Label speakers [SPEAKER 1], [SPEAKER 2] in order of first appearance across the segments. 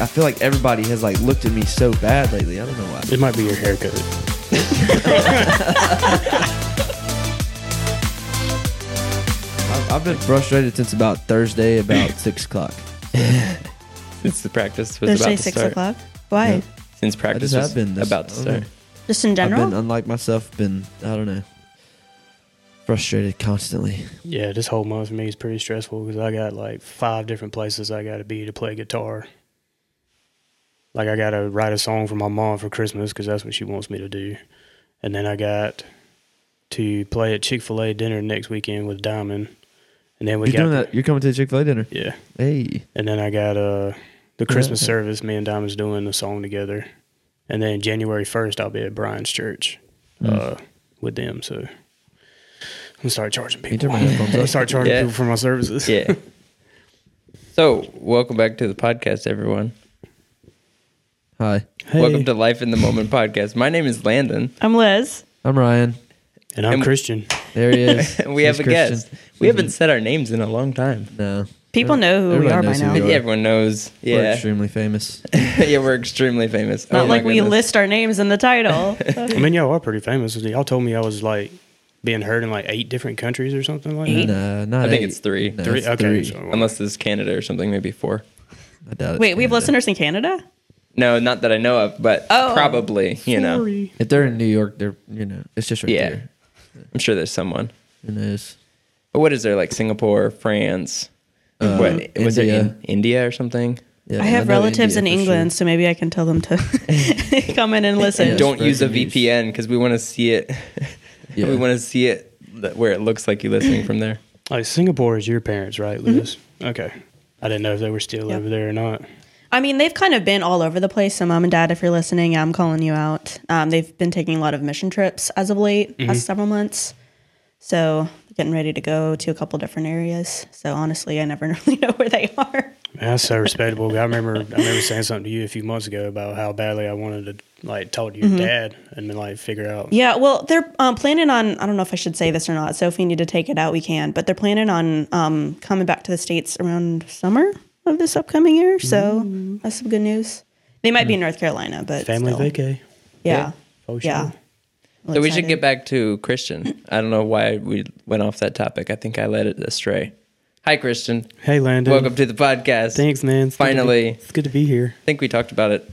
[SPEAKER 1] I feel like everybody has like looked at me so bad lately. I don't know why.
[SPEAKER 2] It might be your haircut.
[SPEAKER 1] I've, I've been frustrated since about Thursday, about six o'clock.
[SPEAKER 3] Since the practice was
[SPEAKER 4] Thursday,
[SPEAKER 3] about to
[SPEAKER 4] six
[SPEAKER 3] start.
[SPEAKER 4] o'clock. Why?
[SPEAKER 3] Since practice
[SPEAKER 1] I
[SPEAKER 3] was
[SPEAKER 1] just have been this-
[SPEAKER 3] about to
[SPEAKER 1] I don't know.
[SPEAKER 3] start.
[SPEAKER 4] Just in general.
[SPEAKER 1] I've been unlike myself. Been I don't know, frustrated constantly.
[SPEAKER 2] Yeah, this whole month for me is pretty stressful because I got like five different places I got to be to play guitar. Like I got to write a song for my mom for Christmas because that's what she wants me to do, and then I got to play at Chick Fil A dinner next weekend with Diamond, and then we
[SPEAKER 1] You're
[SPEAKER 2] got
[SPEAKER 1] doing that. You're coming to the Chick Fil A dinner.
[SPEAKER 2] yeah,
[SPEAKER 1] Hey,
[SPEAKER 2] and then I got uh the Christmas
[SPEAKER 1] Yeah.
[SPEAKER 2] service. Me and Diamond's doing a song together, and then January first I'll be at Brian's church
[SPEAKER 1] Mm.
[SPEAKER 2] uh, with them. So I'm gonna start charging
[SPEAKER 1] you
[SPEAKER 2] people.
[SPEAKER 1] turn my headphones
[SPEAKER 2] I
[SPEAKER 1] off.
[SPEAKER 2] start charging
[SPEAKER 3] Yeah.
[SPEAKER 2] people for my services.
[SPEAKER 3] Yeah. so, welcome back to the podcast, everyone.
[SPEAKER 1] Hi,
[SPEAKER 3] Welcome to Life in the Moment podcast. My name is Landon.
[SPEAKER 4] I'm Liz.
[SPEAKER 1] I'm Ryan.
[SPEAKER 2] And I'm
[SPEAKER 3] And-
[SPEAKER 2] Christian.
[SPEAKER 1] There he is.
[SPEAKER 3] we have
[SPEAKER 1] He's
[SPEAKER 3] a
[SPEAKER 1] Christian.
[SPEAKER 3] guest. We haven't said our names in a long time.
[SPEAKER 1] No,
[SPEAKER 4] People know who we
[SPEAKER 1] Everybody
[SPEAKER 4] are by
[SPEAKER 1] knows who
[SPEAKER 4] now.
[SPEAKER 1] we are.
[SPEAKER 3] Yeah, everyone knows.
[SPEAKER 1] we're
[SPEAKER 3] Yeah,
[SPEAKER 1] extremely famous.
[SPEAKER 3] yeah, we're extremely famous.
[SPEAKER 4] Not
[SPEAKER 3] Oh my
[SPEAKER 4] like we
[SPEAKER 3] goodness.
[SPEAKER 4] list our names in the title.
[SPEAKER 2] I mean, y'all are pretty famous. Y'all told me I was like being heard in like eight different countries or something like that.
[SPEAKER 1] No, not.
[SPEAKER 3] I think
[SPEAKER 1] eight.
[SPEAKER 3] it's three.
[SPEAKER 1] No,
[SPEAKER 2] Three?
[SPEAKER 1] it's
[SPEAKER 2] okay.
[SPEAKER 1] three.
[SPEAKER 2] so-
[SPEAKER 3] Unless it's Canada or something, maybe four.
[SPEAKER 1] I doubt it's
[SPEAKER 4] Wait, we have
[SPEAKER 1] Canada.
[SPEAKER 4] listeners in Canada?
[SPEAKER 3] No, not that I know of, but
[SPEAKER 4] Oh.
[SPEAKER 3] probably. You know,
[SPEAKER 1] If they're in New York, they're you know it's just right
[SPEAKER 3] Yeah.
[SPEAKER 1] there.
[SPEAKER 3] I'm sure there's someone.
[SPEAKER 1] Who knows?
[SPEAKER 3] But what is there like Singapore, France? what was
[SPEAKER 1] Uh,
[SPEAKER 3] it
[SPEAKER 1] India.
[SPEAKER 3] in India or something?
[SPEAKER 1] Yeah,
[SPEAKER 4] I have
[SPEAKER 1] know
[SPEAKER 4] relatives
[SPEAKER 1] India
[SPEAKER 4] in
[SPEAKER 1] for sure.
[SPEAKER 4] England, so maybe I can tell them to come in and listen.
[SPEAKER 1] Yeah,
[SPEAKER 3] Don't use a
[SPEAKER 1] spread the news.
[SPEAKER 3] VPN because we want to see it.
[SPEAKER 1] Yeah.
[SPEAKER 3] we want to see it th- where it looks like you're listening from there.
[SPEAKER 2] Like Singapore is your parents, right, Liz? Okay. I didn't know if they were still
[SPEAKER 4] Yeah.
[SPEAKER 2] over there or not.
[SPEAKER 4] I mean, they've kind of been all over the place. So, mom and dad, if you're listening, I'm calling you out. Um, they've been taking a lot of mission trips as of late,
[SPEAKER 1] Mm-hmm.
[SPEAKER 4] past several months. So, getting ready to go to a couple different areas. So, honestly, I never really know where they are.
[SPEAKER 2] Man, That's so respectable. I remember I remember saying something to you a few months ago about how badly I wanted to like talk to your dad and then like figure out.
[SPEAKER 4] Yeah, well, they're um, planning on. I don't know if I should say this or not. So, if we need to take it out, we can. But they're planning on um, coming back to the states around summer of this upcoming year. So, that's some good news. They might be in North Carolina, but
[SPEAKER 2] Family
[SPEAKER 4] still.
[SPEAKER 2] vacay.
[SPEAKER 4] Yeah,
[SPEAKER 2] Oh, sure.
[SPEAKER 4] yeah.
[SPEAKER 3] So we should get back to Christian. I don't know why we went off that topic. I think I led it astray. Hi, Christian.
[SPEAKER 2] Hey, Landon.
[SPEAKER 3] Welcome to the podcast.
[SPEAKER 2] Thanks, man. It's good to be-
[SPEAKER 3] Finally.
[SPEAKER 2] it's good to be here.
[SPEAKER 3] I think we talked about it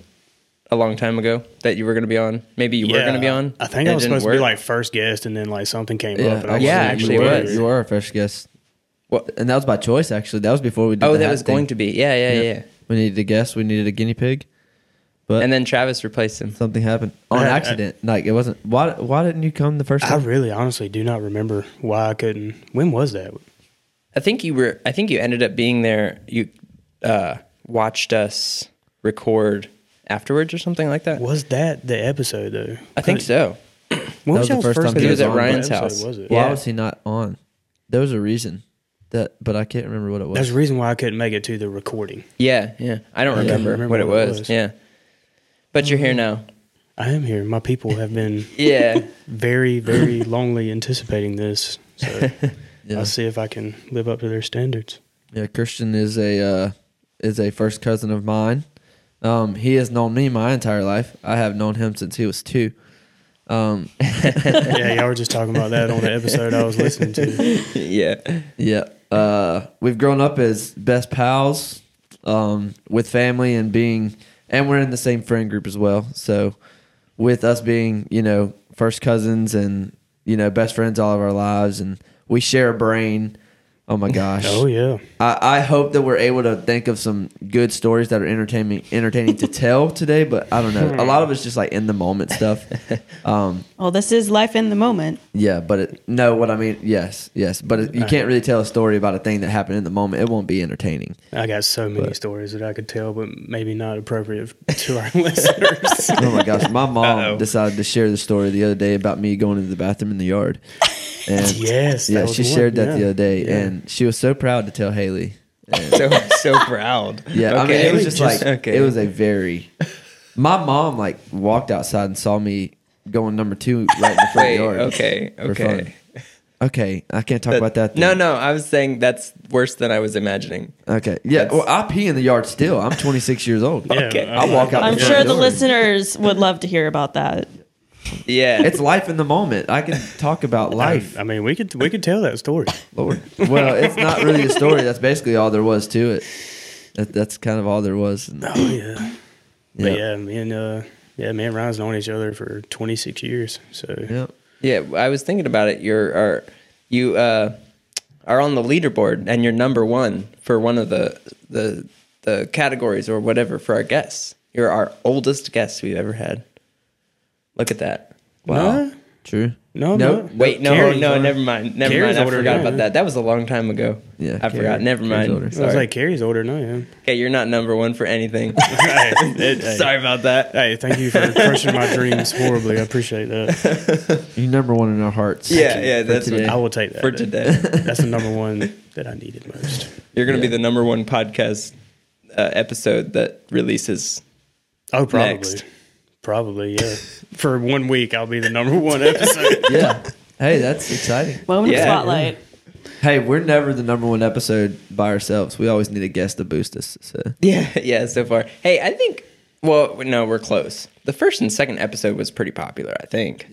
[SPEAKER 3] a long time ago that you were going to be on. Maybe you were going to be on.
[SPEAKER 2] I think
[SPEAKER 3] and
[SPEAKER 2] I
[SPEAKER 3] it
[SPEAKER 2] was
[SPEAKER 3] didn't
[SPEAKER 2] supposed to be
[SPEAKER 3] work.
[SPEAKER 2] like first guest, and then like something came up. And
[SPEAKER 1] Yeah,
[SPEAKER 2] I was
[SPEAKER 3] Yeah,
[SPEAKER 2] like,
[SPEAKER 3] actually
[SPEAKER 1] you
[SPEAKER 3] it
[SPEAKER 1] were,
[SPEAKER 3] was.
[SPEAKER 1] You were our first guest.
[SPEAKER 3] Well-
[SPEAKER 1] and that was by choice, actually. That was before we did
[SPEAKER 3] Oh,
[SPEAKER 1] the
[SPEAKER 3] that
[SPEAKER 1] hat
[SPEAKER 3] was
[SPEAKER 1] thing.
[SPEAKER 3] going to be. Yeah, yeah, yeah. yeah.
[SPEAKER 1] We needed a guest. We needed a guinea pig. But
[SPEAKER 3] And then Travis replaced him.
[SPEAKER 1] something happened on
[SPEAKER 2] I- I-
[SPEAKER 1] accident. like it wasn't. Why? Why didn't you come the first
[SPEAKER 2] I
[SPEAKER 1] time?
[SPEAKER 2] really honestly do not remember why I couldn't. When was that?
[SPEAKER 3] I think you were. I think you ended up being there. You uh, watched us record afterwards or something like that.
[SPEAKER 2] Was that the episode though?
[SPEAKER 3] I think so.
[SPEAKER 2] When
[SPEAKER 1] That was the
[SPEAKER 2] y'all's
[SPEAKER 1] first time
[SPEAKER 3] Because
[SPEAKER 1] he was
[SPEAKER 2] guest?
[SPEAKER 3] it was at
[SPEAKER 1] on.
[SPEAKER 3] Ryan's
[SPEAKER 2] What episode
[SPEAKER 3] house.
[SPEAKER 2] Was it?
[SPEAKER 1] Why
[SPEAKER 3] Yeah.
[SPEAKER 1] was he not on? There was a reason that, but I can't remember what it was.
[SPEAKER 2] There's a reason why I couldn't make it to the recording.
[SPEAKER 3] Yeah, yeah. I don't remember,
[SPEAKER 2] remember
[SPEAKER 3] what it
[SPEAKER 2] what it
[SPEAKER 3] was.
[SPEAKER 2] was.
[SPEAKER 3] Yeah. But you're here now.
[SPEAKER 2] I am here. My people have been
[SPEAKER 3] Yeah.
[SPEAKER 2] very, very longly anticipating this. So
[SPEAKER 1] yeah.
[SPEAKER 2] I'll see if I can live up to their standards.
[SPEAKER 1] Yeah, Christian is a uh, is a first cousin of mine. Um, he has known me my entire life. I have known him since he was two. Um,
[SPEAKER 2] yeah, y'all were just talking about that on the episode I was listening to.
[SPEAKER 3] yeah.
[SPEAKER 1] yeah, uh, we've grown up as best pals um, with family and being, and we're in the same friend group as well. So, with us being, you know, first cousins and you know best friends all of our lives, and we share a brain. Oh my gosh!
[SPEAKER 2] Oh yeah,
[SPEAKER 1] I, I hope that we're able to think of some good stories that are entertaining entertaining to tell today, but I don't know. A lot of it's just like in the moment stuff. Um,
[SPEAKER 4] Well, this is life in the moment.
[SPEAKER 1] yeah, but it, no, what I mean, yes, yes, but it, you can't really tell a story about a thing that happened in the moment. It won't be entertaining.
[SPEAKER 2] I got so many stories that I could tell, but maybe not appropriate to our listeners.
[SPEAKER 1] Oh my gosh, my mom
[SPEAKER 3] Uh-oh.
[SPEAKER 1] decided to share the story the other day about me going to the bathroom in the yard. And
[SPEAKER 2] Yes, that
[SPEAKER 1] yeah,
[SPEAKER 2] was
[SPEAKER 1] she
[SPEAKER 2] one,
[SPEAKER 1] shared that
[SPEAKER 2] yeah,
[SPEAKER 1] the other day,
[SPEAKER 2] yeah.
[SPEAKER 1] and she was so proud to tell Haley.
[SPEAKER 3] So so proud.
[SPEAKER 1] Yeah, I mean, it was just, like
[SPEAKER 3] okay.
[SPEAKER 1] it was a very. My mom like walked outside and saw me going number two right in the front
[SPEAKER 3] Wait,
[SPEAKER 1] yard.
[SPEAKER 3] okay,
[SPEAKER 1] for
[SPEAKER 3] okay.
[SPEAKER 1] fun. Okay, I can't talk
[SPEAKER 3] That-
[SPEAKER 1] about that.
[SPEAKER 3] No,
[SPEAKER 1] then.
[SPEAKER 3] no, I was saying that's worse than I was imagining.
[SPEAKER 1] Okay, yeah.
[SPEAKER 3] That's-
[SPEAKER 1] Well, I pee in the yard still. I'm 26 years old.
[SPEAKER 2] Yeah,
[SPEAKER 3] Okay.
[SPEAKER 2] I'm
[SPEAKER 1] I
[SPEAKER 2] like-
[SPEAKER 1] walk out.
[SPEAKER 4] I'm
[SPEAKER 1] the
[SPEAKER 4] sure
[SPEAKER 1] front
[SPEAKER 4] the
[SPEAKER 1] door.
[SPEAKER 4] listeners would love to hear about that.
[SPEAKER 3] Yeah,
[SPEAKER 1] It's life in the moment. I can talk about life.
[SPEAKER 2] I mean, we could we could tell that story.
[SPEAKER 1] Lord. Well, it's not really a story. That's basically all there was to it. That, that's kind of all there was. And-
[SPEAKER 2] Oh yeah.
[SPEAKER 1] Yeah.
[SPEAKER 2] But yeah, me and uh, yeah, me and Ryan's known each other for 26 years. So
[SPEAKER 1] yeah.
[SPEAKER 3] yeah. I was thinking about it. You're are you uh, are on the leaderboard and you're number one for one of the the the categories or whatever for our guests. You're our oldest guest we've ever had. Look at that.
[SPEAKER 1] Wow.
[SPEAKER 2] No.
[SPEAKER 1] True.
[SPEAKER 2] No,
[SPEAKER 1] Nope.
[SPEAKER 2] no.
[SPEAKER 3] Wait, no,
[SPEAKER 2] Carrie's
[SPEAKER 3] no,
[SPEAKER 2] older.
[SPEAKER 3] never mind, never
[SPEAKER 2] Carrie's
[SPEAKER 3] mind. I
[SPEAKER 2] older,
[SPEAKER 3] forgot
[SPEAKER 2] yeah.
[SPEAKER 3] about that. That was a long time ago.
[SPEAKER 1] Yeah,
[SPEAKER 3] I forgot.
[SPEAKER 1] Carrie-
[SPEAKER 3] Never
[SPEAKER 1] Carrie's
[SPEAKER 3] mind.
[SPEAKER 1] older.
[SPEAKER 2] I
[SPEAKER 3] Sorry.
[SPEAKER 2] was like, Carrie's older. No, yeah.
[SPEAKER 3] okay, you're not number one for anything.
[SPEAKER 2] hey, it- hey.
[SPEAKER 3] Sorry about that.
[SPEAKER 2] Hey, thank you for crushing my dreams horribly. I appreciate that.
[SPEAKER 1] You're number one in our hearts.
[SPEAKER 3] Yeah, yeah, that's
[SPEAKER 1] today.
[SPEAKER 2] I will take that.
[SPEAKER 3] for today.
[SPEAKER 2] That's the number one that I needed most.
[SPEAKER 3] You're going to be the number one podcast uh, episode that releases.
[SPEAKER 2] Oh, probably.
[SPEAKER 3] Next.
[SPEAKER 2] Probably, yeah. For one week, I'll be the number one episode.
[SPEAKER 1] Yeah. Hey, that's exciting.
[SPEAKER 4] Moment
[SPEAKER 3] Yeah.
[SPEAKER 4] of spotlight.
[SPEAKER 1] Hey, we're never the number one episode by ourselves. We always need a guest to boost us. So.
[SPEAKER 3] Yeah, yeah. So far, hey, I think. Well, no, we're close. The first and second episode was pretty popular, I think.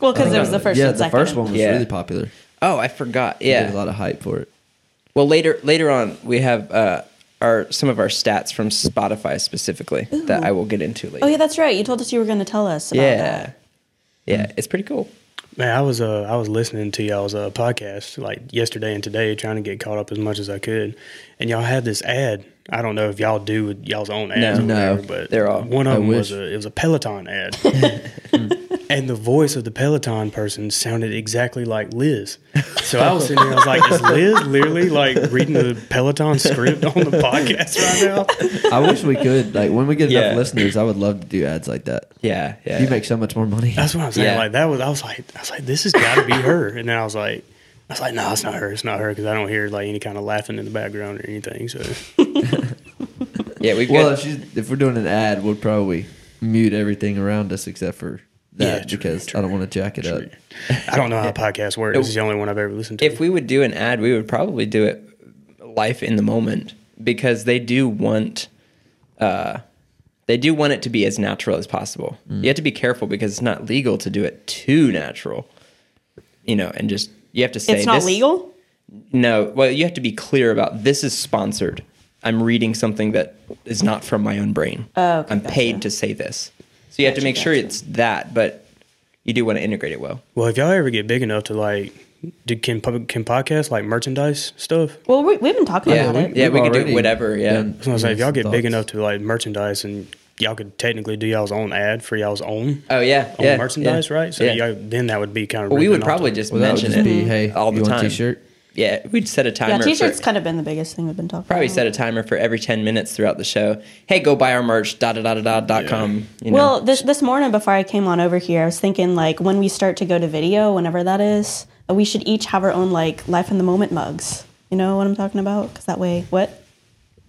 [SPEAKER 4] Well, because it was the first
[SPEAKER 1] yeah,
[SPEAKER 4] and
[SPEAKER 1] the
[SPEAKER 4] second.
[SPEAKER 1] first one was
[SPEAKER 3] Yeah.
[SPEAKER 1] really popular.
[SPEAKER 3] Oh, I forgot.
[SPEAKER 1] Yeah. There's a
[SPEAKER 3] Yeah.
[SPEAKER 1] lot of hype for it.
[SPEAKER 3] Well, later later on, we have uh, our some of our stats from Spotify specifically that I will get into later.
[SPEAKER 4] Oh yeah, that's right. You told us you were going to tell us. About
[SPEAKER 3] yeah,
[SPEAKER 4] that.
[SPEAKER 3] yeah. It's pretty cool.
[SPEAKER 2] Man, I was uh, I was listening to y'all's uh, podcast like yesterday and today, trying to get caught up as much as I could. And y'all had this ad. I don't know if y'all do with y'all's own ads, or
[SPEAKER 3] No,
[SPEAKER 1] no.
[SPEAKER 2] whatever, but
[SPEAKER 3] They're all-
[SPEAKER 2] one of
[SPEAKER 1] I
[SPEAKER 2] them was
[SPEAKER 1] wish.
[SPEAKER 2] a, it was a Peloton ad, and the voice of the Peloton person sounded exactly like Liz. So I was sitting there, I was like, is Liz literally like reading the Peloton script on the podcast right now?
[SPEAKER 1] I wish we could. Like, when we get
[SPEAKER 3] Yeah.
[SPEAKER 1] enough listeners, I would love to do ads like that.
[SPEAKER 3] Yeah, yeah.
[SPEAKER 1] You make so much more money.
[SPEAKER 2] That's what I'm saying.
[SPEAKER 3] Yeah.
[SPEAKER 2] Like that was I was like I was like this has got to be her. And then I was like I was like no, it's not her. It's not her because I don't hear like any kind of laughing in the background or anything. So
[SPEAKER 3] yeah, we've
[SPEAKER 1] Well,
[SPEAKER 3] got-
[SPEAKER 1] if, she's, if we're doing an ad, we'll probably mute everything around us except for that
[SPEAKER 2] Yeah, true,
[SPEAKER 1] because
[SPEAKER 2] true,
[SPEAKER 1] I don't want to jack it up.
[SPEAKER 2] I don't know how podcasts work. This is the only one I've ever listened to.
[SPEAKER 3] if we would do an ad, we would probably do it life in the moment because they do want uh, they do want it to be as natural as possible. You have to be careful because it's not legal to do it too natural. You know, and just you have to say
[SPEAKER 4] It's not
[SPEAKER 3] this-
[SPEAKER 4] legal.
[SPEAKER 3] No, well, you have to be clear about this is sponsored. I'm reading something that is not from my own brain.
[SPEAKER 4] Oh, okay,
[SPEAKER 3] I'm
[SPEAKER 4] gotcha.
[SPEAKER 3] paid to say this, so you have to
[SPEAKER 4] Gotcha,
[SPEAKER 3] make sure
[SPEAKER 4] gotcha.
[SPEAKER 3] it's that. But you do want to integrate it well.
[SPEAKER 2] well, if y'all ever get big enough to like do can pub- can podcasts like merchandise stuff.
[SPEAKER 4] Well, we, we've been talking
[SPEAKER 3] Yeah,
[SPEAKER 4] about
[SPEAKER 3] we-
[SPEAKER 4] it.
[SPEAKER 3] yeah.
[SPEAKER 1] We've
[SPEAKER 3] could do
[SPEAKER 1] already
[SPEAKER 3] whatever, yeah.
[SPEAKER 1] done
[SPEAKER 2] I was gonna say if y'all
[SPEAKER 1] some
[SPEAKER 2] get
[SPEAKER 1] Mm, thoughts.
[SPEAKER 2] big enough to like merchandise and y'all could technically do y'all's own ad for y'all's own
[SPEAKER 3] Oh yeah,
[SPEAKER 2] own
[SPEAKER 3] yeah,
[SPEAKER 2] merchandise,
[SPEAKER 3] yeah.
[SPEAKER 2] right? So
[SPEAKER 3] Yeah.
[SPEAKER 2] y'all, then that would be kind of
[SPEAKER 3] Well, we
[SPEAKER 2] ripping
[SPEAKER 3] would
[SPEAKER 2] off
[SPEAKER 3] probably
[SPEAKER 2] the-
[SPEAKER 3] just
[SPEAKER 1] Well, that would
[SPEAKER 3] mention
[SPEAKER 1] just
[SPEAKER 3] it
[SPEAKER 1] be, hey,
[SPEAKER 3] all the
[SPEAKER 1] you want
[SPEAKER 3] time.
[SPEAKER 1] a t-shirt?
[SPEAKER 3] Yeah, we'd set a timer.
[SPEAKER 4] Yeah, t-shirts
[SPEAKER 3] for,
[SPEAKER 4] kind of been the biggest thing we've been talking.
[SPEAKER 3] probably
[SPEAKER 4] about.
[SPEAKER 3] set a timer for every ten minutes throughout the show. Hey, go buy our merch. Da da da da da dot com. You know.
[SPEAKER 4] Well, this this morning before I came on over here, I was thinking like when we start to go to video, whenever that is, uh, we should each have our own like life in the moment mugs. You know what I'm talking about? Because that way, what?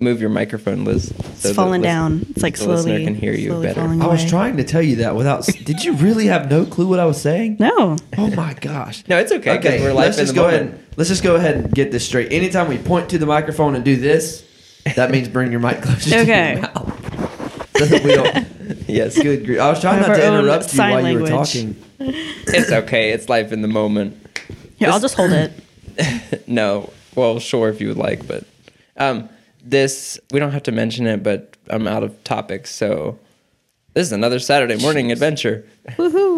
[SPEAKER 3] move your microphone, Liz.
[SPEAKER 4] It's falling down. It's like
[SPEAKER 3] the listener
[SPEAKER 4] slowly.
[SPEAKER 3] can hear you
[SPEAKER 4] slowly
[SPEAKER 3] better.
[SPEAKER 4] falling
[SPEAKER 1] I was
[SPEAKER 4] away.
[SPEAKER 1] trying to tell you that without. Did you really have no clue what I was saying?
[SPEAKER 4] No.
[SPEAKER 1] Oh my gosh.
[SPEAKER 3] No, it's okay, 'cause we're life
[SPEAKER 1] let's
[SPEAKER 3] in
[SPEAKER 1] just
[SPEAKER 3] the
[SPEAKER 1] go
[SPEAKER 3] moment.
[SPEAKER 1] ahead. Let's just go ahead and get this straight. Anytime we point to the microphone and do this, that means bring your mic closer
[SPEAKER 4] Okay.
[SPEAKER 1] to your mouth. So that we don't.
[SPEAKER 3] Yes,
[SPEAKER 1] Good grief. I was trying not
[SPEAKER 4] Our
[SPEAKER 1] to
[SPEAKER 4] own
[SPEAKER 1] interrupt you
[SPEAKER 4] sign
[SPEAKER 1] while you were
[SPEAKER 4] language.
[SPEAKER 1] talking.
[SPEAKER 3] it's okay. It's life in the moment.
[SPEAKER 4] Here, I'll just hold it.
[SPEAKER 3] No, well, sure if you would like, but um, this we don't have to mention it, but I'm out of topics, so this is another Saturday morning adventure.
[SPEAKER 4] Woohoo.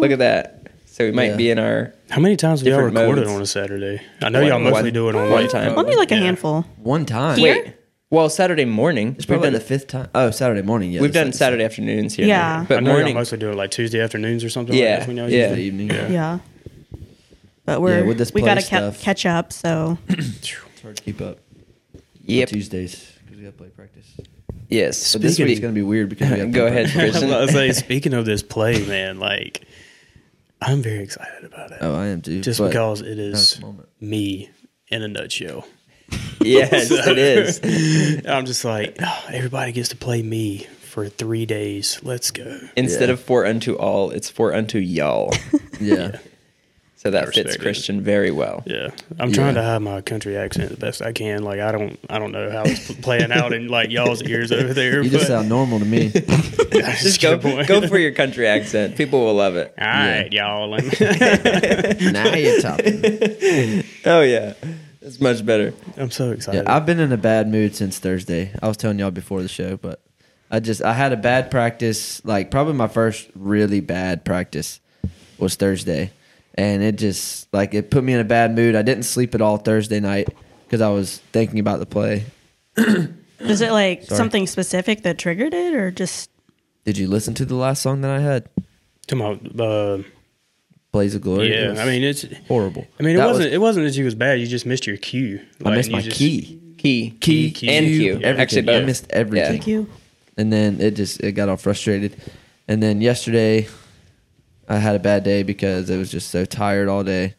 [SPEAKER 3] Look at that. So we might
[SPEAKER 1] Yeah.
[SPEAKER 3] be in our
[SPEAKER 2] How many times have y'all
[SPEAKER 3] different
[SPEAKER 2] recorded
[SPEAKER 3] modes.
[SPEAKER 2] on a Saturday? I know
[SPEAKER 3] One-
[SPEAKER 2] y'all mostly
[SPEAKER 3] one-
[SPEAKER 2] do it on
[SPEAKER 3] one
[SPEAKER 2] like,
[SPEAKER 3] time.
[SPEAKER 4] Only like a
[SPEAKER 2] Yeah.
[SPEAKER 4] handful.
[SPEAKER 1] One time.
[SPEAKER 4] Here?
[SPEAKER 3] Wait. Well, Saturday morning.
[SPEAKER 1] It's
[SPEAKER 3] we've
[SPEAKER 1] probably
[SPEAKER 3] done,
[SPEAKER 1] the fifth time. Oh, Saturday morning. Yeah.
[SPEAKER 3] we've
[SPEAKER 1] that's
[SPEAKER 3] done
[SPEAKER 1] it.
[SPEAKER 3] Saturday afternoons here.
[SPEAKER 4] Yeah.
[SPEAKER 3] But
[SPEAKER 2] I know
[SPEAKER 3] morning.
[SPEAKER 2] y'all mostly do it like Tuesday afternoons or something.
[SPEAKER 3] Yeah,
[SPEAKER 2] like that when y'all
[SPEAKER 3] yeah.
[SPEAKER 2] use
[SPEAKER 1] Tuesday
[SPEAKER 2] it.
[SPEAKER 1] evening.
[SPEAKER 2] Yeah.
[SPEAKER 4] Yeah. But we're
[SPEAKER 1] with this
[SPEAKER 4] we
[SPEAKER 1] play
[SPEAKER 4] gotta ca-
[SPEAKER 1] stuff.
[SPEAKER 4] catch up. So
[SPEAKER 1] It's hard to keep up.
[SPEAKER 3] Yep.
[SPEAKER 1] Tuesdays because we got play practice.
[SPEAKER 3] Yes. So this
[SPEAKER 1] Speaking-
[SPEAKER 3] week
[SPEAKER 1] it's gonna be weird because we have
[SPEAKER 3] Go
[SPEAKER 1] play
[SPEAKER 3] ahead,
[SPEAKER 2] I was
[SPEAKER 3] Christian.
[SPEAKER 2] about to say, speaking of this play, man, like I'm very excited about it.
[SPEAKER 1] Oh, I am too.
[SPEAKER 2] just
[SPEAKER 1] but-
[SPEAKER 2] because it
[SPEAKER 1] that's
[SPEAKER 2] is
[SPEAKER 1] the moment.
[SPEAKER 2] me in a nutshell.
[SPEAKER 3] yes, it is.
[SPEAKER 2] I'm just like, "Oh, everybody gets to play me for three days. Let's go.
[SPEAKER 3] Instead
[SPEAKER 1] Yeah.
[SPEAKER 3] of for unto all, it's for unto y'all.
[SPEAKER 1] Yeah.
[SPEAKER 3] So
[SPEAKER 2] I
[SPEAKER 3] that fits
[SPEAKER 2] respect it.
[SPEAKER 3] Christian very well.
[SPEAKER 2] Yeah, I'm
[SPEAKER 1] Yeah.
[SPEAKER 2] trying to hide my country accent the best I can. Like I don't, I don't know how it's playing out in like y'all's ears over there.
[SPEAKER 1] You just sound normal to me.
[SPEAKER 3] Just go, go for your country accent. People will love it.
[SPEAKER 2] All right, y'all. And-
[SPEAKER 1] now you're talking.
[SPEAKER 3] Oh yeah, it's much better.
[SPEAKER 2] I'm so excited.
[SPEAKER 1] Yeah, I've been in a bad mood since Thursday. I was telling y'all before the show, but I just I had a bad practice. Like probably my first really bad practice was Thursday, and it just like it put me in a bad mood. I didn't sleep at all Thursday night because I was thinking about the play.
[SPEAKER 4] Was it like
[SPEAKER 1] Sorry.
[SPEAKER 4] something specific that triggered it, or just
[SPEAKER 1] Did you listen to the last song that I had?
[SPEAKER 2] Come on, uh,
[SPEAKER 1] Blaze of Glory. It
[SPEAKER 2] yeah.
[SPEAKER 1] was
[SPEAKER 2] I mean, it's.
[SPEAKER 1] horrible.
[SPEAKER 2] I mean, it
[SPEAKER 1] That was-
[SPEAKER 2] wasn't. it wasn't that you was bad. You just missed your cue.
[SPEAKER 1] I
[SPEAKER 2] Like,
[SPEAKER 1] missed
[SPEAKER 2] you
[SPEAKER 1] my
[SPEAKER 2] just-
[SPEAKER 1] key.
[SPEAKER 3] Key,
[SPEAKER 1] Key,
[SPEAKER 2] Key,
[SPEAKER 3] and
[SPEAKER 2] cue,
[SPEAKER 3] Q.
[SPEAKER 1] everything.
[SPEAKER 3] Actually, both.
[SPEAKER 1] I missed everything.
[SPEAKER 4] thank you?
[SPEAKER 1] and then it just it got all frustrated and then yesterday i had a bad day because i was just so tired all day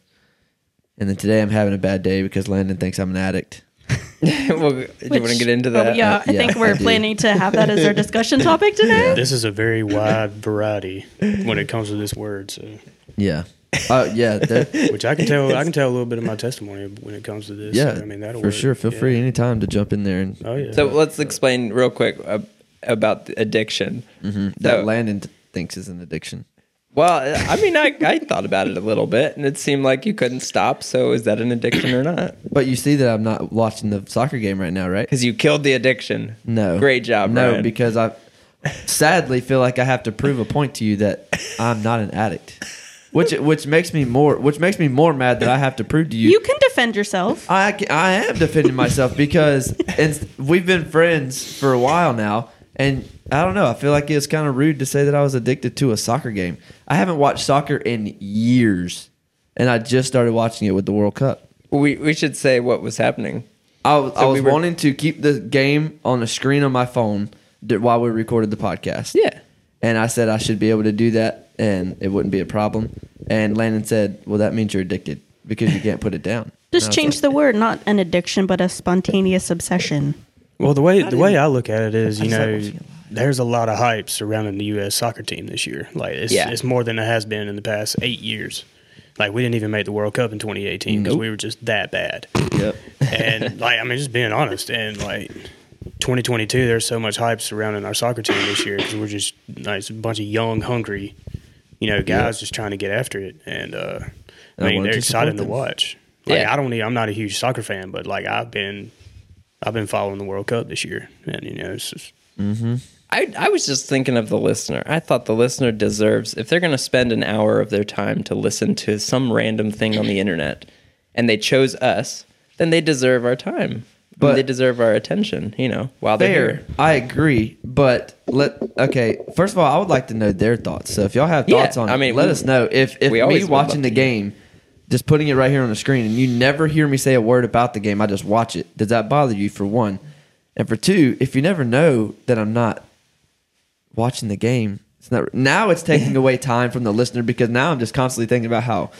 [SPEAKER 1] and then today i'm having a bad day because landon thinks i'm an addict
[SPEAKER 3] well, do you want to
[SPEAKER 4] Which-
[SPEAKER 3] get into
[SPEAKER 4] well,
[SPEAKER 3] that?
[SPEAKER 4] yeah, I
[SPEAKER 1] Yeah,
[SPEAKER 4] think
[SPEAKER 1] I
[SPEAKER 4] we're
[SPEAKER 1] do.
[SPEAKER 4] planning to have that as our discussion topic today.
[SPEAKER 2] This is a very wide variety when it comes to this word. So,
[SPEAKER 1] yeah oh yeah that-
[SPEAKER 2] which I can tell. I can tell a little bit of my testimony when it comes to this.
[SPEAKER 1] yeah
[SPEAKER 2] I mean, that'll
[SPEAKER 1] for
[SPEAKER 2] work.
[SPEAKER 1] sure feel
[SPEAKER 2] Yeah.
[SPEAKER 1] free anytime to jump in there and
[SPEAKER 2] Oh yeah.
[SPEAKER 3] So let's explain real quick uh, about the addiction.
[SPEAKER 1] Mm-hmm. that
[SPEAKER 3] So-
[SPEAKER 1] landon t- thinks is an addiction
[SPEAKER 3] Well, I mean, I, I thought about it a little bit, and it seemed like you couldn't stop. So is that an addiction or not?
[SPEAKER 1] but you see that i'm not watching the soccer game right now right
[SPEAKER 3] Because you killed the addiction.
[SPEAKER 1] no
[SPEAKER 3] Great job.
[SPEAKER 1] no
[SPEAKER 3] Ryan.
[SPEAKER 1] because i sadly feel like i have to prove a point to you that i'm not an addict which which makes me more which makes me more mad that i have to prove to
[SPEAKER 4] You can defend yourself.
[SPEAKER 1] I, ca- I am defending myself because and we've been friends for a while now, and I don't know. I feel like it's kind of rude to say that I was addicted to a soccer game. I haven't watched soccer in years, and I just started watching it with the World Cup.
[SPEAKER 3] we we should say what was happening.
[SPEAKER 1] I was, I
[SPEAKER 3] So
[SPEAKER 1] was
[SPEAKER 3] we were-
[SPEAKER 1] wanting to keep the game on the screen on my phone d- while we recorded the podcast.
[SPEAKER 3] Yeah.
[SPEAKER 1] And I said I should be able to do that and it wouldn't be a problem. And Landon said, Well, that means you're addicted because you can't put it down.
[SPEAKER 4] Just change the word, not an addiction, but a spontaneous obsession.
[SPEAKER 2] Well, the way the way I look at it is, you
[SPEAKER 1] just thought it
[SPEAKER 2] know,
[SPEAKER 1] was a lie.
[SPEAKER 2] there's a lot of hype surrounding the U.S. soccer team this year. Like it's,
[SPEAKER 3] Yeah.
[SPEAKER 2] it's more than it has been in the past eight years. Like we didn't even make the World Cup in 2018 because
[SPEAKER 1] Nope.
[SPEAKER 2] we were just that bad.
[SPEAKER 1] Yep.
[SPEAKER 2] and like I mean, just being honest, and like 2022, there's so much hype surrounding our soccer team this year because we're just like it's a bunch of young, hungry, you know, guys just trying to get after it, and uh,
[SPEAKER 1] And I
[SPEAKER 2] I mean,
[SPEAKER 1] wanted to
[SPEAKER 2] they're
[SPEAKER 1] support
[SPEAKER 2] exciting to
[SPEAKER 1] them.
[SPEAKER 2] watch. Like
[SPEAKER 3] Yeah.
[SPEAKER 2] I don't, even, I'm not a huge soccer fan, but like I've been, I've been following the World Cup this year, and you know, it's just,
[SPEAKER 3] I, I was just thinking of the listener. I thought the listener deserves, if they're going to spend an hour of their time to listen to some random thing on the internet and they chose us, then they deserve our time.
[SPEAKER 1] But-
[SPEAKER 3] But they deserve our attention, you know, while they're
[SPEAKER 1] fair.
[SPEAKER 3] here.
[SPEAKER 1] I agree, but let okay. First of all, I would like to know their thoughts. So if y'all have
[SPEAKER 3] Yeah,
[SPEAKER 1] thoughts on,
[SPEAKER 3] I
[SPEAKER 1] I
[SPEAKER 3] mean,
[SPEAKER 1] mean, let
[SPEAKER 3] we-
[SPEAKER 1] us know. If if
[SPEAKER 3] we
[SPEAKER 1] me
[SPEAKER 3] always would
[SPEAKER 1] watching the
[SPEAKER 3] love to.
[SPEAKER 1] game, just putting it right here on the screen, and you never hear me say a word about the game, I just watch it. Does that bother you? For one, and for two, if you never know that I'm not watching the game, it's not now. It's taking away time from the listener because now I'm just constantly thinking about how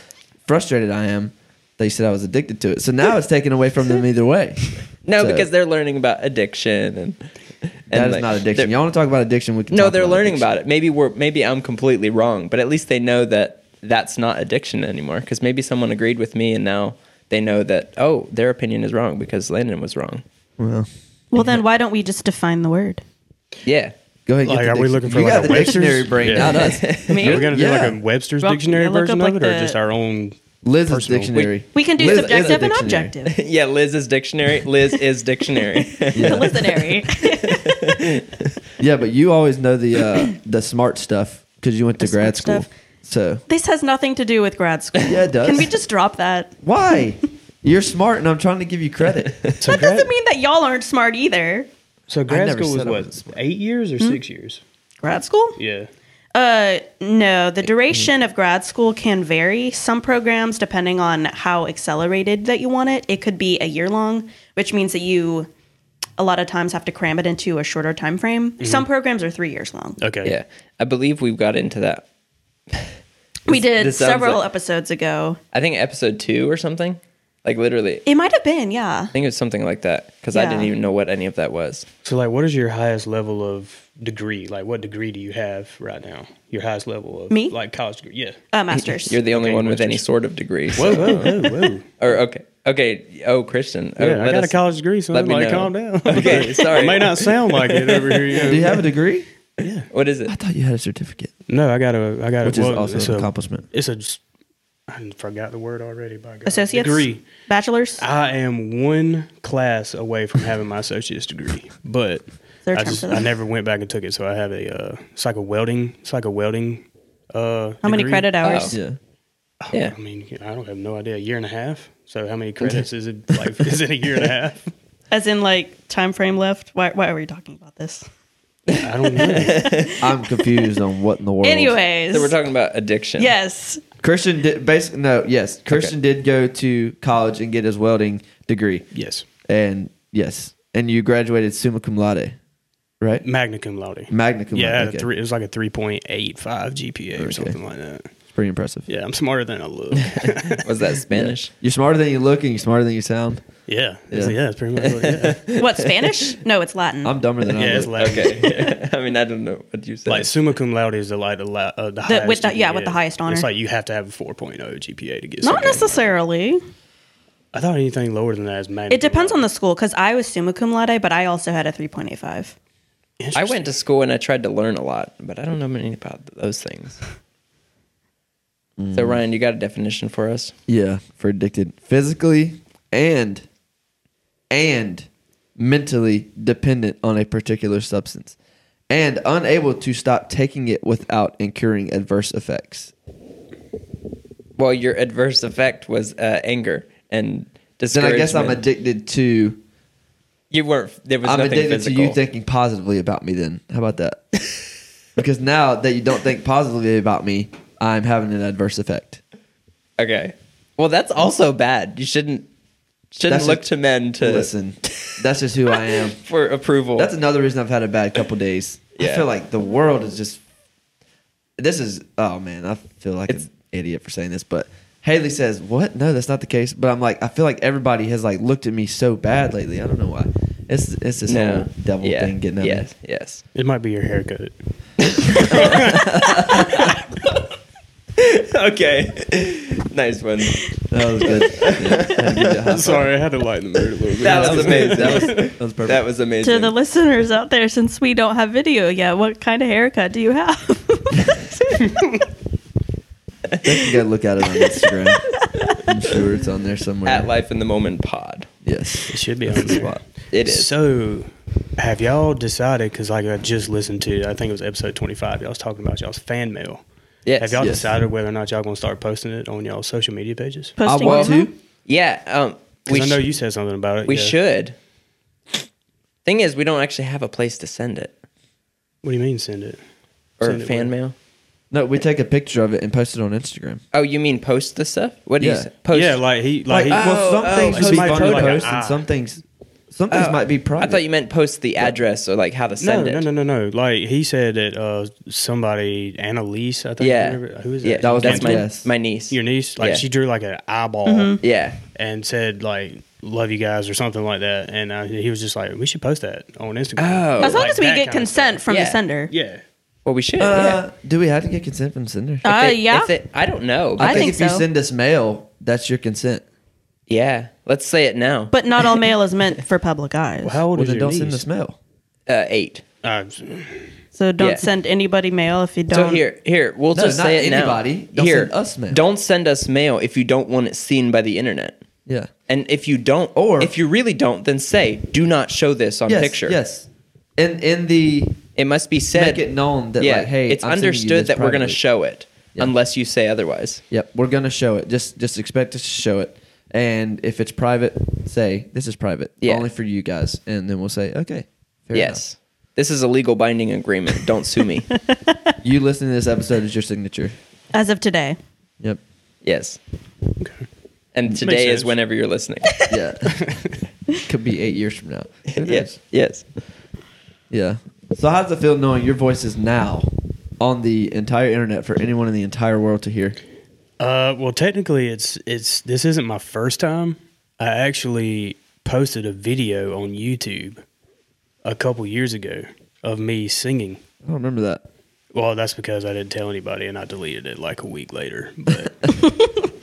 [SPEAKER 1] frustrated I am. They said I was addicted to it, so now it's taken away from them either way.
[SPEAKER 3] No,
[SPEAKER 1] So-
[SPEAKER 3] because they're learning about addiction and. and
[SPEAKER 1] That is
[SPEAKER 3] like,
[SPEAKER 1] not
[SPEAKER 3] they're-
[SPEAKER 1] addiction. Y'all want to talk about addiction? We can
[SPEAKER 3] No,
[SPEAKER 1] talk
[SPEAKER 3] they're
[SPEAKER 1] about
[SPEAKER 3] learning
[SPEAKER 1] addiction.
[SPEAKER 3] about it. Maybe we're maybe I'm completely wrong, but at least they know that that's not addiction anymore. Because maybe someone agreed with me, and now they know that oh, their opinion is wrong because Landon was wrong.
[SPEAKER 1] Well,
[SPEAKER 4] Well, then why don't we just define the word?
[SPEAKER 3] Yeah,
[SPEAKER 1] go ahead. and
[SPEAKER 2] Like,
[SPEAKER 1] get the
[SPEAKER 2] are we
[SPEAKER 1] dic-
[SPEAKER 2] looking for,
[SPEAKER 1] you
[SPEAKER 2] like,
[SPEAKER 1] got
[SPEAKER 2] a
[SPEAKER 1] the
[SPEAKER 2] Webster's?
[SPEAKER 1] dictionary brain,
[SPEAKER 2] Yeah.
[SPEAKER 1] not us.
[SPEAKER 4] I mean,
[SPEAKER 2] we're gonna
[SPEAKER 1] Yeah.
[SPEAKER 2] do like a Webster's
[SPEAKER 4] Well,
[SPEAKER 2] dictionary
[SPEAKER 4] yeah, look
[SPEAKER 2] version
[SPEAKER 4] up,
[SPEAKER 2] of
[SPEAKER 4] like,
[SPEAKER 2] it, or
[SPEAKER 4] the-
[SPEAKER 2] just our own.
[SPEAKER 1] Liz's
[SPEAKER 2] Personal.
[SPEAKER 1] dictionary.
[SPEAKER 4] we can do
[SPEAKER 1] Liz is a
[SPEAKER 4] subjective and
[SPEAKER 1] dictionary.
[SPEAKER 4] objective.
[SPEAKER 3] yeah. Liz's dictionary. Liz is dictionary.
[SPEAKER 4] The listenary.
[SPEAKER 1] Yeah, but you always know the uh, the smart stuff because you went to
[SPEAKER 4] The
[SPEAKER 1] grad school.
[SPEAKER 4] smart
[SPEAKER 1] So
[SPEAKER 4] stuff. this has nothing to do with grad school.
[SPEAKER 1] Yeah, it does.
[SPEAKER 4] Can we just drop that?
[SPEAKER 1] why? You're smart, and I'm trying to give you credit.
[SPEAKER 2] So
[SPEAKER 4] That doesn't mean that y'all aren't smart either.
[SPEAKER 2] so grad
[SPEAKER 1] never
[SPEAKER 2] school was
[SPEAKER 1] said I
[SPEAKER 2] what
[SPEAKER 1] wasn't.
[SPEAKER 2] eight years
[SPEAKER 4] Hmm?
[SPEAKER 2] or six years?
[SPEAKER 4] Grad school?
[SPEAKER 2] Yeah.
[SPEAKER 4] Uh, no, the duration of grad school can vary. Some programs, depending on how accelerated that you want it, it could be a year long, which means that you a lot of times have to cram it into a shorter time frame.
[SPEAKER 3] Mm-hmm.
[SPEAKER 4] Some programs are three years long.
[SPEAKER 2] Okay.
[SPEAKER 3] yeah, I believe we've got into that.
[SPEAKER 4] we did
[SPEAKER 3] this sounds
[SPEAKER 4] several
[SPEAKER 3] like-
[SPEAKER 4] episodes ago.
[SPEAKER 3] I think episode two or something. Like literally, I
[SPEAKER 4] It might have been, yeah.
[SPEAKER 3] think it was something like that because I
[SPEAKER 4] Yeah.
[SPEAKER 3] didn't even know what any of that was.
[SPEAKER 2] So, like, what is your highest level of degree? Like, what degree do you have right now? Your highest level of
[SPEAKER 4] Me?
[SPEAKER 2] like college degree? Yeah.
[SPEAKER 4] Uh, masters.
[SPEAKER 3] You're the only
[SPEAKER 2] Okay,
[SPEAKER 3] one with any
[SPEAKER 2] masters.
[SPEAKER 3] sort of degree. so-
[SPEAKER 2] Whoa, whoa, whoa, whoa!
[SPEAKER 3] Or okay, okay. Oh, Christian. Oh,
[SPEAKER 2] Yeah, I
[SPEAKER 3] let
[SPEAKER 2] got a
[SPEAKER 3] us-
[SPEAKER 2] college degree, so
[SPEAKER 3] let
[SPEAKER 2] like,
[SPEAKER 3] me know.
[SPEAKER 2] calm down.
[SPEAKER 3] Okay, sorry.
[SPEAKER 2] it may not sound like it over here. you know.
[SPEAKER 1] Do you have a degree?
[SPEAKER 3] What is it?
[SPEAKER 1] I thought you had a certificate,
[SPEAKER 2] No, I got a. I got
[SPEAKER 1] which
[SPEAKER 2] a.
[SPEAKER 1] is
[SPEAKER 2] well,
[SPEAKER 1] also
[SPEAKER 2] it's
[SPEAKER 1] an
[SPEAKER 2] a-
[SPEAKER 1] accomplishment.
[SPEAKER 2] It's a. s- I forgot the word already. By God.
[SPEAKER 4] Associates?
[SPEAKER 2] degree.
[SPEAKER 4] Bachelors?
[SPEAKER 3] Ah,
[SPEAKER 2] I am one class away from having my associate's degree, but
[SPEAKER 4] Third
[SPEAKER 2] I,
[SPEAKER 4] time
[SPEAKER 2] just,
[SPEAKER 4] for
[SPEAKER 2] I
[SPEAKER 4] that.
[SPEAKER 2] never went back and took it. So I have a. Uh, it's like a welding. It's like a welding. Uh,
[SPEAKER 4] How many
[SPEAKER 2] degree.
[SPEAKER 3] Oh.
[SPEAKER 4] credit hours?
[SPEAKER 1] Yeah.
[SPEAKER 4] Uh,
[SPEAKER 3] Yeah.
[SPEAKER 2] I mean, I don't have no idea. A year and a half. So how many credits is it? Like, is it a year and a half?
[SPEAKER 4] As in, like, time frame left? Why, why are we talking about this?
[SPEAKER 2] I don't know.
[SPEAKER 1] I'm confused on what in the world.
[SPEAKER 4] Anyways.
[SPEAKER 3] So we're talking about addiction.
[SPEAKER 4] yes.
[SPEAKER 1] Christian did basically no. Yes, Christian did go to college and get his welding degree,
[SPEAKER 2] yes,
[SPEAKER 1] and yes, and you graduated summa cum laude, right?
[SPEAKER 2] magna cum laude.
[SPEAKER 1] Magna cum laude.
[SPEAKER 2] Yeah, I had
[SPEAKER 1] okay.
[SPEAKER 2] a three, it was like a 3.85 GPA or
[SPEAKER 1] Okay.
[SPEAKER 2] something like that.
[SPEAKER 1] It's pretty impressive.
[SPEAKER 2] Yeah, I'm smarter than I look.
[SPEAKER 3] Was that Spanish?
[SPEAKER 1] You're smarter than you look, and you're smarter than you sound.
[SPEAKER 2] yeah,
[SPEAKER 1] Yeah.
[SPEAKER 2] yeah, yeah, that's pretty much what, yeah.
[SPEAKER 4] What, Spanish? no, it's Latin.
[SPEAKER 1] I'm dumber than I
[SPEAKER 2] yeah,
[SPEAKER 1] look.
[SPEAKER 2] it's Latin.
[SPEAKER 3] Okay. I mean, I don't know what you said.
[SPEAKER 2] Like summa cum laude is the like the, la- uh, the highest.
[SPEAKER 4] with the- yeah,
[SPEAKER 2] you
[SPEAKER 4] with
[SPEAKER 2] get.
[SPEAKER 4] the highest honor.
[SPEAKER 2] It's like you have to have a 4.0 GPA to get.
[SPEAKER 4] Not
[SPEAKER 2] something.
[SPEAKER 4] necessarily.
[SPEAKER 2] I thought anything lower than that is magna.
[SPEAKER 4] It depends on the school because I was summa cum laude, but I also had a 3.85.
[SPEAKER 2] the.
[SPEAKER 3] I went to school and I tried to learn a lot, but I don't know many about those things.
[SPEAKER 1] Mm.
[SPEAKER 3] So Ryan, you got a definition for us?
[SPEAKER 1] Yeah, for addicted physically and and mentally dependent on a particular substance and unable to stop taking it without incurring adverse effects.
[SPEAKER 3] Well, your adverse effect was uh, anger and
[SPEAKER 1] Then I
[SPEAKER 3] discouragement.
[SPEAKER 1] guess I'm addicted to
[SPEAKER 3] You weren't. There was
[SPEAKER 1] I'm
[SPEAKER 3] nothing
[SPEAKER 1] addicted
[SPEAKER 3] physical.
[SPEAKER 1] to you thinking positively about me then. How about that? because now that you don't think positively about me, I'm having an adverse effect.
[SPEAKER 3] okay. Well, that's also bad. You shouldn't shouldn't
[SPEAKER 1] That's
[SPEAKER 3] look
[SPEAKER 1] just-
[SPEAKER 3] to men to
[SPEAKER 1] Listen, that's just who I am.
[SPEAKER 3] for approval.
[SPEAKER 1] That's another reason I've had a bad couple days. I
[SPEAKER 3] Yeah.
[SPEAKER 1] feel like the world is just. This is oh man, I feel like
[SPEAKER 3] It's-
[SPEAKER 1] an idiot for saying this, but Haley says what? No, that's not the case. But I'm like, I feel like everybody has like looked at me so bad lately. I don't know why. It's it's this whole devil
[SPEAKER 3] Yeah.
[SPEAKER 1] thing getting at
[SPEAKER 3] yes,
[SPEAKER 1] me.
[SPEAKER 3] yes.
[SPEAKER 2] It might be your haircut.
[SPEAKER 3] okay, nice one.
[SPEAKER 1] That was good. Yeah, had to give you a high five.
[SPEAKER 2] Sorry, I had to lighten the mood a little bit.
[SPEAKER 3] That was amazing.
[SPEAKER 1] That was, that was perfect.
[SPEAKER 3] That was amazing.
[SPEAKER 4] To the listeners out there, since we don't have video yet, what kind of haircut do you have?
[SPEAKER 1] you gotta look at it on Instagram. I'm sure it's on there somewhere.
[SPEAKER 3] At Life in the Moment pod.
[SPEAKER 1] Yes.
[SPEAKER 2] It should be on
[SPEAKER 1] That's the
[SPEAKER 2] there.
[SPEAKER 1] spot.
[SPEAKER 3] It is.
[SPEAKER 2] So, have y'all decided? Because like I just listened to, I think it was episode twenty-five. Y'all was talking about y'all's fan mail.
[SPEAKER 3] Yes,
[SPEAKER 2] Have y'all
[SPEAKER 1] yes.
[SPEAKER 2] decided whether or not y'all gonna start posting it on y'all social media pages?
[SPEAKER 1] I
[SPEAKER 4] Posting
[SPEAKER 1] want
[SPEAKER 4] them?
[SPEAKER 1] to.
[SPEAKER 3] yeah, um, we
[SPEAKER 2] Because I know
[SPEAKER 3] sh-
[SPEAKER 2] you said something about it.
[SPEAKER 3] we
[SPEAKER 2] yeah.
[SPEAKER 3] should. Thing is, we don't actually have a place to send it
[SPEAKER 2] What do you mean send it?
[SPEAKER 3] or
[SPEAKER 2] Send it
[SPEAKER 3] fan
[SPEAKER 2] where?
[SPEAKER 3] mail.
[SPEAKER 1] No, we take a picture of it and post it on Instagram.
[SPEAKER 3] Oh, you mean post the stuff? What do
[SPEAKER 1] Yeah.
[SPEAKER 3] you say? post?
[SPEAKER 2] Yeah, like he,
[SPEAKER 1] Like,
[SPEAKER 2] like, he,
[SPEAKER 1] well, some
[SPEAKER 3] oh,
[SPEAKER 1] things
[SPEAKER 3] like ah.
[SPEAKER 1] should be
[SPEAKER 2] somebody
[SPEAKER 1] public
[SPEAKER 2] like a
[SPEAKER 1] posts, and
[SPEAKER 2] eye.
[SPEAKER 1] some things, some things
[SPEAKER 3] Oh,
[SPEAKER 1] might be
[SPEAKER 3] I
[SPEAKER 1] private.
[SPEAKER 3] thought you meant post the address or like how to
[SPEAKER 2] no,
[SPEAKER 3] send
[SPEAKER 2] no,
[SPEAKER 3] it.
[SPEAKER 2] no, no, no. Like he said that uh, somebody, Annalise, I think.
[SPEAKER 3] Yeah.
[SPEAKER 2] whatever- Who is that?
[SPEAKER 3] Yeah,
[SPEAKER 1] That was
[SPEAKER 3] that's
[SPEAKER 1] my
[SPEAKER 3] my
[SPEAKER 1] guess.
[SPEAKER 3] my niece.
[SPEAKER 2] Your niece. Like
[SPEAKER 3] Yeah. Mm-hmm.
[SPEAKER 2] she drew like an eyeball.
[SPEAKER 3] Yeah,
[SPEAKER 2] and said like "love you guys" or something like that. And uh, he was just like, "We should post that on Instagram."
[SPEAKER 3] Oh.
[SPEAKER 4] As long
[SPEAKER 2] Like
[SPEAKER 4] as we
[SPEAKER 2] that
[SPEAKER 4] get
[SPEAKER 2] kind of
[SPEAKER 4] consent
[SPEAKER 2] stuff.
[SPEAKER 4] from the
[SPEAKER 3] Yeah.
[SPEAKER 4] sender.
[SPEAKER 2] Yeah,
[SPEAKER 3] well, we should.
[SPEAKER 1] Uh, Do we have to get consent from the sender?
[SPEAKER 3] yeah.
[SPEAKER 4] Uh,
[SPEAKER 3] If it-
[SPEAKER 4] yeah.
[SPEAKER 3] if it- I don't know.
[SPEAKER 4] I
[SPEAKER 3] but-
[SPEAKER 4] think
[SPEAKER 1] if you
[SPEAKER 4] so.
[SPEAKER 1] send us mail, that's your consent.
[SPEAKER 3] yeah, let's say it now.
[SPEAKER 4] But not all mail is meant for public eyes.
[SPEAKER 2] Well, how old
[SPEAKER 1] Well,
[SPEAKER 2] is
[SPEAKER 1] then
[SPEAKER 2] your
[SPEAKER 1] don't
[SPEAKER 2] niece?
[SPEAKER 1] send us mail.
[SPEAKER 3] uh, eight.
[SPEAKER 2] Uh,
[SPEAKER 4] so don't
[SPEAKER 3] yeah.
[SPEAKER 4] send anybody mail if you
[SPEAKER 3] So
[SPEAKER 4] don't.
[SPEAKER 3] here, here, we'll
[SPEAKER 1] No,
[SPEAKER 3] just
[SPEAKER 1] not
[SPEAKER 3] say it
[SPEAKER 1] anybody.
[SPEAKER 3] now.
[SPEAKER 1] Don't
[SPEAKER 3] here,
[SPEAKER 1] send us mail.
[SPEAKER 3] Don't send us mail if you don't want it seen by the internet.
[SPEAKER 1] Yeah.
[SPEAKER 3] And if you don't,
[SPEAKER 1] Or-
[SPEAKER 3] or if you really don't, then say, "Do not show this on
[SPEAKER 1] Yes.
[SPEAKER 3] picture."
[SPEAKER 1] Yes. In in the
[SPEAKER 3] it must be said.
[SPEAKER 1] make it known that
[SPEAKER 3] yeah,
[SPEAKER 1] like hey,
[SPEAKER 3] it's
[SPEAKER 1] I'm sending you
[SPEAKER 3] understood
[SPEAKER 1] this
[SPEAKER 3] that we're going
[SPEAKER 1] privately.
[SPEAKER 3] to show it
[SPEAKER 1] Yeah.
[SPEAKER 3] unless you say otherwise.
[SPEAKER 1] Yep, we're gonna show it. Just just expect us to show it. And if it's private, say this is private,
[SPEAKER 3] Yeah.
[SPEAKER 1] only for you guys, and then we'll say okay. Fair
[SPEAKER 3] yes, this is a legal binding agreement. Don't sue me.
[SPEAKER 1] enough. you listening to this episode is your signature.
[SPEAKER 4] As of today.
[SPEAKER 1] Yep.
[SPEAKER 3] yes. And today is
[SPEAKER 2] sense.
[SPEAKER 3] whenever you're listening.
[SPEAKER 1] Yeah. Could be eight years from now. Who
[SPEAKER 3] yes.
[SPEAKER 1] knows?
[SPEAKER 3] Yes.
[SPEAKER 1] Yeah. So how's it feel knowing your voice is now on the entire internet for anyone in the entire world to hear?
[SPEAKER 2] uh, well, technically, it's it's this isn't my first time I actually posted a video on YouTube a couple years ago of me singing.
[SPEAKER 1] I don't remember that.
[SPEAKER 2] Well, that's because I didn't tell anybody and I deleted it like a week later. But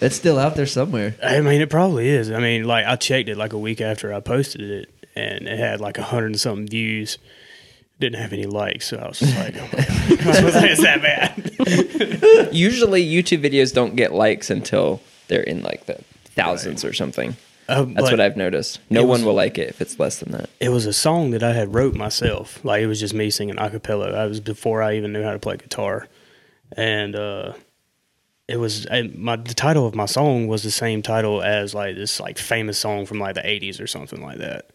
[SPEAKER 1] It's still out there somewhere.
[SPEAKER 2] I mean, it probably is. I mean, like I checked it like a week after I posted it and it had like a hundred and something views. Didn't have any likes, so I was just like, oh my God. I was like, it's that bad.
[SPEAKER 3] Usually, YouTube videos don't get likes until they're in like the thousands or something.
[SPEAKER 2] Um,
[SPEAKER 3] That's
[SPEAKER 2] like,
[SPEAKER 3] what I've noticed. No
[SPEAKER 2] it was-
[SPEAKER 3] one will like it if it's less than that.
[SPEAKER 2] It was a song that I had wrote myself. Like it was just me singing a cappella. I was before I even knew how to play guitar, and uh, it was and my the title of my song was the same title as like this like famous song from like the '80s or something like that.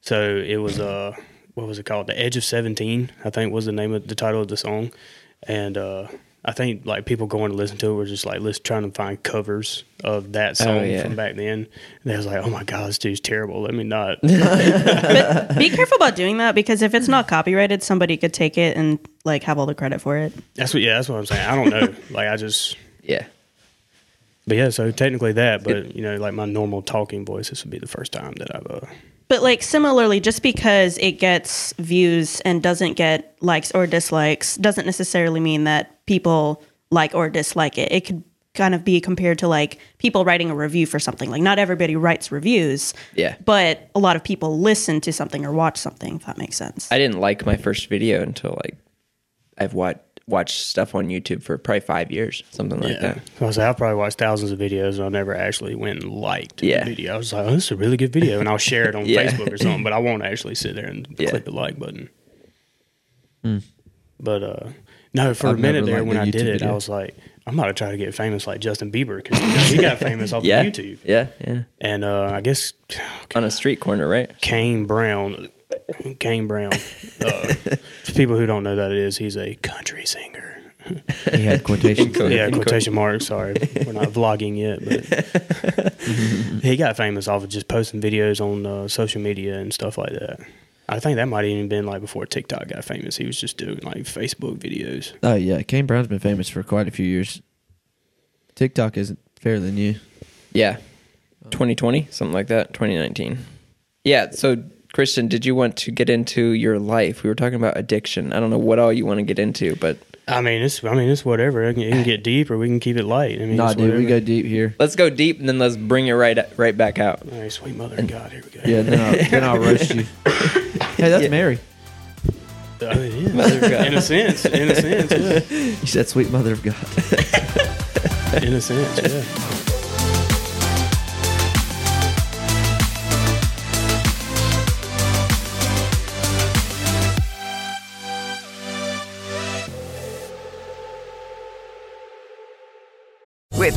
[SPEAKER 2] So it was uh what was it called? The Edge of Seventeen, I think was the name of the title of the song, and uh, I think like people going to listen to it were just like list trying to find covers of that song
[SPEAKER 3] yeah.
[SPEAKER 2] from back then. And I was like, oh my god, this dude's terrible. Let me not.
[SPEAKER 4] But be careful about doing that because if it's not copyrighted, somebody could take it and like have all the credit for it.
[SPEAKER 2] That's what. Yeah, that's what I'm saying. I don't know. like I just.
[SPEAKER 3] Yeah.
[SPEAKER 2] But yeah, so technically that, but you know, like my normal talking voice, this would be the first time that I've. Uh,
[SPEAKER 4] But like similarly, just because it gets views and doesn't get likes or dislikes doesn't necessarily mean that people like or dislike it. It could kind of be compared to like people writing a review for something. Like not everybody writes reviews.
[SPEAKER 3] Yeah.
[SPEAKER 4] But a lot of people listen to something or watch something, if that makes sense.
[SPEAKER 3] I didn't like my first video until like I've watched watched stuff on YouTube for probably five years, something like that.
[SPEAKER 2] So I was like, I've probably watched thousands of videos, and I never actually went and liked
[SPEAKER 3] Yeah.
[SPEAKER 2] the video. I was like, oh, this is a really good video, and I'll share it on
[SPEAKER 3] Yeah.
[SPEAKER 2] Facebook or something, but I won't actually sit there and
[SPEAKER 3] Yeah.
[SPEAKER 2] click the like button. But uh, no, for
[SPEAKER 1] Hmm. I've
[SPEAKER 2] a minute
[SPEAKER 1] never
[SPEAKER 2] there
[SPEAKER 1] liked
[SPEAKER 2] when
[SPEAKER 1] the
[SPEAKER 2] I
[SPEAKER 1] YouTube
[SPEAKER 2] did it, I
[SPEAKER 1] video.
[SPEAKER 2] was like, I'm about to try to get famous like Justin Bieber because he got famous off of
[SPEAKER 3] Yeah.
[SPEAKER 2] YouTube,
[SPEAKER 3] Yeah. Yeah.
[SPEAKER 2] and uh, I guess
[SPEAKER 3] On a street corner, right?
[SPEAKER 2] Kane Brown. Kane Brown. Uh, for people who don't know that it is, he's a country singer.
[SPEAKER 1] He had quotations.
[SPEAKER 3] Inco-
[SPEAKER 2] Yeah,
[SPEAKER 3] in quote-
[SPEAKER 2] quotation marks. Sorry, we're not vlogging yet, but he got famous off of just posting videos on uh, social media and stuff like that. I think that might even been like before TikTok got famous. He was just doing like Facebook videos.
[SPEAKER 1] oh yeah, Kane Brown's been famous for quite a few years. TikTok is fairly new.
[SPEAKER 3] Yeah. 2020, something like that. 2019. Yeah. So, Christian, did you want to get into your life? We were talking about addiction. I don't know what all you want to get into, but
[SPEAKER 2] I mean, it's I mean it's whatever. It can, it can get deep or we can keep it light. I mean,
[SPEAKER 1] Nah,
[SPEAKER 2] it's
[SPEAKER 1] dude, we
[SPEAKER 2] whatever.
[SPEAKER 1] go deep here.
[SPEAKER 3] let's go deep and then let's bring it right right back out.
[SPEAKER 2] All right, sweet mother of God, here we go.
[SPEAKER 1] Yeah, then I'll, then I'll roast you. Hey, that's Mary.
[SPEAKER 2] Oh, it is.
[SPEAKER 3] Mother of God.
[SPEAKER 2] in a sense, in a sense, yeah.
[SPEAKER 1] You said, "Sweet Mother of God."
[SPEAKER 2] in a sense, yeah.
[SPEAKER 5] With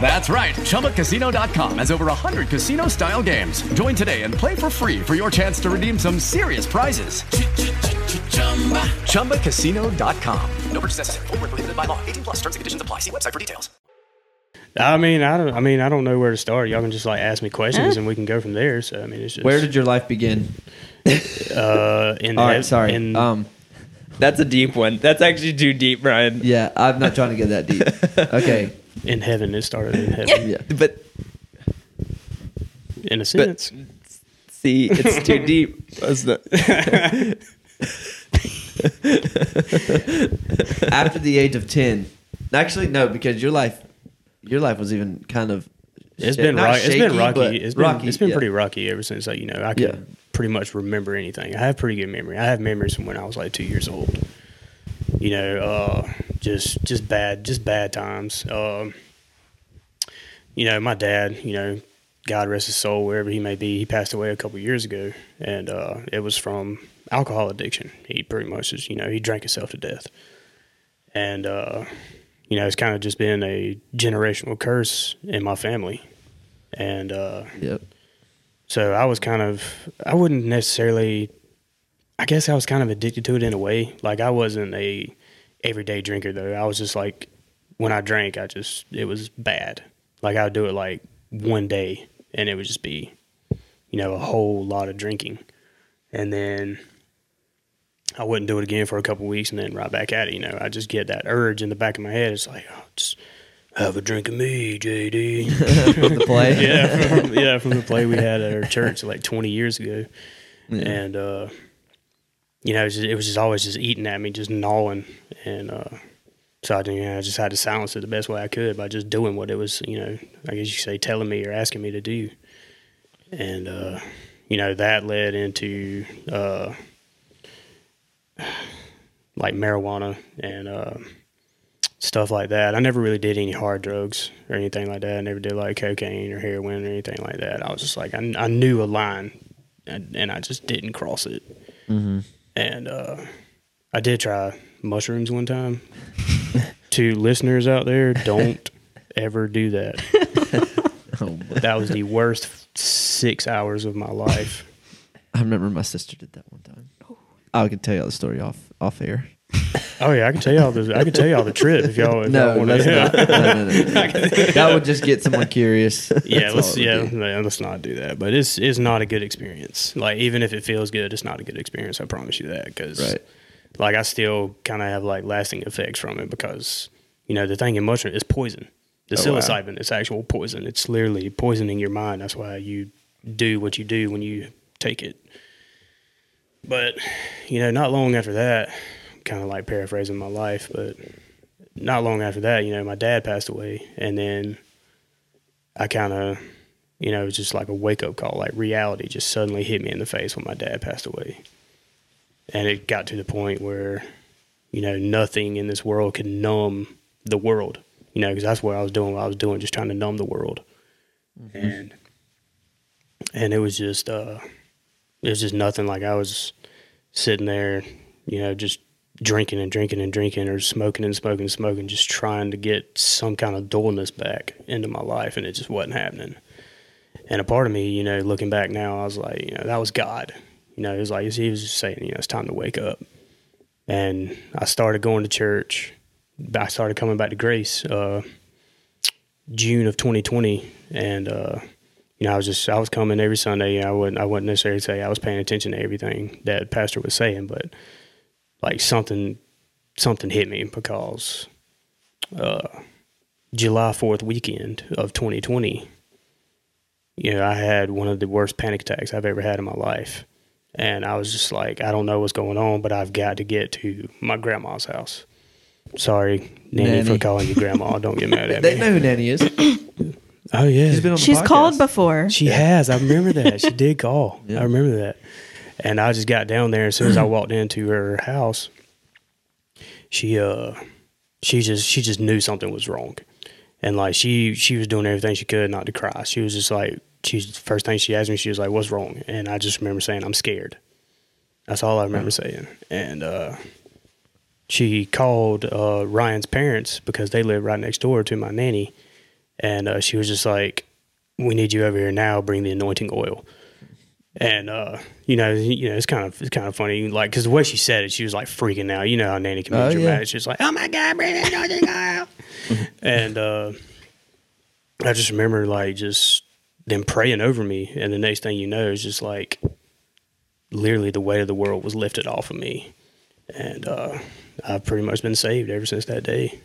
[SPEAKER 6] That's right. ChumbaCasino.com has over 100 casino style games. Join today and play for free for your chance to redeem some serious prizes. ChumbaCasino.com.
[SPEAKER 7] No purchase necessary. Void were prohibited by law. 18 plus terms and conditions apply. See website for details.
[SPEAKER 2] I mean, I don't. I mean, I don't know where to start. Y'all can just like ask me questions, and we can go from there. So I mean, it's just
[SPEAKER 1] Where did your life begin?
[SPEAKER 2] uh, in
[SPEAKER 1] All
[SPEAKER 2] hev-
[SPEAKER 1] right, sorry.
[SPEAKER 2] in-
[SPEAKER 1] Um,
[SPEAKER 3] That's a deep one. That's actually too deep, Brian.
[SPEAKER 1] yeah, I'm not trying to get that deep. Okay,
[SPEAKER 2] in heaven. It started in heaven.
[SPEAKER 1] yeah.
[SPEAKER 3] But
[SPEAKER 2] in a sense.
[SPEAKER 3] See, it's too deep. That's the-
[SPEAKER 1] after the age of ten. Actually, no, because your life, your life was even kind of.
[SPEAKER 2] It's
[SPEAKER 1] sha-
[SPEAKER 2] been
[SPEAKER 1] not
[SPEAKER 2] rocky. It's
[SPEAKER 1] shaky,
[SPEAKER 2] been
[SPEAKER 1] but
[SPEAKER 2] rocky. It's been
[SPEAKER 1] rocky,
[SPEAKER 2] It's been
[SPEAKER 1] yeah.
[SPEAKER 2] pretty rocky ever since. Like you know, I can
[SPEAKER 1] Yeah.
[SPEAKER 2] pretty much remember anything. I have pretty good memory. I have memories from when I was like two years old. You know, uh, just just bad, just bad times. Um, you know, my dad. You know, God rest his soul, wherever he may be. He passed away a couple years ago, and uh, it was from alcohol addiction. He pretty much just you know he drank himself to death, and uh, you know it's kind of just been a generational curse in my family. And uh,
[SPEAKER 1] Yep.
[SPEAKER 2] so I was kind of, I wouldn't necessarily, I guess I was kind of addicted to it in a way. Like I wasn't a everyday drinker though. I was just like, when I drank, I just, it was bad. Like I would do it like one day and it would just be, you know, a whole lot of drinking. And then I wouldn't do it again for a couple weeks and then right back at it. You know, I just get that urge in the back of my head. It's like, oh, just have a drink of me, JD
[SPEAKER 1] the play.
[SPEAKER 2] yeah, from, yeah, from the play we had at our church like 20 years ago, and uh, you know, it was, just, it was just always just eating at me, just gnawing, and uh, so I, you know, I just had to silence it the best way I could by just doing what it was, you know, I guess you say telling me or asking me to do, and uh, you know, that led into uh, like marijuana and. Uh, stuff like that. I never really did any hard drugs or anything like that. I never did like cocaine or heroin or anything like that. I was just like, I, I knew a line and, and I just didn't cross it.
[SPEAKER 1] Mm-hmm.
[SPEAKER 2] And uh, I did try mushrooms one time. to listeners out there, don't ever do that.
[SPEAKER 1] Oh,
[SPEAKER 2] that was the worst six hours of my life.
[SPEAKER 1] I remember my sister did that one time. Oh, I can tell you the story off off air.
[SPEAKER 2] Oh yeah, I can tell y'all the I can tell y'all the trip if y'all if
[SPEAKER 1] No,
[SPEAKER 2] y'all wanna-
[SPEAKER 1] let's not. No, no, no, no. that would just get someone curious.
[SPEAKER 2] yeah,
[SPEAKER 1] That's all
[SPEAKER 2] let's
[SPEAKER 1] it would
[SPEAKER 2] yeah,
[SPEAKER 1] be.
[SPEAKER 2] no, let's not do that. But it's it's not a good experience. Like even if it feels good, it's not a good experience. I promise you that because
[SPEAKER 1] Right.
[SPEAKER 2] like I still kind of have like lasting effects from it because you know the thing in mushroom is poison. The psilocybin it's actual poison. It's literally poisoning your mind. That's why you do what you do when you take it. But you know, not long after that, kind of like paraphrasing my life, but not long after that, you know, my dad passed away, and then I kind of, you know, it was just like a wake up call. Like reality just suddenly hit me in the face when my dad passed away. And it got to the point where, you know, nothing in this world could numb the world, you know, because that's what I was doing. What I was doing, just trying to numb the world. And, and it was just, uh, it was just nothing. Like I was sitting there, you know, just drinking and drinking and drinking or smoking and smoking and smoking, just trying to get some kind of dullness back into my life. And it just wasn't happening. And a part of me, you know, looking back now, I was like, you know, that was God. You know, it was like, he was just saying, you know, it's time to wake up. And I started going to church. I started coming back to grace. Uh, June of 2020, and uh, you know, I was just I was coming every Sunday. I wouldn't I wouldn't necessarily say I was paying attention to everything that pastor was saying, but like something something hit me because uh, July Fourth weekend of 2020, you know, I had one of the worst panic attacks I've ever had in my life. And I was just like, I don't know what's going on, but I've got to get to my grandma's house. Sorry, Nanny, for
[SPEAKER 1] Nanny.
[SPEAKER 2] calling you grandma. Don't get mad at me.
[SPEAKER 1] They know who Nanny is.
[SPEAKER 2] Oh yeah,
[SPEAKER 1] She's been on the
[SPEAKER 4] She's
[SPEAKER 1] podcast.
[SPEAKER 4] called before.
[SPEAKER 2] she has. I remember that. She did call.
[SPEAKER 1] Yeah.
[SPEAKER 2] I remember that. And I just got down there as soon as I walked into her house. She uh, she just she just knew something was wrong, and like she she was doing everything she could not to cry. She was just like she's first thing she asked me. She was like, "What's wrong?" And I just remember saying, "I'm scared." That's all I remember
[SPEAKER 1] Uh-huh.
[SPEAKER 2] saying. And uh, she called uh, Ryan's parents because they live right next door to my nanny, and uh, she was just like, "We need you over here now. Bring the anointing oil." And uh, you know, you know, it's kind of it's kind of funny, like because the way she said it, she was like freaking out. You know how nanny can be
[SPEAKER 1] Oh, yeah.
[SPEAKER 2] dramatic. She was like, "Oh my god, bring the anointing oil!" and uh, I just remember like just them praying over me, and the next thing you know, it's just like literally the weight of the world was lifted off of me, and uh, I've pretty much been saved ever since that day.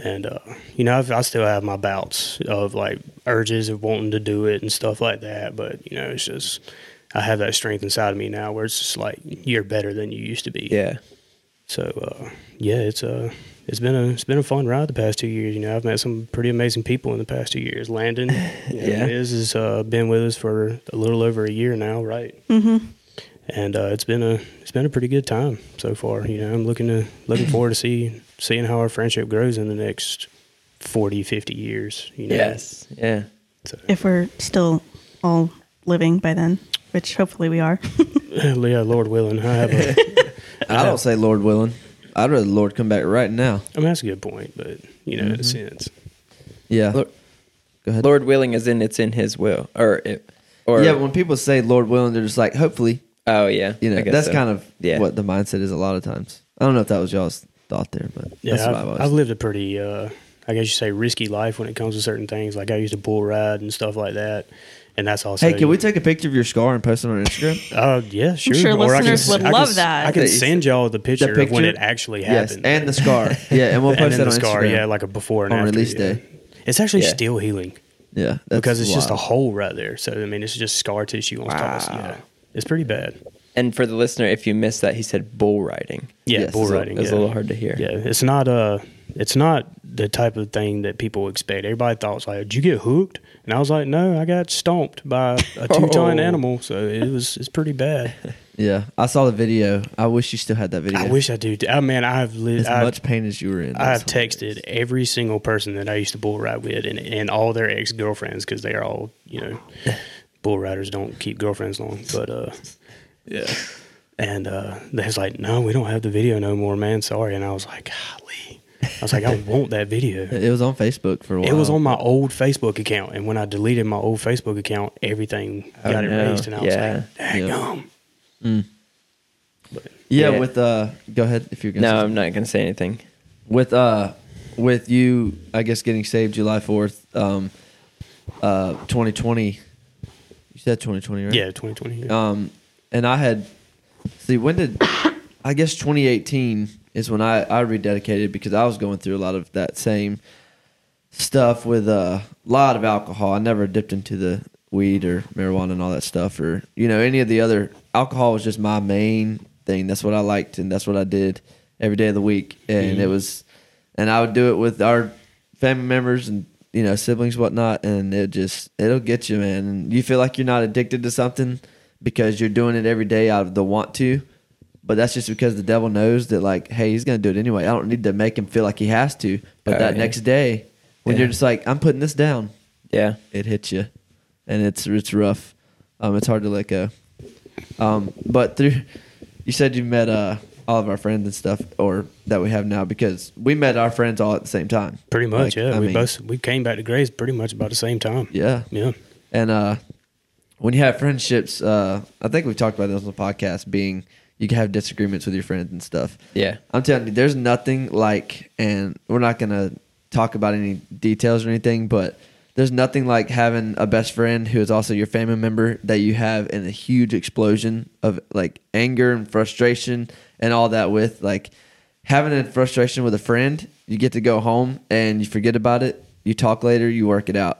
[SPEAKER 2] And uh, you know, I've, I still have my bouts of like urges of wanting to do it and stuff like that. But you know, it's just I have that strength inside of me now, where it's just like you're better than you used to be.
[SPEAKER 3] Yeah.
[SPEAKER 2] So uh, yeah, it's uh, it's been a it's been a fun ride the past two years. You know, I've met some pretty amazing people in the past two years. Landon, you know,
[SPEAKER 3] Yeah.
[SPEAKER 2] is has uh, been with us for a little over a year now, right?
[SPEAKER 3] Mm-hmm.
[SPEAKER 2] and uh, it's been a it's been a pretty good time so far. You know, I'm looking to looking forward to see seeing how our friendship grows in the next 40, 50 years. You know?
[SPEAKER 3] Yes. Yeah.
[SPEAKER 4] if we're still all living by then, which hopefully we are.
[SPEAKER 2] yeah, Lord willing, I have. A,
[SPEAKER 1] I don't say Lord willing. I'd rather the Lord come back right now.
[SPEAKER 2] I mean, that's a good point, but you know,
[SPEAKER 3] Mm-hmm.
[SPEAKER 2] in a sense,
[SPEAKER 1] Yeah.
[SPEAKER 3] Lord,
[SPEAKER 1] Go ahead.
[SPEAKER 3] Lord willing, as in it's in His will, or it, or
[SPEAKER 1] yeah, when people say Lord willing, they're just like, hopefully,
[SPEAKER 3] oh yeah,
[SPEAKER 1] you know,
[SPEAKER 3] I guess
[SPEAKER 1] that's
[SPEAKER 3] so.
[SPEAKER 1] kind of
[SPEAKER 3] yeah.
[SPEAKER 1] what the mindset is a lot of times. I don't know if that was y'all's thought there, but that's
[SPEAKER 2] yeah,
[SPEAKER 1] what I've
[SPEAKER 2] I've,
[SPEAKER 1] always.
[SPEAKER 2] I've lived a pretty. Uh, I guess you say risky life when it comes to certain things. Like I used to bull ride and stuff like that, and that's also.
[SPEAKER 1] hey, can we take a picture of your scar and post it on Instagram?
[SPEAKER 2] Uh, yeah, sure.
[SPEAKER 4] sure
[SPEAKER 2] Or I can
[SPEAKER 4] listeners
[SPEAKER 2] s-
[SPEAKER 4] would
[SPEAKER 2] I can
[SPEAKER 4] love
[SPEAKER 2] s-
[SPEAKER 4] that.
[SPEAKER 2] I can
[SPEAKER 1] That you
[SPEAKER 2] send y'all the picture, of when
[SPEAKER 1] picture?
[SPEAKER 2] it actually
[SPEAKER 1] yes,
[SPEAKER 2] happened.
[SPEAKER 1] and the scar. Yeah, and we'll
[SPEAKER 2] and
[SPEAKER 1] post
[SPEAKER 2] then
[SPEAKER 1] that
[SPEAKER 2] the
[SPEAKER 1] on
[SPEAKER 2] scar,
[SPEAKER 1] Instagram.
[SPEAKER 2] yeah, like a before and
[SPEAKER 1] on
[SPEAKER 2] after,
[SPEAKER 1] release
[SPEAKER 2] yeah.
[SPEAKER 1] day.
[SPEAKER 2] It's actually
[SPEAKER 3] Yeah.
[SPEAKER 2] still healing
[SPEAKER 1] Yeah, that's
[SPEAKER 2] because it's just a
[SPEAKER 1] wild.
[SPEAKER 2] hole right there. So I mean, it's just scar tissue on top. Of, yeah, it's pretty bad.
[SPEAKER 3] And for the listener, if you missed that, he said bull riding.
[SPEAKER 2] Yeah,
[SPEAKER 1] Yes,
[SPEAKER 2] bull
[SPEAKER 1] it's a-
[SPEAKER 2] riding.
[SPEAKER 3] It was
[SPEAKER 2] yeah.
[SPEAKER 3] a little hard to hear.
[SPEAKER 2] Yeah, it's not uh it's not the type of thing that people expect. Everybody thought it's like, did you get hooked? And I was like, no, I got stomped by a two ton
[SPEAKER 3] Oh.
[SPEAKER 2] animal. So it was it's pretty bad.
[SPEAKER 1] Yeah, I saw the video. I wish you still had that video.
[SPEAKER 2] I wish I do. I mean, I've
[SPEAKER 1] as
[SPEAKER 2] lived. I've,
[SPEAKER 1] much pain as you were in.
[SPEAKER 2] I have
[SPEAKER 1] that's hilarious.
[SPEAKER 2] texted every single person that I used to bull ride with and, and all their ex girlfriends because they are all, you know, bull riders don't keep girlfriends long. But, uh, yeah. And uh, they was like, no, we don't have the video no more, man. Sorry. And I was like, golly. I was like, I want that video.
[SPEAKER 1] It was on Facebook for a while.
[SPEAKER 2] It was on my old Facebook account. And when I deleted my old Facebook account, everything got
[SPEAKER 3] no.
[SPEAKER 2] erased. And I was
[SPEAKER 3] Yeah.
[SPEAKER 2] like, dang um,
[SPEAKER 1] Yeah,
[SPEAKER 3] yeah.
[SPEAKER 1] with uh, go ahead if you're gonna.
[SPEAKER 3] No,
[SPEAKER 1] say
[SPEAKER 3] I'm not gonna say anything.
[SPEAKER 1] with uh with you i guess getting saved july 4th um uh 2020 you said 2020 right
[SPEAKER 2] Yeah, 2020. yeah.
[SPEAKER 1] um and i had see when did i guess 2018 is when i i rededicated because i was going through a lot of that same stuff with a lot of alcohol i never dipped into the weed or marijuana and all that stuff or you know any of the other alcohol was just my main thing that's what i liked and that's what i did every day of the week and it was and i would do it with our family members and you know siblings whatnot and it just it'll get you man and you feel like you're not addicted to something because you're doing it every day out of the want to but that's just because the devil knows that like hey he's gonna do it anyway i don't need to make him feel like he has to but
[SPEAKER 3] Oh,
[SPEAKER 1] that
[SPEAKER 3] yeah.
[SPEAKER 1] next day when
[SPEAKER 3] Yeah.
[SPEAKER 1] you're just like i'm putting this down
[SPEAKER 3] Yeah.
[SPEAKER 1] it hits you, and it's it's rough. Um, it's hard to let go. Um, but through, you said you met uh all of our friends and stuff, or that we have now because we met our friends all at the same time.
[SPEAKER 2] pretty
[SPEAKER 1] Like,
[SPEAKER 2] much, yeah.
[SPEAKER 1] I
[SPEAKER 2] we
[SPEAKER 1] mean,
[SPEAKER 2] both we came back to Grace pretty much about the same time.
[SPEAKER 1] Yeah,
[SPEAKER 2] Yeah.
[SPEAKER 1] and uh, when you have friendships, uh, I think we've talked about this on the podcast. Being you can have disagreements with your friends and stuff.
[SPEAKER 3] Yeah.
[SPEAKER 1] I'm telling you, there's nothing like, and we're not gonna talk about any details or anything, but there's nothing like having a best friend who is also your family member that you have in a huge explosion of like anger and frustration and all that with like having a frustration with a friend. You get to go home and you forget about it. You talk later. You work it out.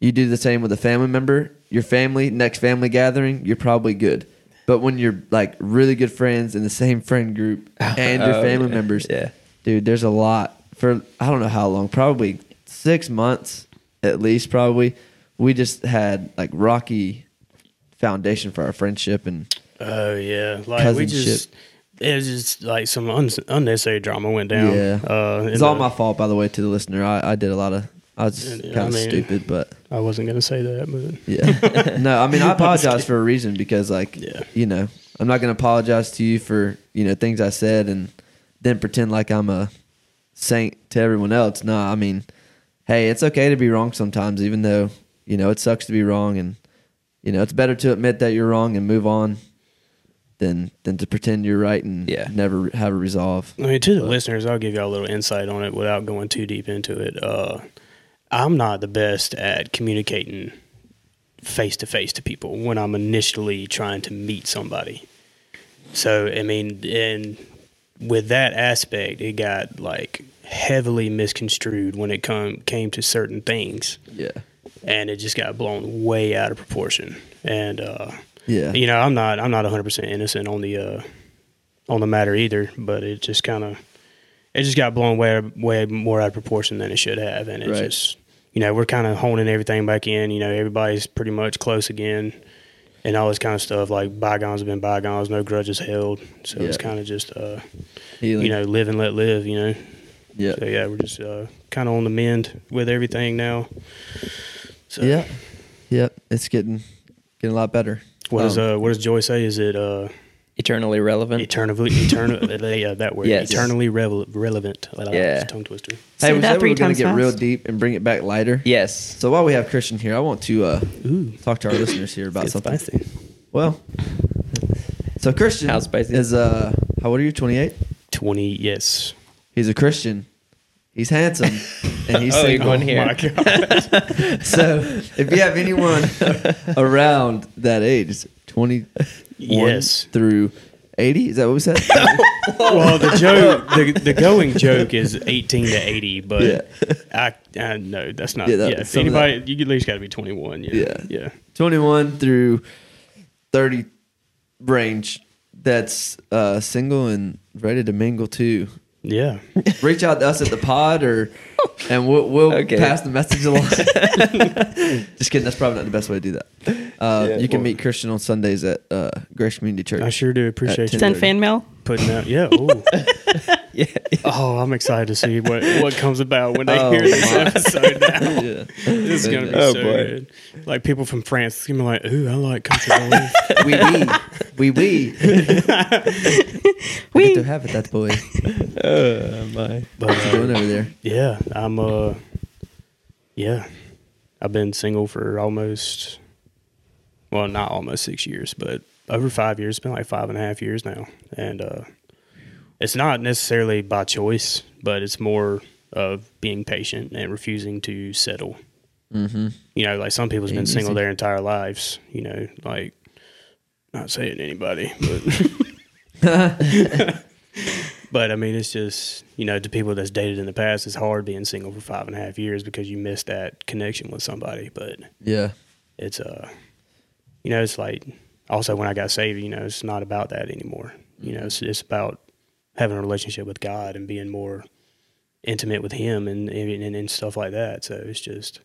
[SPEAKER 1] You do the same with a family member, your family, next family gathering, you're probably good. But when you're like really good friends in the same friend group and your
[SPEAKER 3] Oh,
[SPEAKER 1] family
[SPEAKER 3] yeah,
[SPEAKER 1] members,
[SPEAKER 3] yeah.
[SPEAKER 1] dude, there's a lot for I don't know how long, probably six months at least, probably. We just had like rocky foundation for our friendship and
[SPEAKER 2] Oh yeah, like we
[SPEAKER 1] Cousinship.
[SPEAKER 2] just it was just like some un- unnecessary drama went down.
[SPEAKER 1] yeah,
[SPEAKER 2] uh,
[SPEAKER 1] it's
[SPEAKER 2] and,
[SPEAKER 1] all
[SPEAKER 2] uh,
[SPEAKER 1] my fault by the way to the listener. I, I did a lot of I was just
[SPEAKER 2] And, yeah,
[SPEAKER 1] kind
[SPEAKER 2] I
[SPEAKER 1] of
[SPEAKER 2] mean-
[SPEAKER 1] stupid, but
[SPEAKER 2] I wasn't gonna say that, but
[SPEAKER 1] Yeah. no, I mean, I apologize for a reason because, like,
[SPEAKER 2] Yeah.
[SPEAKER 1] you know, I'm not going to apologize to you for, you know, things I said and then pretend like I'm a saint to everyone else. No, I mean, hey, it's okay to be wrong sometimes, even though, you know, it sucks to be wrong. And, you know, it's better to admit that you're wrong and move on than than to pretend you're right and
[SPEAKER 3] Yeah.
[SPEAKER 1] never have a resolve.
[SPEAKER 2] I mean to the listeners, I'll give y'all a little insight on it without going too deep into it. Uh, I'm not the best at communicating face to face to people when I'm initially trying to meet somebody. So I mean, and with that aspect, it got like heavily misconstrued when it come came to certain things,
[SPEAKER 1] Yeah.
[SPEAKER 2] and it just got blown way out of proportion. And uh,
[SPEAKER 1] Yeah.
[SPEAKER 2] you know, I'm not I'm not 100 percent innocent on the uh, on the matter either, but it just kind of it just got blown way way more out of proportion than it should have, and it's
[SPEAKER 1] Right.
[SPEAKER 2] just you know we're kind of honing everything back in. You know, everybody's pretty much close again. And all this kind of stuff, like bygones have been bygones, no grudges held. So it's
[SPEAKER 1] Yeah.
[SPEAKER 2] kind of just, uh,
[SPEAKER 1] Healing.
[SPEAKER 2] you know, live and let live, you know.
[SPEAKER 1] yeah.
[SPEAKER 2] So yeah, we're just uh, kind of on the mend with everything now. So
[SPEAKER 1] Yeah. Yep. It's getting getting a lot better.
[SPEAKER 2] What does
[SPEAKER 1] Um,
[SPEAKER 2] uh, what does Joy say? Is it uh,
[SPEAKER 3] Eternally relevant.
[SPEAKER 2] eternally eternal? yeah, that word.
[SPEAKER 3] Yes.
[SPEAKER 2] Eternally revel- relevant. Like,
[SPEAKER 3] Yeah.
[SPEAKER 2] it's a tongue twister.
[SPEAKER 1] Hey,
[SPEAKER 4] Say
[SPEAKER 1] we
[SPEAKER 4] that
[SPEAKER 1] said we
[SPEAKER 4] three
[SPEAKER 1] were going
[SPEAKER 4] times
[SPEAKER 1] to get real
[SPEAKER 4] fast.
[SPEAKER 1] deep and bring it back lighter.
[SPEAKER 3] yes.
[SPEAKER 1] So while we have Christian here, I want to uh, talk to our listeners here about
[SPEAKER 2] It's
[SPEAKER 1] something.
[SPEAKER 2] spicy.
[SPEAKER 1] Well, so Christian
[SPEAKER 3] How spicy?
[SPEAKER 1] is uh, how old are you? Twenty eight.
[SPEAKER 2] Twenty. Yes.
[SPEAKER 1] He's a Christian. He's handsome, and he's
[SPEAKER 3] oh, you're
[SPEAKER 1] single.
[SPEAKER 3] going here.
[SPEAKER 2] My God.
[SPEAKER 1] So if you have anyone around that age, it's twenty one
[SPEAKER 2] Yes.
[SPEAKER 1] through eighty, is that what we said?
[SPEAKER 2] well, the joke, the, the going joke is eighteen to eighty, but
[SPEAKER 1] Yeah.
[SPEAKER 2] I, I no, that's not.
[SPEAKER 1] Yeah,
[SPEAKER 2] Yeah,
[SPEAKER 1] that-
[SPEAKER 2] if
[SPEAKER 1] some of that-
[SPEAKER 2] anybody, you at least got to be twenty one. Yeah,
[SPEAKER 1] Yeah.
[SPEAKER 2] yeah,
[SPEAKER 1] twenty one through thirty range. That's uh, single and ready to mingle too.
[SPEAKER 2] yeah.
[SPEAKER 1] reach out to us at the pod or and we'll, we'll
[SPEAKER 3] Okay.
[SPEAKER 1] pass the message along. Just kidding. That's probably not the best way to do that. Uh, you can meet Christian on Sundays at uh, Grace Community Church.
[SPEAKER 2] I sure do appreciate you
[SPEAKER 1] Ten-
[SPEAKER 4] Send fan mail.
[SPEAKER 2] putting out. Yeah. ooh. Oh, I'm excited to see what, what comes about when they
[SPEAKER 1] Oh,
[SPEAKER 2] hear this
[SPEAKER 1] my.
[SPEAKER 2] episode now.
[SPEAKER 1] Yeah.
[SPEAKER 2] This is gonna be
[SPEAKER 3] Oh,
[SPEAKER 2] so
[SPEAKER 3] boy.
[SPEAKER 2] good. Like people from France, it's gonna be like, "Ooh, I like country boys."
[SPEAKER 1] Wee wee. Wee wee. We get to have it, that boy.
[SPEAKER 2] but
[SPEAKER 1] What's he
[SPEAKER 2] uh,
[SPEAKER 1] doing over there?
[SPEAKER 2] yeah, I'm uh, yeah, I've been single for almost, well, not almost six years, but over five years. It's been like five and a half years now, and uh, it's not necessarily by choice, but it's more of being patient and refusing to settle. You know, like some people's been
[SPEAKER 1] Ain't
[SPEAKER 2] single
[SPEAKER 1] easy.
[SPEAKER 2] their entire lives. You know, like not saying anybody, but but I mean, it's just you know, to people that's dated in the past, it's hard being single for five and a half years because you miss that connection with somebody. But
[SPEAKER 1] Yeah.
[SPEAKER 2] it's uh, you know, it's like also when I got saved, you know, it's not about that anymore. You know,
[SPEAKER 3] Mm-hmm.
[SPEAKER 2] it's it's about having a relationship with God and being more intimate with Him and and, and stuff like that. So it's just.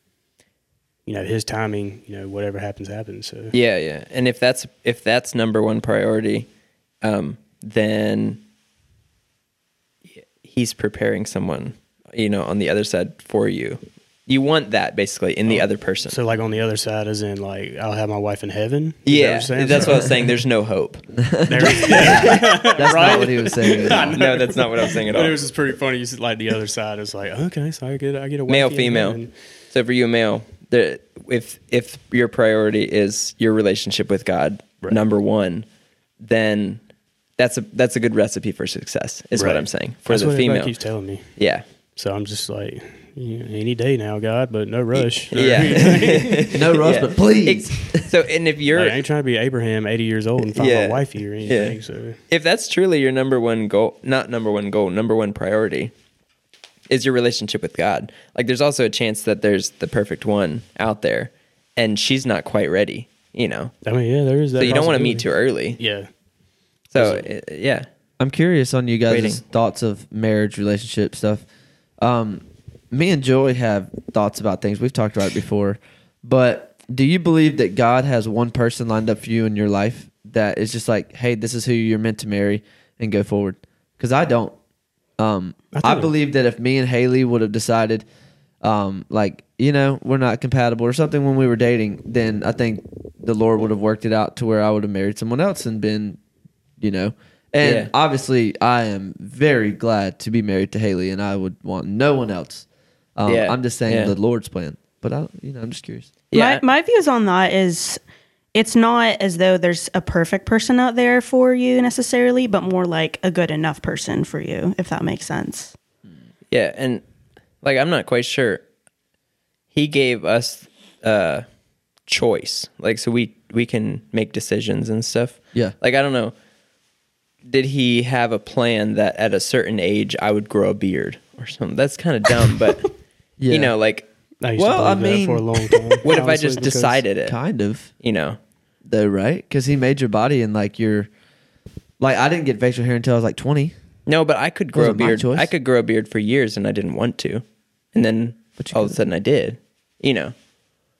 [SPEAKER 2] You know his timing. You know whatever happens, happens. So
[SPEAKER 3] Yeah, yeah. And if that's if that's number one priority, um, then he's preparing someone, you know, on the other side for you. You want that basically in the other person.
[SPEAKER 2] Oh. So like on the other side, as in like I'll have my wife in heaven. Is
[SPEAKER 3] yeah,
[SPEAKER 2] that what you're saying?
[SPEAKER 3] that's what I was saying. There's no hope.
[SPEAKER 2] There- yeah,
[SPEAKER 1] That's not what he was saying. at all.
[SPEAKER 3] No, that's not what I'm saying at
[SPEAKER 2] but it
[SPEAKER 3] all.
[SPEAKER 2] was just pretty funny. You said like the other side is like okay, so I get I get a wife
[SPEAKER 3] Male,
[SPEAKER 2] in
[SPEAKER 3] female.
[SPEAKER 2] heaven.
[SPEAKER 3] So for you, male, the, if if your priority is your relationship with God, number one, then that's a that's a good recipe for success. Is what
[SPEAKER 2] Right.
[SPEAKER 3] I'm saying for
[SPEAKER 2] that's
[SPEAKER 3] the
[SPEAKER 2] what everybody
[SPEAKER 3] female.
[SPEAKER 2] keeps telling me.
[SPEAKER 3] Yeah.
[SPEAKER 2] So I'm just like you know, any day now, God, but no rush.
[SPEAKER 3] Yeah.
[SPEAKER 1] No rush,
[SPEAKER 3] Yeah.
[SPEAKER 1] but please.
[SPEAKER 3] Ex- so, and if you're,
[SPEAKER 2] Like, I ain't trying to be Abraham, eighty years old, and find
[SPEAKER 3] Yeah.
[SPEAKER 2] my wife here or anything.
[SPEAKER 3] Yeah.
[SPEAKER 2] So
[SPEAKER 3] if that's truly your number one goal, not number one goal, number one priority is your relationship with God. Like, there's also a chance that there's the perfect one out there and she's not quite ready, you know?
[SPEAKER 2] I mean, yeah, there is that.
[SPEAKER 3] So, you don't want to meet too
[SPEAKER 2] her.
[SPEAKER 3] early.
[SPEAKER 2] Yeah,
[SPEAKER 3] So, uh, yeah.
[SPEAKER 1] I'm curious on you guys'
[SPEAKER 3] Waiting.
[SPEAKER 1] thoughts of marriage, relationship stuff. Um, me and Joy have thoughts about things. We've talked about it before. But do you believe that God has one person lined up for you in your life that is just like, hey, this is who you're meant to marry and go forward? Because I don't. Um, I, believe that if me and Haley would have decided, um, like, you know, we're not compatible or something when we were dating, then I think the Lord would have worked it out to where I would have married someone else and been, you know. And
[SPEAKER 3] Yeah.
[SPEAKER 1] obviously, I am very glad to be married to Haley, and I would want no one else. Um,
[SPEAKER 3] Yeah.
[SPEAKER 1] I'm just saying
[SPEAKER 3] Yeah.
[SPEAKER 1] the Lord's plan, but I, you know, I'm just curious.
[SPEAKER 3] Yeah.
[SPEAKER 4] My, my views on that is it's not as though there's a perfect person out there for you necessarily, but more like a good enough person for you, if that makes sense.
[SPEAKER 3] yeah. And like, I'm not quite sure. He gave us uh, choice. Like, so we, we can make decisions and stuff.
[SPEAKER 1] Yeah.
[SPEAKER 3] Like, I don't know. did he have a plan that at a certain age I would grow a beard or something? That's kind of dumb, but
[SPEAKER 1] Yeah.
[SPEAKER 3] you know, like,
[SPEAKER 2] I used
[SPEAKER 1] Well, I
[SPEAKER 2] to believe that for a
[SPEAKER 1] mean,
[SPEAKER 2] long time.
[SPEAKER 3] what if I
[SPEAKER 2] honestly,
[SPEAKER 3] just
[SPEAKER 2] because-
[SPEAKER 3] decided it?
[SPEAKER 1] Kind of.
[SPEAKER 3] You know,
[SPEAKER 1] though, right? Because he made your body and like your, like I didn't get facial hair until I was like twenty.
[SPEAKER 3] no, but I could grow a
[SPEAKER 1] Wasn't my
[SPEAKER 3] beard.
[SPEAKER 1] choice.
[SPEAKER 3] I could grow a beard for years, and I didn't want to, and then
[SPEAKER 1] But you
[SPEAKER 3] all of a
[SPEAKER 1] could.
[SPEAKER 3] sudden I did. You know,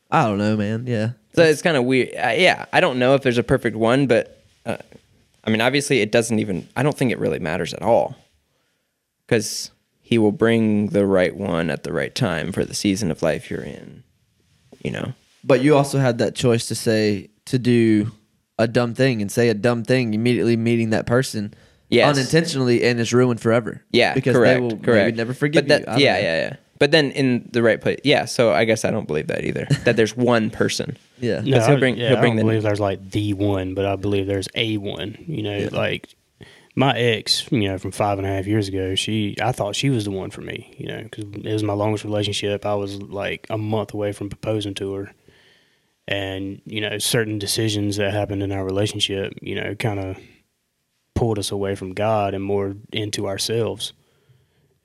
[SPEAKER 1] I don't know, man. Yeah,
[SPEAKER 3] so it's kind of weird. Uh, yeah, I don't know if there's a perfect one, but uh, I mean, obviously, it doesn't even. I don't think it really matters at all, because he will bring the right one at the right time for the season of life you're in. You know.
[SPEAKER 1] but you also had that choice to say to do a dumb thing and say a dumb thing immediately meeting that person.
[SPEAKER 3] Yes.
[SPEAKER 1] unintentionally, and it's ruined forever.
[SPEAKER 3] Yeah,
[SPEAKER 1] because
[SPEAKER 3] correct,
[SPEAKER 1] they will
[SPEAKER 3] correct.
[SPEAKER 1] maybe never forgive
[SPEAKER 3] but that,
[SPEAKER 1] you. I don't
[SPEAKER 3] Yeah,
[SPEAKER 1] know.
[SPEAKER 3] yeah, yeah. But then in the right place, yeah. So I guess I don't believe that either. that there's one person.
[SPEAKER 1] yeah,
[SPEAKER 2] No,
[SPEAKER 3] he'll
[SPEAKER 2] I-
[SPEAKER 3] bring-
[SPEAKER 2] yeah,
[SPEAKER 3] he'll bring
[SPEAKER 2] I
[SPEAKER 3] the-
[SPEAKER 2] don't believe there's like the one, but I believe there's a one. You know, like my ex, you know, from five and a half years ago, she, I thought she was the one for me, you know, because it was my longest relationship. I was like a month away from proposing to her. And, you know, certain decisions that happened in our relationship, you know, kind of pulled us away from God and more into ourselves.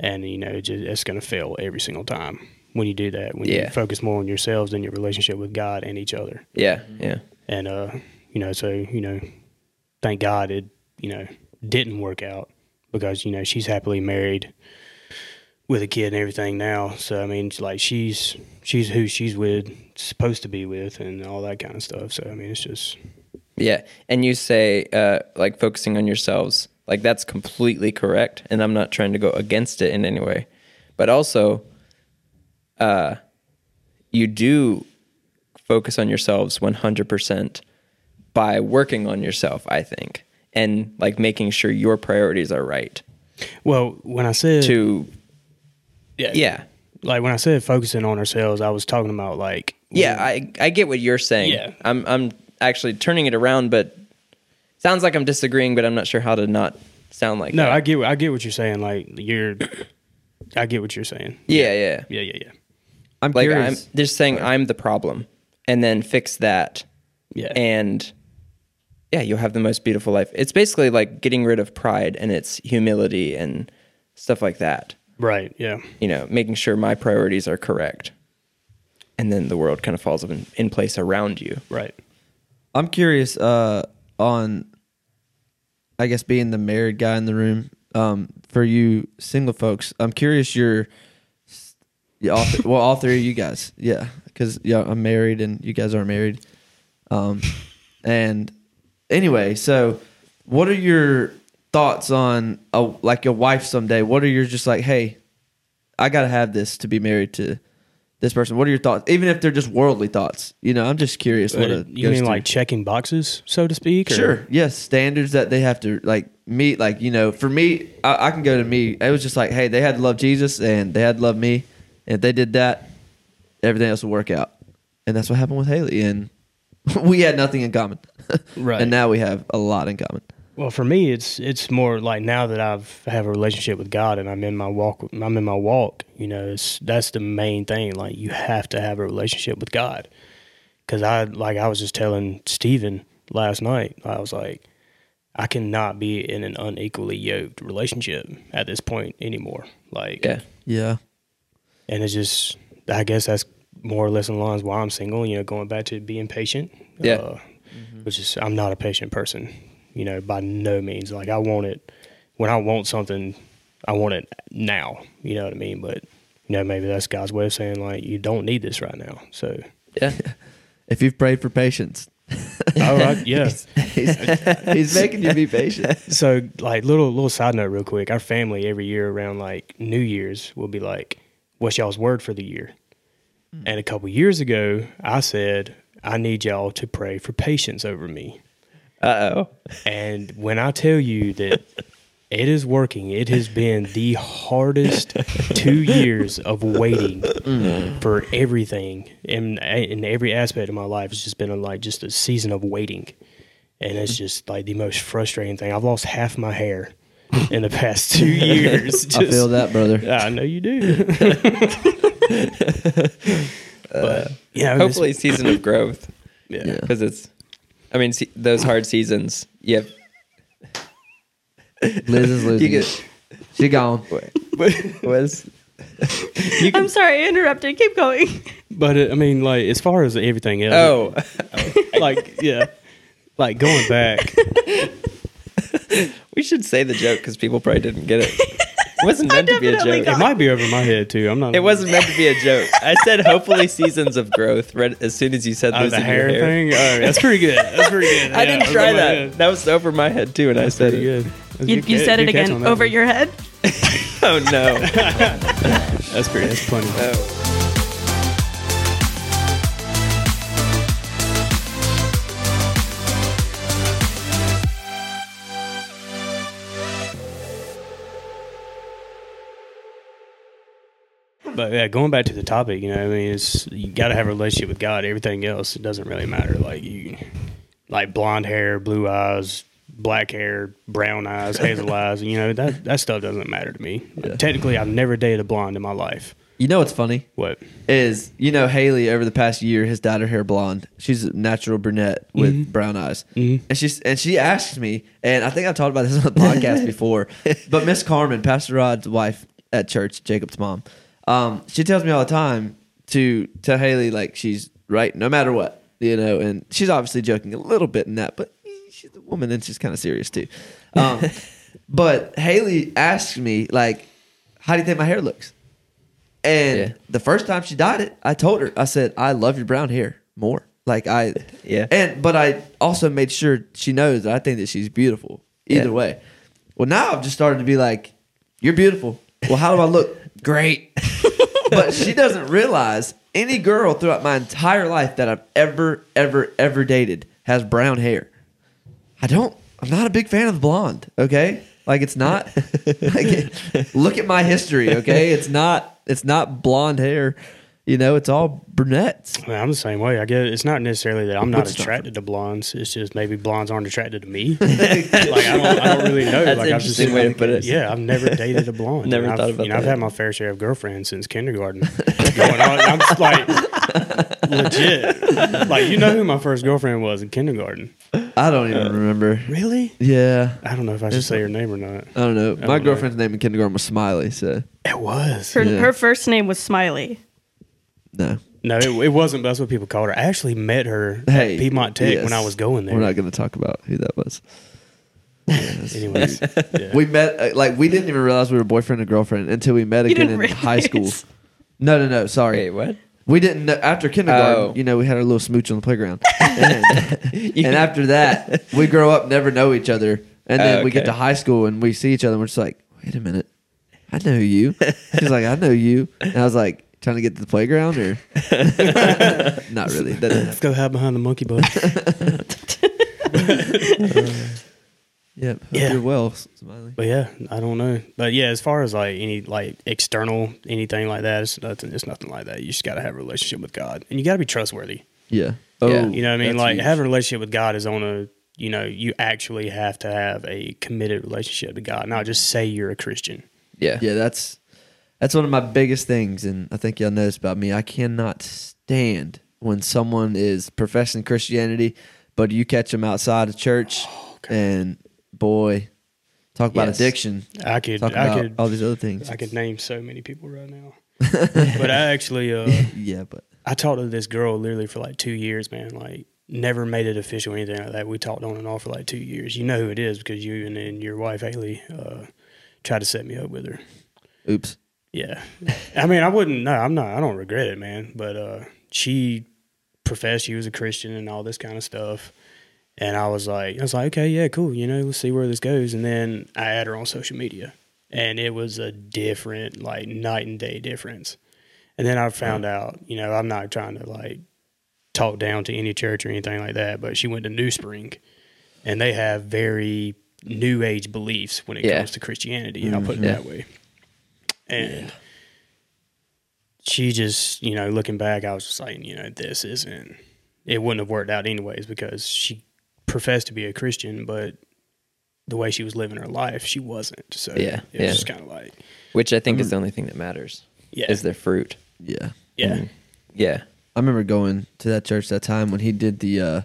[SPEAKER 2] And, you know, just, it's going to fail every single time when you do that, when
[SPEAKER 3] Yeah.
[SPEAKER 2] you focus more on yourselves than your relationship with God and each other
[SPEAKER 3] Yeah, yeah,
[SPEAKER 2] and uh you know so you know thank god it you know didn't work out because you know she's happily married with a kid and everything now so i mean it's like she's she's who she's with supposed to be with and all that kind of stuff so i mean it's just
[SPEAKER 3] yeah. And you say uh, like focusing on yourselves, like that's completely correct. And I'm not trying to go against it in any way, but also, uh, you do focus on yourselves 100 percent by working on yourself. I think, and like making sure your priorities are right.
[SPEAKER 2] well when i said
[SPEAKER 3] To yeah,
[SPEAKER 2] like when i said focusing on ourselves i was talking about like
[SPEAKER 3] Yeah, I I get what you're saying.
[SPEAKER 2] Yeah.
[SPEAKER 3] I'm I'm actually turning it around, but sounds like I'm disagreeing, but I'm not sure how to not sound like
[SPEAKER 2] no
[SPEAKER 3] that.
[SPEAKER 2] i get what- i get what you're saying like you're i get what you're saying
[SPEAKER 3] yeah, yeah.
[SPEAKER 2] yeah yeah yeah
[SPEAKER 1] I'm
[SPEAKER 3] Like I'm
[SPEAKER 1] curious.
[SPEAKER 3] just saying I'm the problem, and then fix that,
[SPEAKER 2] yeah
[SPEAKER 3] and yeah, you'll have the most beautiful life. It's basically like getting rid of pride and its humility and stuff like that.
[SPEAKER 2] right yeah
[SPEAKER 3] You know, making sure my priorities are correct, and then the world kind of falls in, in place around you.
[SPEAKER 2] right
[SPEAKER 1] I'm curious uh, on, I guess, being the married guy in the room. Um, for you single folks, I'm curious your, yeah, all th- well, all three of you guys, yeah, because yeah, I'm married and you guys aren't married. Um, and anyway, so what are your thoughts on a, like your wife someday? What are your just like, hey, I gotta have this to be married to this person. What are your thoughts, even if they're just worldly thoughts? You know, I'm just curious. What
[SPEAKER 2] Uh,
[SPEAKER 1] it
[SPEAKER 2] you
[SPEAKER 1] goes
[SPEAKER 2] mean
[SPEAKER 1] to.
[SPEAKER 2] like checking boxes, so to speak? or-
[SPEAKER 1] Sure. Yes, standards that they have to like meet. Like you know, for me, I, I can go to me. It was just like, hey, they had to love Jesus and they had to love me. And if they did that, everything else would work out. And that's what happened with Haley. And we had nothing in common.
[SPEAKER 2] Right.
[SPEAKER 1] And now we have a lot in common.
[SPEAKER 2] Well, for me, it's it's more like now that I've have a relationship with God and I'm in my walk. I'm in my walk. You know, it's, that's the main thing. Like you have to have a relationship with God. Because I like I was just telling Steven last night. I was like, I cannot be in an unequally yoked relationship at this point anymore. Like,
[SPEAKER 3] Yeah.
[SPEAKER 1] Yeah.
[SPEAKER 2] and it's just I guess that's more or less in lines why I'm single. You know, going back to being patient. Uh,
[SPEAKER 3] Yeah.
[SPEAKER 2] Which is I'm not a patient person. You know, by no means. Like I want it when I want something, I want it now. You know what I mean? But you know, maybe that's God's way of saying like you don't need this right now. So.
[SPEAKER 3] Yeah.
[SPEAKER 1] If you've prayed for patience,
[SPEAKER 2] Oh I, yeah.
[SPEAKER 1] he's, he's making you be patient.
[SPEAKER 2] so like little little side note real quick our family every year around like new year's will be like what's y'all's word for the year and a couple years ago i said i need y'all to pray for patience over me
[SPEAKER 3] Uh oh.
[SPEAKER 2] and when i tell you that it is working it has been the hardest two years of waiting
[SPEAKER 1] Mm.
[SPEAKER 2] for everything and in every aspect of my life it's just been a, like just a season of waiting and it's just like the most frustrating thing. I've lost half my hair in the past two years.
[SPEAKER 1] I feel
[SPEAKER 2] Just-
[SPEAKER 1] that, brother.
[SPEAKER 2] I know you do. but yeah,
[SPEAKER 3] Uh, hopefully season of growth
[SPEAKER 2] yeah.
[SPEAKER 3] because it's i mean se- those hard seasons you have
[SPEAKER 1] Liz is losing.
[SPEAKER 3] You
[SPEAKER 1] it. She gone.
[SPEAKER 3] get was
[SPEAKER 4] I'm sorry, I interrupted. Keep going.
[SPEAKER 2] But it, I mean, like as far as everything else,
[SPEAKER 3] oh
[SPEAKER 2] like yeah, like going back.
[SPEAKER 3] we should say the joke because people probably didn't get it. It wasn't meant to be a
[SPEAKER 4] definitely
[SPEAKER 3] joke.
[SPEAKER 2] It might be over my head too. I'm not.
[SPEAKER 3] It wasn't meant to be a joke. I said hopefully seasons of growth. Right as soon as you said
[SPEAKER 2] Oh,
[SPEAKER 3] losing
[SPEAKER 2] the hair,
[SPEAKER 3] your hair.
[SPEAKER 2] thing. Oh, that's pretty good. That's pretty good.
[SPEAKER 3] I
[SPEAKER 2] Yeah,
[SPEAKER 3] didn't
[SPEAKER 2] over my
[SPEAKER 3] try that.
[SPEAKER 2] head.
[SPEAKER 3] That was over my head too, and I said
[SPEAKER 2] Pretty
[SPEAKER 3] it.
[SPEAKER 2] good. That's a
[SPEAKER 4] You,
[SPEAKER 2] good
[SPEAKER 4] you
[SPEAKER 2] ca-
[SPEAKER 4] said it
[SPEAKER 2] good catch
[SPEAKER 4] again
[SPEAKER 2] on that
[SPEAKER 4] over
[SPEAKER 2] one.
[SPEAKER 4] your head.
[SPEAKER 3] Oh no.
[SPEAKER 2] That's pretty. That's funny.
[SPEAKER 3] Uh,
[SPEAKER 2] But yeah, going back to the topic, you know, I mean, it's you got to have a relationship with God. Everything else, it doesn't really matter. Like you, like blonde hair, blue eyes, black hair, brown eyes, hazel eyes. You know that that stuff doesn't matter to me. Technically, I've never dated a blonde in my life.
[SPEAKER 1] You know what's funny
[SPEAKER 2] What?
[SPEAKER 1] is you know Haley over the past year has dyed her hair blonde. She's a natural brunette with brown eyes, and she's and she asked me, and I think I've talked about this on the podcast before, but Miss Carmen, Pastor Rod's wife at church, Jacob's mom, um, she tells me all the time to tell Haley like she's right no matter what, you know, and she's obviously joking a little bit in that, but she's a woman and she's kind of serious too. Um, but Haley asked me like, "How do you think my hair looks?" And
[SPEAKER 3] Yeah.
[SPEAKER 1] the first time she dyed it, I told her, I said, I love your brown hair more. Like I
[SPEAKER 3] Yeah.
[SPEAKER 1] And but I also made sure she knows that I think that she's beautiful. Either
[SPEAKER 3] Yeah.
[SPEAKER 1] way. Well now I've just started to be like, You're beautiful. Well, how do I look? Great. but she doesn't realize any girl throughout my entire life that I've ever, ever, ever dated has brown hair. I don't. I'm not a big fan of the blonde. Okay, like it's not. like, look at my history. Okay, it's not. It's not blonde hair. You know, it's all brunettes.
[SPEAKER 2] I mean, I'm the same way. I guess it's not necessarily that I'm not
[SPEAKER 1] What's
[SPEAKER 2] attracted to blondes. It's just maybe blondes aren't attracted to me. like I don't, I don't really know.
[SPEAKER 3] That's
[SPEAKER 2] like
[SPEAKER 3] an
[SPEAKER 2] I've just
[SPEAKER 3] interesting way to put it.
[SPEAKER 2] Yeah, I've never dated a blonde.
[SPEAKER 3] Never
[SPEAKER 2] And I've,
[SPEAKER 3] thought about
[SPEAKER 2] you know, I've
[SPEAKER 3] that.
[SPEAKER 2] had my fair share of girlfriends since kindergarten. Going on, I'm just like legit. Like you know who my first girlfriend was in kindergarten?
[SPEAKER 1] I don't even remember.
[SPEAKER 2] Really?
[SPEAKER 1] Yeah,
[SPEAKER 2] I don't know if I should say her name or not.
[SPEAKER 3] Uh,
[SPEAKER 1] I don't know.
[SPEAKER 2] don't
[SPEAKER 1] my
[SPEAKER 2] know.
[SPEAKER 1] girlfriend's name in kindergarten was Smiley. So
[SPEAKER 2] It was.
[SPEAKER 4] Her, her first name was Smiley.
[SPEAKER 1] no.
[SPEAKER 2] No, it, it wasn't. but That's what people called her. I actually met her
[SPEAKER 1] Hey,
[SPEAKER 2] at Piedmont Tech
[SPEAKER 1] yes.
[SPEAKER 2] when I was going there.
[SPEAKER 1] We're not going to talk about who that was.
[SPEAKER 2] Anyways, yeah.
[SPEAKER 1] We met uh, like we didn't even realize we were boyfriend and girlfriend until we met
[SPEAKER 4] You
[SPEAKER 1] again in
[SPEAKER 4] didn't
[SPEAKER 1] high school.
[SPEAKER 4] realize.
[SPEAKER 1] No, no, no. Sorry,
[SPEAKER 3] Wait, what?
[SPEAKER 1] We didn't know, after kindergarten.
[SPEAKER 3] Oh.
[SPEAKER 1] You know, we had our little smooch on the playground, and, and after that, we grow up never know each other, and then we get
[SPEAKER 3] Oh, Okay.
[SPEAKER 1] to high school and we see each other, and we're just like, wait a minute, I know you. She's like, I know you, and I was like, trying to get to the playground or not really. That didn't
[SPEAKER 2] let's
[SPEAKER 1] happen.
[SPEAKER 2] go hide behind the monkey bush.
[SPEAKER 1] Yep. Hope
[SPEAKER 2] Yeah.
[SPEAKER 1] You're well, Smiley.
[SPEAKER 2] But yeah, I don't know. But yeah, as far as like any like external anything like that, it's nothing. It's nothing like that. You just got to have a relationship with God, and you got to be trustworthy.
[SPEAKER 1] Yeah. Oh,
[SPEAKER 2] You know what I mean?
[SPEAKER 1] that's
[SPEAKER 2] Like
[SPEAKER 1] huge.
[SPEAKER 2] having a relationship with God is on a you know you actually have to have a committed relationship to God, not just say you're a Christian.
[SPEAKER 3] Yeah.
[SPEAKER 1] yeah, that's that's one of my biggest things, and I think y'all noticed about me. I cannot stand when someone is professing Christianity, but you catch them outside of church, and boy, talk about
[SPEAKER 3] Yes.
[SPEAKER 1] addiction.
[SPEAKER 2] I could
[SPEAKER 1] Talk
[SPEAKER 2] I
[SPEAKER 1] about
[SPEAKER 2] could
[SPEAKER 1] all these other things.
[SPEAKER 2] I could name so many people right now. but I actually uh,
[SPEAKER 1] yeah, but
[SPEAKER 2] I talked to this girl literally for like two years, man. Like never made it official or anything like that. We talked on and off for like two years. You know who it is because you and then your wife Haley uh, tried to set me up with her.
[SPEAKER 1] oops.
[SPEAKER 2] Yeah, I mean I wouldn't. No, I'm not. I don't regret it, man. But uh, she professed she was a Christian and all this kind of stuff. And I was like, I was like, okay, yeah, cool. You know, let's see where this goes. And then I had her on social media, and it was a different, like night and day difference. And then I found out, you know, I'm not trying to like talk down to any church or anything like that, but she went to New Spring, and they have very new age beliefs when it
[SPEAKER 3] Yeah. Mm-hmm.
[SPEAKER 2] comes to Christianity. I'll put it
[SPEAKER 3] Yeah.
[SPEAKER 2] that way. And she just, you know, looking back, I was just like, you know, this isn't, it wouldn't have worked out anyways because she professed to be a Christian, but the way she was living her life, she wasn't. So
[SPEAKER 3] Yeah,
[SPEAKER 2] it was
[SPEAKER 3] yeah.
[SPEAKER 2] just kind of like,
[SPEAKER 3] Which I think
[SPEAKER 1] Mm.
[SPEAKER 3] is the only thing that matters.
[SPEAKER 2] Yeah.
[SPEAKER 3] Is their fruit.
[SPEAKER 1] Yeah,
[SPEAKER 2] yeah,
[SPEAKER 1] Mm-hmm.
[SPEAKER 3] Yeah.
[SPEAKER 1] I remember going to that church that time when he did the uh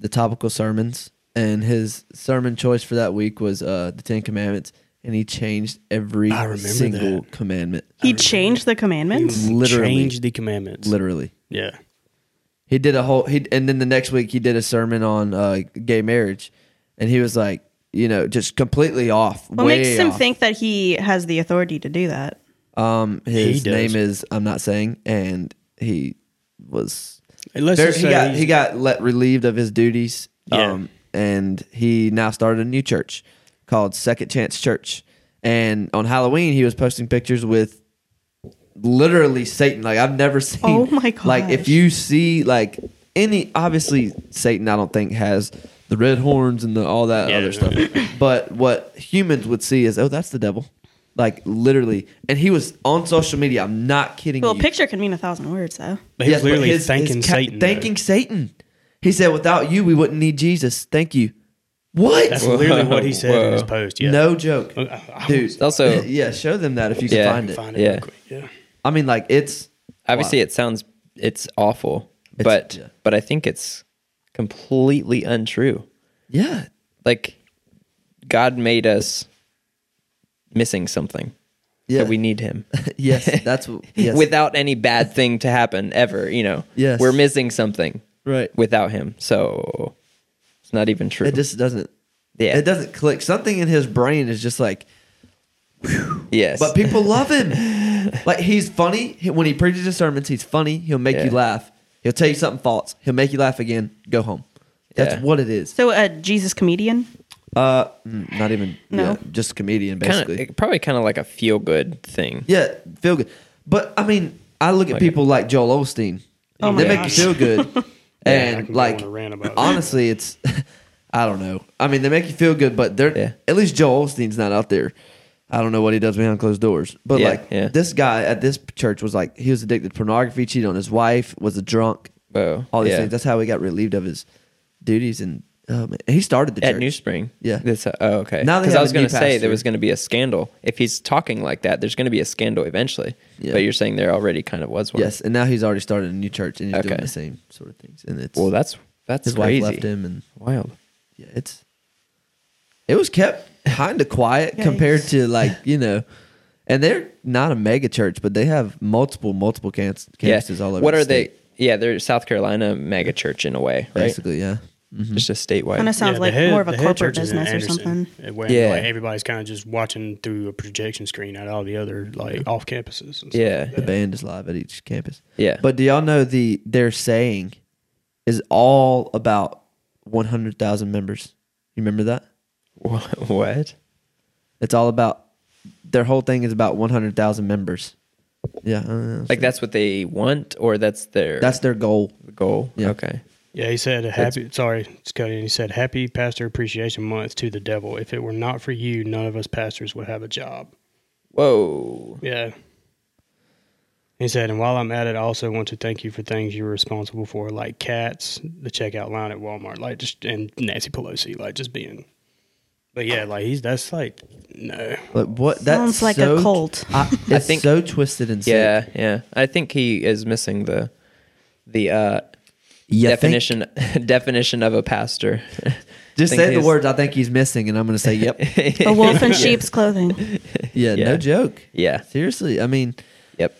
[SPEAKER 1] the topical sermons, and his sermon choice for that week was uh, the Ten Commandments, and he changed every
[SPEAKER 2] I remember
[SPEAKER 1] single
[SPEAKER 2] that.
[SPEAKER 1] commandment.
[SPEAKER 4] He changed the commandments.
[SPEAKER 1] Literally,
[SPEAKER 2] Change the commandments.
[SPEAKER 1] literally.
[SPEAKER 2] Yeah.
[SPEAKER 1] He did a whole he, and then the next week he did a sermon on uh, gay marriage, and he was like, you know, just completely off.
[SPEAKER 4] What
[SPEAKER 1] way
[SPEAKER 4] makes him
[SPEAKER 1] off.
[SPEAKER 4] think that he has the authority to do that?
[SPEAKER 1] Um, his
[SPEAKER 2] He does.
[SPEAKER 1] name is I'm not saying, and he was
[SPEAKER 2] And let's
[SPEAKER 1] there,
[SPEAKER 2] just
[SPEAKER 1] he
[SPEAKER 2] say
[SPEAKER 1] got
[SPEAKER 2] he's-
[SPEAKER 1] he got let relieved of his duties.
[SPEAKER 2] Yeah.
[SPEAKER 1] Um, and he now started a new church called Second Chance Church. And on Halloween, he was posting pictures with literally Satan. Like I've never seen.
[SPEAKER 4] Oh my
[SPEAKER 1] Like
[SPEAKER 4] gosh.
[SPEAKER 1] if you see like any, obviously Satan, I don't think has the red horns and the, all that
[SPEAKER 2] Yeah,
[SPEAKER 1] other
[SPEAKER 2] no,
[SPEAKER 1] stuff. But what humans would see is, oh, that's the devil. Like literally, and he was on social media. I'm not kidding.
[SPEAKER 4] Well, a
[SPEAKER 1] you.
[SPEAKER 4] picture can mean a thousand words, though.
[SPEAKER 2] But he's
[SPEAKER 1] Yes, but
[SPEAKER 2] literally
[SPEAKER 1] his-
[SPEAKER 2] thanking
[SPEAKER 1] his ca-
[SPEAKER 2] Satan. though.
[SPEAKER 1] Thanking Satan. He said, "Without you, we wouldn't need Jesus. Thank you." What?
[SPEAKER 2] That's literally what he said in his
[SPEAKER 3] Whoa.
[SPEAKER 2] post. Yeah.
[SPEAKER 1] No joke,
[SPEAKER 2] I- I-
[SPEAKER 1] dude.
[SPEAKER 3] also-
[SPEAKER 1] yeah, show them that if you can
[SPEAKER 3] Yeah.
[SPEAKER 1] find it.
[SPEAKER 2] Find it
[SPEAKER 3] Yeah.
[SPEAKER 2] real quick. Yeah.
[SPEAKER 1] I mean, like it's
[SPEAKER 3] Obviously, it sounds it's awful, but
[SPEAKER 1] yeah.
[SPEAKER 3] but I think it's completely untrue.
[SPEAKER 1] yeah,
[SPEAKER 3] Like God made us missing something.
[SPEAKER 1] yeah.
[SPEAKER 3] So we need him.
[SPEAKER 1] yes, that's what- yes.
[SPEAKER 3] Without any bad thing to happen ever, you know.
[SPEAKER 1] Yes.
[SPEAKER 3] We're missing something
[SPEAKER 1] right.
[SPEAKER 3] without him. So it's not even true.
[SPEAKER 1] It just doesn't.
[SPEAKER 3] yeah.
[SPEAKER 1] It doesn't click. Something in his brain is just like,
[SPEAKER 3] yes.
[SPEAKER 1] but people love him. like he's funny He- when he preaches his sermons. He's funny. He'll make
[SPEAKER 3] Yeah.
[SPEAKER 1] you laugh. He'll tell you something false. He'll make you laugh again. Go home. That's
[SPEAKER 3] Yeah.
[SPEAKER 1] what it is.
[SPEAKER 4] So a Jesus comedian.
[SPEAKER 1] Uh, mm, not even
[SPEAKER 4] No.
[SPEAKER 1] yeah, just comedian
[SPEAKER 3] Kinda-
[SPEAKER 1] basically.
[SPEAKER 3] it- probably kind of like a feel good thing.
[SPEAKER 1] yeah, feel good. But I mean, I look at people like Joel Osteen.
[SPEAKER 4] Oh my
[SPEAKER 1] they make
[SPEAKER 4] gosh.
[SPEAKER 1] you feel good,
[SPEAKER 2] I
[SPEAKER 1] and
[SPEAKER 2] can go
[SPEAKER 1] like
[SPEAKER 2] on a rant about that.
[SPEAKER 1] honestly, it's I don't know. I mean, they make you feel good, but they're
[SPEAKER 3] Yeah.
[SPEAKER 1] at least Joel Osteen's not out there. I don't know what he does behind closed doors, but
[SPEAKER 3] Yeah,
[SPEAKER 1] like
[SPEAKER 3] yeah.
[SPEAKER 1] this guy at this church was like he was addicted to pornography, cheated on his wife, was a drunk,
[SPEAKER 3] Whoa,
[SPEAKER 1] all these
[SPEAKER 3] yeah.
[SPEAKER 1] things. That's how he got relieved of his duties, and oh, man, he started the
[SPEAKER 3] At
[SPEAKER 1] church.
[SPEAKER 3] New Spring.
[SPEAKER 1] Yeah.
[SPEAKER 3] That's a- oh, okay.
[SPEAKER 1] Now they
[SPEAKER 3] Because
[SPEAKER 1] have
[SPEAKER 3] I was
[SPEAKER 1] a
[SPEAKER 3] going
[SPEAKER 1] new
[SPEAKER 3] to say
[SPEAKER 1] pastor.
[SPEAKER 3] there was going to be a scandal. If he's talking like that, there's going to be a scandal eventually.
[SPEAKER 1] Yeah.
[SPEAKER 3] But you're saying there already kind of was one.
[SPEAKER 1] Yes, and now he's already started a new church and he's doing
[SPEAKER 3] Okay.
[SPEAKER 1] the same sort of things. And it's
[SPEAKER 3] Well, that's that's
[SPEAKER 1] his
[SPEAKER 3] crazy.
[SPEAKER 1] wife left him, and
[SPEAKER 3] Wild.
[SPEAKER 1] yeah, it's it was kept kind of quiet compared to like you know, and they're not a mega church, but they have multiple multiple camps, campuses all over.
[SPEAKER 3] What
[SPEAKER 1] the
[SPEAKER 3] are
[SPEAKER 1] state,
[SPEAKER 3] they? Yeah, they're South Carolina mega church in a way, right?
[SPEAKER 1] Basically, yeah.
[SPEAKER 3] Just a statewide.
[SPEAKER 4] Kind of sounds
[SPEAKER 2] Yeah, the
[SPEAKER 4] like
[SPEAKER 2] head-
[SPEAKER 4] more of a
[SPEAKER 2] the head
[SPEAKER 4] corporate
[SPEAKER 2] church is in
[SPEAKER 4] business or
[SPEAKER 2] Anderson,
[SPEAKER 4] something.
[SPEAKER 2] uh, Where
[SPEAKER 3] Yeah.
[SPEAKER 2] like, everybody's kind of just watching through a projection screen at all the other like off campuses. And stuff.
[SPEAKER 3] yeah.
[SPEAKER 1] The band is live at each campus.
[SPEAKER 3] Yeah.
[SPEAKER 1] But do y'all know the their saying is all about one hundred thousand members? You remember that?
[SPEAKER 3] Wh- What?
[SPEAKER 1] It's all about their whole thing is about one hundred thousand members. Yeah, uh,
[SPEAKER 3] Like that's what they want, or that's their
[SPEAKER 1] That's their goal.
[SPEAKER 3] goal.
[SPEAKER 1] Yeah.
[SPEAKER 3] Okay.
[SPEAKER 2] Yeah, he said a happy. sorry, it's cut in. He said happy Pastor Appreciation Month to the devil. If it were not for you, none of us pastors would have a job.
[SPEAKER 3] Whoa.
[SPEAKER 2] Yeah. He said, and while I'm at it, I also want to thank you for things you were responsible for, like cats, the checkout line at Walmart, like just and Nancy Pelosi, like just being. But yeah, like he's that's like no.
[SPEAKER 1] Like what?
[SPEAKER 4] Sounds
[SPEAKER 1] that's
[SPEAKER 4] like a
[SPEAKER 1] so,
[SPEAKER 4] cult.
[SPEAKER 1] I, it's
[SPEAKER 3] think-
[SPEAKER 1] so twisted and sick.
[SPEAKER 3] Yeah, yeah. I think he is missing the the uh,
[SPEAKER 1] You think-
[SPEAKER 3] definition definition of a pastor.
[SPEAKER 1] Just
[SPEAKER 3] think
[SPEAKER 1] say the
[SPEAKER 3] he's-
[SPEAKER 1] words I think he's missing, and I'm going to say yep.
[SPEAKER 4] A wolf in sheep's clothing.
[SPEAKER 1] yeah,
[SPEAKER 3] Yeah.
[SPEAKER 1] no joke.
[SPEAKER 3] Yeah.
[SPEAKER 1] seriously. I mean,
[SPEAKER 3] Yep.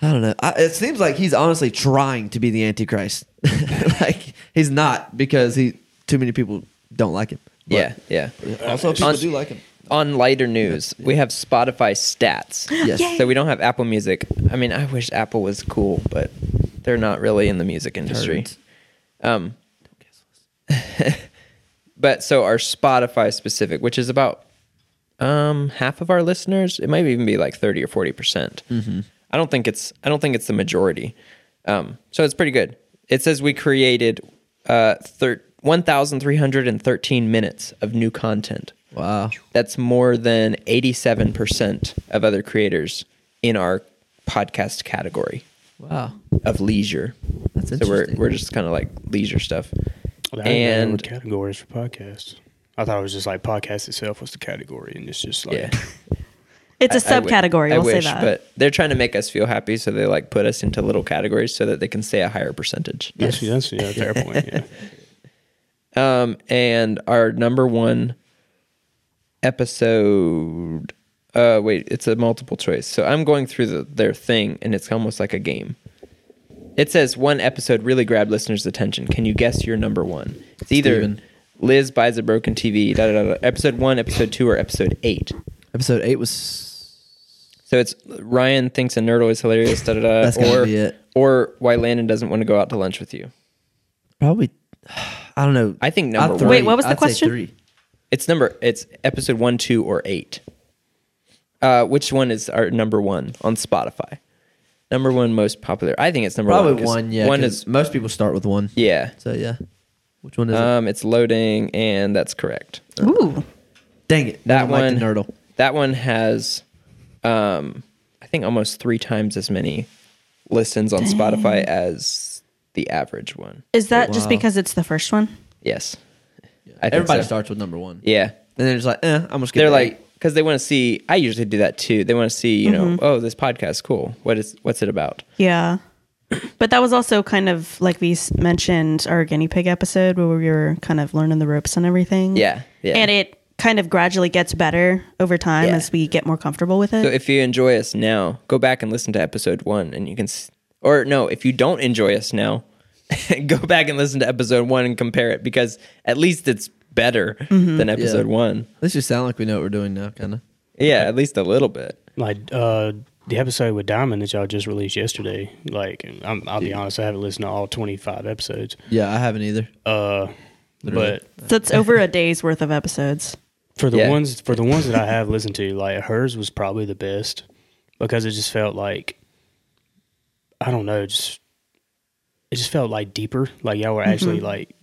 [SPEAKER 1] I don't know. I, it seems like he's honestly trying to be the antichrist. like he's not because he too many people don't like him. But
[SPEAKER 3] Yeah, yeah.
[SPEAKER 1] Also, people
[SPEAKER 3] On-
[SPEAKER 1] do like him.
[SPEAKER 3] On lighter news, we have Spotify stats.
[SPEAKER 1] Yes. Yay.
[SPEAKER 3] So we don't have Apple Music. I mean, I wish Apple was cool, but they're not really in the music industry.
[SPEAKER 1] Turds.
[SPEAKER 3] Um, but so our Spotify specific, which is about um, half of our listeners, it might even be like thirty or forty percent.
[SPEAKER 1] Mm-hmm.
[SPEAKER 3] I don't think it's I don't think it's the majority. Um, so it's pretty good. It says we created uh, thir- one thousand three hundred and thirteen minutes of new content.
[SPEAKER 1] Wow.
[SPEAKER 3] That's more than eighty seven percent of other creators in our podcast category
[SPEAKER 1] Wow.
[SPEAKER 3] of leisure.
[SPEAKER 1] That's
[SPEAKER 3] So we're
[SPEAKER 1] interesting.
[SPEAKER 3] we're just kind of like leisure stuff.
[SPEAKER 2] Well, I didn't know there were
[SPEAKER 3] And
[SPEAKER 2] categories for podcasts. I thought it was just like podcast itself was the category, and it's just like
[SPEAKER 3] yeah,
[SPEAKER 4] It's a
[SPEAKER 3] I- I wi-
[SPEAKER 4] subcategory.
[SPEAKER 3] I
[SPEAKER 4] we'll
[SPEAKER 3] wish,
[SPEAKER 4] say that.
[SPEAKER 3] but they're trying to make us feel happy, so they like put us into little categories so that they can say a higher percentage.
[SPEAKER 2] that's, that's yeah, fair point. Yeah.
[SPEAKER 3] Um, and our number one episode. Uh, wait, it's a multiple choice. So I'm going through the, their thing, and it's almost like a game. It says one episode really grabbed listeners' attention. Can you guess your number one? It's either
[SPEAKER 1] Steven.
[SPEAKER 3] Liz buys a broken TV, da, da, da, da, episode one, episode two, or episode eight.
[SPEAKER 1] Episode eight was
[SPEAKER 3] So it's Ryan thinks a nerdle is hilarious, da da da.
[SPEAKER 1] That's gotta
[SPEAKER 3] or,
[SPEAKER 1] be it.
[SPEAKER 3] Or why Landon doesn't want to go out to lunch with you.
[SPEAKER 1] probably. I don't know.
[SPEAKER 3] I think
[SPEAKER 1] I
[SPEAKER 3] number
[SPEAKER 1] three-
[SPEAKER 3] one.
[SPEAKER 4] Wait, what was the
[SPEAKER 1] I'd say
[SPEAKER 4] question?
[SPEAKER 1] three.
[SPEAKER 3] It's number. It's episode one, two, or eight. Uh, which one is our number one on Spotify? Number one most popular. I think it's number
[SPEAKER 1] Probably
[SPEAKER 3] one. 'cause
[SPEAKER 1] one. Yeah,
[SPEAKER 3] One
[SPEAKER 1] 'cause
[SPEAKER 3] is
[SPEAKER 1] most people start with one.
[SPEAKER 3] yeah.
[SPEAKER 1] So yeah, which one is it?
[SPEAKER 3] Um, it's loading, and that's correct.
[SPEAKER 4] Ooh.
[SPEAKER 1] Dang it,
[SPEAKER 3] That
[SPEAKER 1] I
[SPEAKER 3] one.
[SPEAKER 1] don't Like the nerdle.
[SPEAKER 3] That one has, um, I think almost three times as many listens on Spotify as the average one.
[SPEAKER 4] Is that just because it's the first one?
[SPEAKER 3] Yes. I think
[SPEAKER 1] Everybody
[SPEAKER 3] so.
[SPEAKER 1] starts with number one.
[SPEAKER 3] Yeah.
[SPEAKER 1] And then it's like, eh, I'm just.
[SPEAKER 3] They're like, because they want to see. I usually do that too. They want to see, you
[SPEAKER 4] Mm-hmm.
[SPEAKER 3] know, oh, this podcast's cool. What is what's it about?
[SPEAKER 4] Yeah. But that was also kind of like we s- mentioned our guinea pig episode where we were kind of learning the ropes and everything.
[SPEAKER 3] Yeah, yeah.
[SPEAKER 4] And it kind of gradually gets better over time
[SPEAKER 3] Yeah.
[SPEAKER 4] as we get more comfortable with it.
[SPEAKER 3] So if you enjoy us now, go back and listen to episode one, and you can. s- Or no, if you don't enjoy us now, go back and listen to episode one and compare it because at least it's better
[SPEAKER 4] Mm-hmm.
[SPEAKER 3] than episode one.
[SPEAKER 1] This just sound like we know what we're doing now, kind of.
[SPEAKER 3] Yeah, at least a little bit.
[SPEAKER 2] Like uh, the episode with Diamond that y'all just released yesterday. Like I'm, I'll be honest, I haven't listened to all 25 episodes.
[SPEAKER 1] Yeah, I haven't either.
[SPEAKER 3] Oh.
[SPEAKER 2] Uh, but
[SPEAKER 4] So it's over a day's worth of episodes.
[SPEAKER 2] for the
[SPEAKER 3] Yeah.
[SPEAKER 2] ones for the ones that I have listened to, like hers was probably the best because it just felt like I don't know, just it just felt like deeper. Like y'all were actually
[SPEAKER 3] Mm-hmm.
[SPEAKER 2] like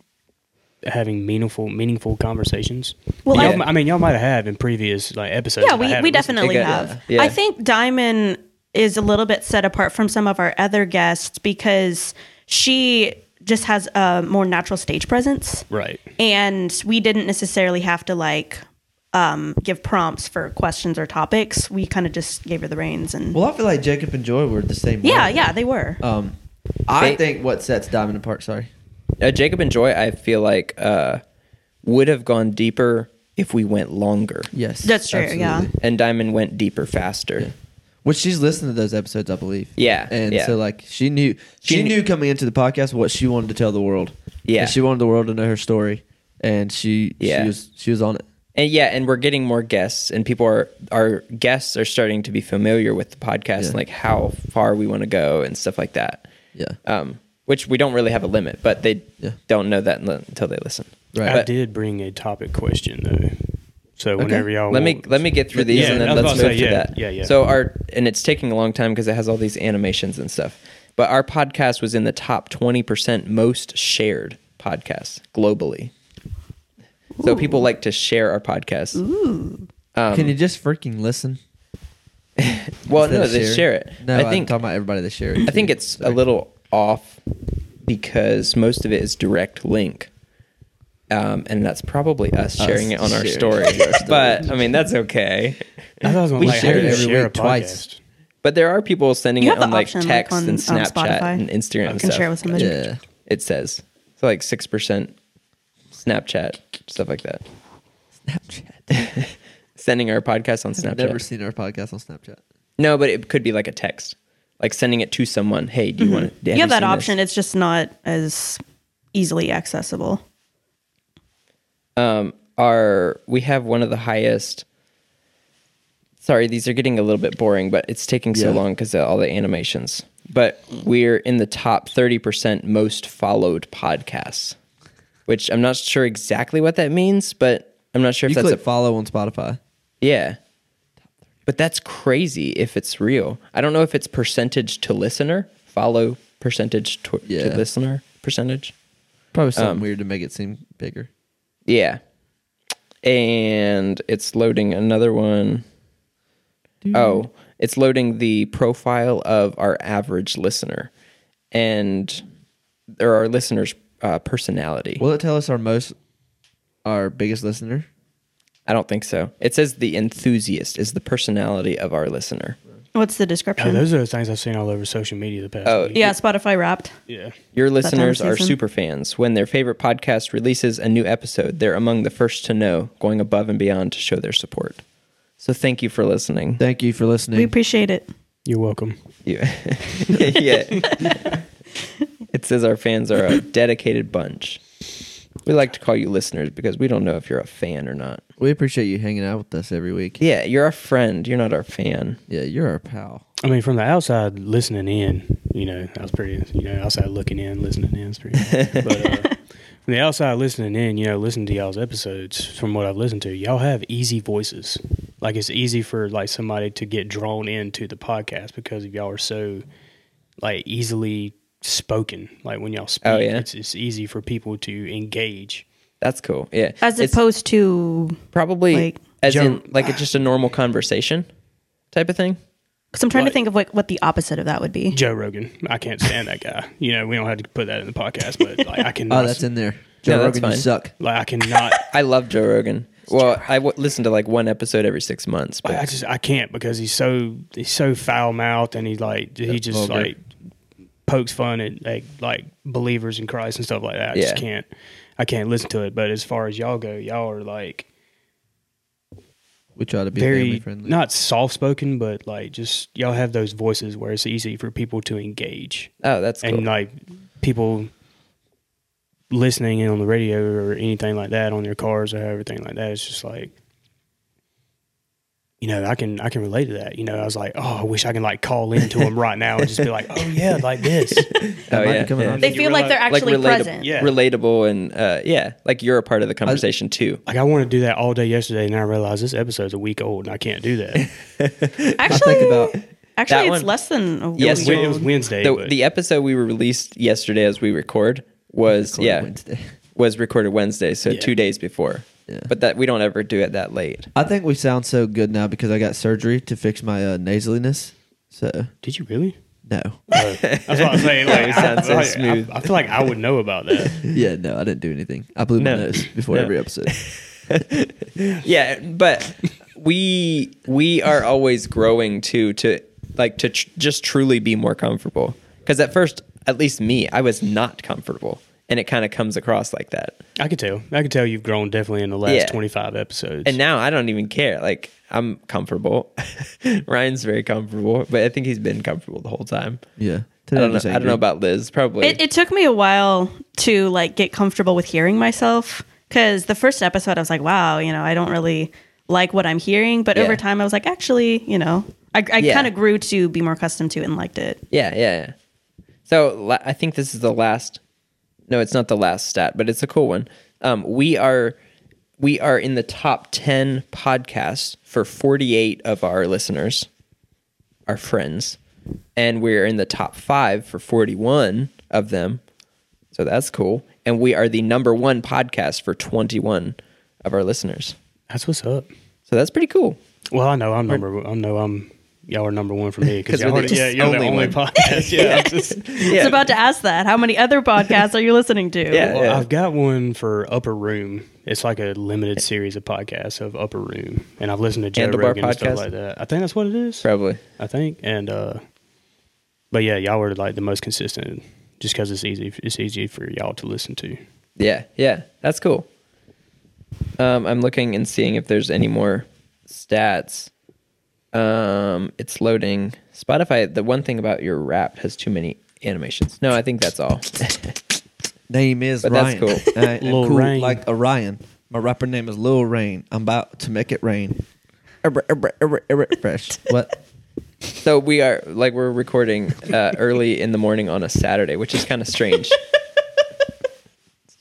[SPEAKER 2] having meaningful meaningful conversations.
[SPEAKER 4] Well,
[SPEAKER 2] Y'all
[SPEAKER 4] I-
[SPEAKER 2] m- I, mean, y'all might have in previous like episodes.
[SPEAKER 4] Yeah,
[SPEAKER 2] I
[SPEAKER 4] we,
[SPEAKER 2] haven't
[SPEAKER 4] we
[SPEAKER 2] listened-
[SPEAKER 4] definitely
[SPEAKER 3] It got-
[SPEAKER 4] have.
[SPEAKER 3] yeah.
[SPEAKER 4] I think Diamond is a little bit set apart from some of our other guests because she just has a more natural stage presence.
[SPEAKER 2] Right.
[SPEAKER 4] and we didn't necessarily have to like um, give prompts for questions or topics. We kind of just gave her the reins and
[SPEAKER 1] Well, I feel like Jacob and Joy were the same.
[SPEAKER 4] yeah,
[SPEAKER 1] way.
[SPEAKER 4] yeah, they were.
[SPEAKER 1] Um, I
[SPEAKER 3] They-
[SPEAKER 1] think what sets Diamond apart. Sorry.
[SPEAKER 3] Uh, Jacob and Joy, I feel like uh, would have gone deeper if we went longer,
[SPEAKER 1] Yes.
[SPEAKER 4] That's true, yeah.
[SPEAKER 3] and Diamond went deeper faster.
[SPEAKER 1] Which she's listened to those episodes, I believe.
[SPEAKER 3] Yeah,
[SPEAKER 1] And
[SPEAKER 3] yeah.
[SPEAKER 1] so like she knew she,
[SPEAKER 3] She kn-
[SPEAKER 1] knew coming into the podcast what she wanted to tell the world.
[SPEAKER 3] Yeah.
[SPEAKER 1] And she wanted the world to know her story. And she
[SPEAKER 3] Yeah.
[SPEAKER 1] she was she was on it.
[SPEAKER 3] And yeah, and we're getting more guests, and people are our guests are starting to be familiar with the podcast,
[SPEAKER 1] Yeah.
[SPEAKER 3] and like how far we want to go and stuff like that.
[SPEAKER 1] Yeah.
[SPEAKER 3] Um, which we don't really have a limit, but they
[SPEAKER 1] Yeah.
[SPEAKER 3] don't know that unle- until they listen.
[SPEAKER 1] Right.
[SPEAKER 2] I
[SPEAKER 3] But
[SPEAKER 2] did bring a topic question though. So whenever y'all
[SPEAKER 3] let me
[SPEAKER 2] want-
[SPEAKER 3] let me get through these
[SPEAKER 2] Yeah,
[SPEAKER 3] and then
[SPEAKER 2] I was
[SPEAKER 3] let's move
[SPEAKER 2] about to
[SPEAKER 3] to
[SPEAKER 2] say, yeah,
[SPEAKER 3] that.
[SPEAKER 2] yeah, yeah.
[SPEAKER 3] So our and it's taking a long time because it has all these animations and stuff. But our podcast was in the top twenty percent most shared podcasts globally. So people like to share our podcast.
[SPEAKER 1] Can you just freaking listen?
[SPEAKER 3] Well,
[SPEAKER 1] instead
[SPEAKER 3] um, Oh, no,
[SPEAKER 1] of
[SPEAKER 3] they
[SPEAKER 1] sharing?
[SPEAKER 3] share it.
[SPEAKER 1] No,
[SPEAKER 3] I think
[SPEAKER 1] am talking about everybody that share it.
[SPEAKER 3] I
[SPEAKER 1] too.
[SPEAKER 3] think it's a little off because most of it is direct link. Um, and that's probably us sharing it on our
[SPEAKER 1] sharing
[SPEAKER 3] story.
[SPEAKER 1] it on our story.
[SPEAKER 3] but I mean, that's okay.
[SPEAKER 2] I thought I was gonna
[SPEAKER 3] we
[SPEAKER 2] like, how do
[SPEAKER 3] shared
[SPEAKER 2] you
[SPEAKER 1] it
[SPEAKER 2] share
[SPEAKER 1] every
[SPEAKER 2] a
[SPEAKER 1] week twice.
[SPEAKER 2] podcast?
[SPEAKER 3] But there are people sending
[SPEAKER 4] You
[SPEAKER 3] it
[SPEAKER 4] have
[SPEAKER 3] on
[SPEAKER 4] the
[SPEAKER 3] like
[SPEAKER 4] option, like,
[SPEAKER 3] text
[SPEAKER 4] on-
[SPEAKER 3] and
[SPEAKER 4] on
[SPEAKER 3] Snapchat
[SPEAKER 4] Spotify.
[SPEAKER 3] and Instagram and
[SPEAKER 4] can
[SPEAKER 3] stuff.
[SPEAKER 4] share with somebody.
[SPEAKER 1] Yeah.
[SPEAKER 3] It says. So like 6% Snapchat, stuff like that.
[SPEAKER 1] Snapchat.
[SPEAKER 3] Sending our podcast on Snapchat.
[SPEAKER 1] Never seen our podcast on Snapchat.
[SPEAKER 3] No, but it could be like a text. Like sending it to someone. Hey, do you want to
[SPEAKER 4] Mm-hmm. you have that option. It's just not as easily accessible.
[SPEAKER 3] um, are we have one of the highest. Sorry, these are getting a little bit boring, but it's taking so
[SPEAKER 1] Yeah.
[SPEAKER 3] long because of all the animations. But we're in the top thirty percent most followed podcasts, which I'm not sure exactly what that means, but I'm not sure if
[SPEAKER 1] You
[SPEAKER 3] that's
[SPEAKER 1] click
[SPEAKER 3] a
[SPEAKER 1] follow on Spotify.
[SPEAKER 3] yeah. But that's crazy if it's real. I don't know if it's percentage to listener, follow percentage to,
[SPEAKER 1] Yeah.
[SPEAKER 3] to listener percentage.
[SPEAKER 1] Probably something weird to make it seem bigger.
[SPEAKER 3] Yeah. And it's loading another one. Oh, it's loading the profile of our average listener and or our listener's uh, personality.
[SPEAKER 1] Will it tell us our most our biggest listener?
[SPEAKER 3] I don't think so. It says the enthusiast is the personality of our listener.
[SPEAKER 4] What's the description?
[SPEAKER 2] Yeah, those are the things I've seen all over social media the past.
[SPEAKER 3] Oh,
[SPEAKER 2] week.
[SPEAKER 4] yeah, Spotify Wrapped.
[SPEAKER 2] yeah.
[SPEAKER 3] Your listeners
[SPEAKER 4] time of
[SPEAKER 3] are
[SPEAKER 4] season.
[SPEAKER 3] super fans. When their favorite podcast releases a new episode, they're among the first to know, going above and beyond to show their support. So thank you for listening.
[SPEAKER 1] Thank you for listening.
[SPEAKER 4] We appreciate it.
[SPEAKER 2] You're welcome.
[SPEAKER 3] You- yeah. uh, It says our fans are a dedicated bunch. We like to call you listeners because we don't know if you're a fan or not.
[SPEAKER 1] we appreciate you hanging out with us every week.
[SPEAKER 3] Yeah, you're our friend. You're not our fan.
[SPEAKER 1] Yeah, you're our pal.
[SPEAKER 2] I mean, from the outside listening in, you know, I was pretty, you know, outside looking in, listening in is pretty. but uh, from the outside listening in, you know, listening to y'all's episodes, from what I've listened to, y'all have easy voices. Like it's easy for like somebody to get drawn into the podcast because of y'all are so like easily spoken. Like when y'all speak,
[SPEAKER 3] Oh, yeah?
[SPEAKER 2] it's, it's easy for people to engage.
[SPEAKER 3] That's cool. Yeah.
[SPEAKER 4] As
[SPEAKER 3] It's
[SPEAKER 4] opposed to
[SPEAKER 3] probably
[SPEAKER 4] like-
[SPEAKER 3] as in
[SPEAKER 2] Joe-
[SPEAKER 3] like it's just a normal conversation type of thing.
[SPEAKER 4] Because I'm trying to think of like what the opposite of that would be.
[SPEAKER 2] Joe Rogan, I can't stand that guy. You know, we don't have to put that in the podcast, but like I can.
[SPEAKER 1] Oh, that's in there. Joe
[SPEAKER 3] No, that's
[SPEAKER 1] Rogan, you
[SPEAKER 3] fine.
[SPEAKER 1] suck.
[SPEAKER 2] Like I cannot.
[SPEAKER 3] I love Joe Rogan. Well, I w- listen to like one episode every six months. But
[SPEAKER 2] I just I can't because he's so he's so foul mouthed and he like he just
[SPEAKER 1] vulgar.
[SPEAKER 2] like pokes fun at like like believers in Christ and stuff like that. I just
[SPEAKER 3] Yeah.
[SPEAKER 2] can't I can't listen to it. But as far as y'all go, y'all are like
[SPEAKER 1] We try to be family
[SPEAKER 2] very
[SPEAKER 1] friendly.
[SPEAKER 2] not soft spoken, but like just y'all have those voices where it's easy for people to engage
[SPEAKER 3] oh, that's cool.
[SPEAKER 2] and like people listening in on the radio or anything like that on their cars or everything like that. It's just like you know, I can I can relate to that. You know, I was like, oh, I wish I can like call into them right now and just be like, oh yeah, like this.
[SPEAKER 3] oh,
[SPEAKER 1] might be
[SPEAKER 3] yeah,
[SPEAKER 1] coming
[SPEAKER 3] yeah.
[SPEAKER 1] on.
[SPEAKER 4] They
[SPEAKER 2] You
[SPEAKER 4] feel like
[SPEAKER 2] realize-
[SPEAKER 4] they're actually
[SPEAKER 3] relatable,
[SPEAKER 4] present.
[SPEAKER 2] Yeah.
[SPEAKER 3] relatable, and uh, yeah, like you're a part of the conversation too.
[SPEAKER 2] Like I want to do that all day yesterday, and I realized this episode's a week old, and I can't do that.
[SPEAKER 4] Actually,
[SPEAKER 1] about
[SPEAKER 3] that
[SPEAKER 4] actually, it's
[SPEAKER 3] one.
[SPEAKER 4] less than a
[SPEAKER 3] Yes,
[SPEAKER 4] week
[SPEAKER 3] we-
[SPEAKER 2] it was
[SPEAKER 4] old.
[SPEAKER 2] Wednesday.
[SPEAKER 3] The,
[SPEAKER 2] but
[SPEAKER 3] the episode we released yesterday, as we record, was yeah
[SPEAKER 1] Wednesday.
[SPEAKER 3] was recorded Wednesday, so two days before.
[SPEAKER 1] Yeah.
[SPEAKER 3] But that we don't ever do it that late.
[SPEAKER 1] I think we sound so good now because I got surgery to fix my uh, nasaliness. So
[SPEAKER 2] did you really?
[SPEAKER 1] no,
[SPEAKER 2] That's what I'm saying. Like,
[SPEAKER 3] it sounds so
[SPEAKER 2] like,
[SPEAKER 3] smooth.
[SPEAKER 2] I, I feel like I would know about that.
[SPEAKER 1] yeah, no, I didn't do anything. I blew my
[SPEAKER 3] No.
[SPEAKER 1] nose before
[SPEAKER 3] No.
[SPEAKER 1] every episode.
[SPEAKER 3] yeah but we we are always growing too to like to tr- just truly be more comfortable because at first at least me i was not comfortable and it kind of comes across like that
[SPEAKER 2] I could tell. I could tell you've grown definitely in the last
[SPEAKER 3] Yeah.
[SPEAKER 2] 25 episodes.
[SPEAKER 3] and now i don't even care like i'm comfortable ryan's very comfortable but i think he's been comfortable the whole time
[SPEAKER 1] Yeah,
[SPEAKER 3] i
[SPEAKER 1] Today I'm
[SPEAKER 3] don't know
[SPEAKER 1] just
[SPEAKER 3] i don't
[SPEAKER 1] angry.
[SPEAKER 3] know about liz probably
[SPEAKER 4] It, it took me a while to like get comfortable with hearing myself because the first episode I was like, wow, you know, I don't really like what I'm hearing. But
[SPEAKER 3] Yeah.
[SPEAKER 4] over time, I was like, actually, you know, I, I
[SPEAKER 3] Yeah.
[SPEAKER 4] kind of grew to be more accustomed to it and liked it.
[SPEAKER 3] Yeah, yeah, yeah. So la- I think this is the last. No, it's not the last stat, but it's a cool one. Um, we are we are in the top ten podcasts for forty eight of our listeners, our friends, and we're in the top five for forty one of them. So that's cool, and we are the number one podcast for twenty one of our listeners.
[SPEAKER 2] that's what's up.
[SPEAKER 3] So that's pretty cool.
[SPEAKER 2] Well, I know I'm number. I know I'm. Y'all are number one for me because
[SPEAKER 3] 'Cause we're
[SPEAKER 2] y'all are,
[SPEAKER 3] the
[SPEAKER 2] yeah, you're the
[SPEAKER 3] only
[SPEAKER 2] only
[SPEAKER 3] one.
[SPEAKER 2] podcast. Yeah, I'm just-
[SPEAKER 4] I
[SPEAKER 3] Yeah,
[SPEAKER 4] was about to ask that. How many other podcasts are you listening to?
[SPEAKER 3] yeah,
[SPEAKER 2] well,
[SPEAKER 3] yeah.
[SPEAKER 2] I've got one for Upper Room. It's like a limited series of podcasts of Upper Room, and I've listened to Joe
[SPEAKER 3] Handlebar
[SPEAKER 2] Rogan and
[SPEAKER 3] Podcast?
[SPEAKER 2] stuff like that. I think that's what it is.
[SPEAKER 3] probably.
[SPEAKER 2] I think, and uh, but yeah, y'all were like the most consistent, just because it's easy. It's easy for y'all to listen to.
[SPEAKER 3] Yeah, yeah, that's cool. Um, I'm looking and seeing if there's any more stats. Um, it's loading. Spotify. The one thing about your rap has too many animations. No, I think that's all.
[SPEAKER 1] Name is
[SPEAKER 3] But
[SPEAKER 1] Ryan.
[SPEAKER 3] that's cool.
[SPEAKER 1] I am
[SPEAKER 2] Lil
[SPEAKER 1] cool
[SPEAKER 2] Rain.
[SPEAKER 1] like Orion. My rapper name is Lil Rain. I'm about to make it rain. Err, err, err, err, Fresh. What?
[SPEAKER 3] so we are like we're recording uh, early in the morning on a Saturday, which is kind of strange.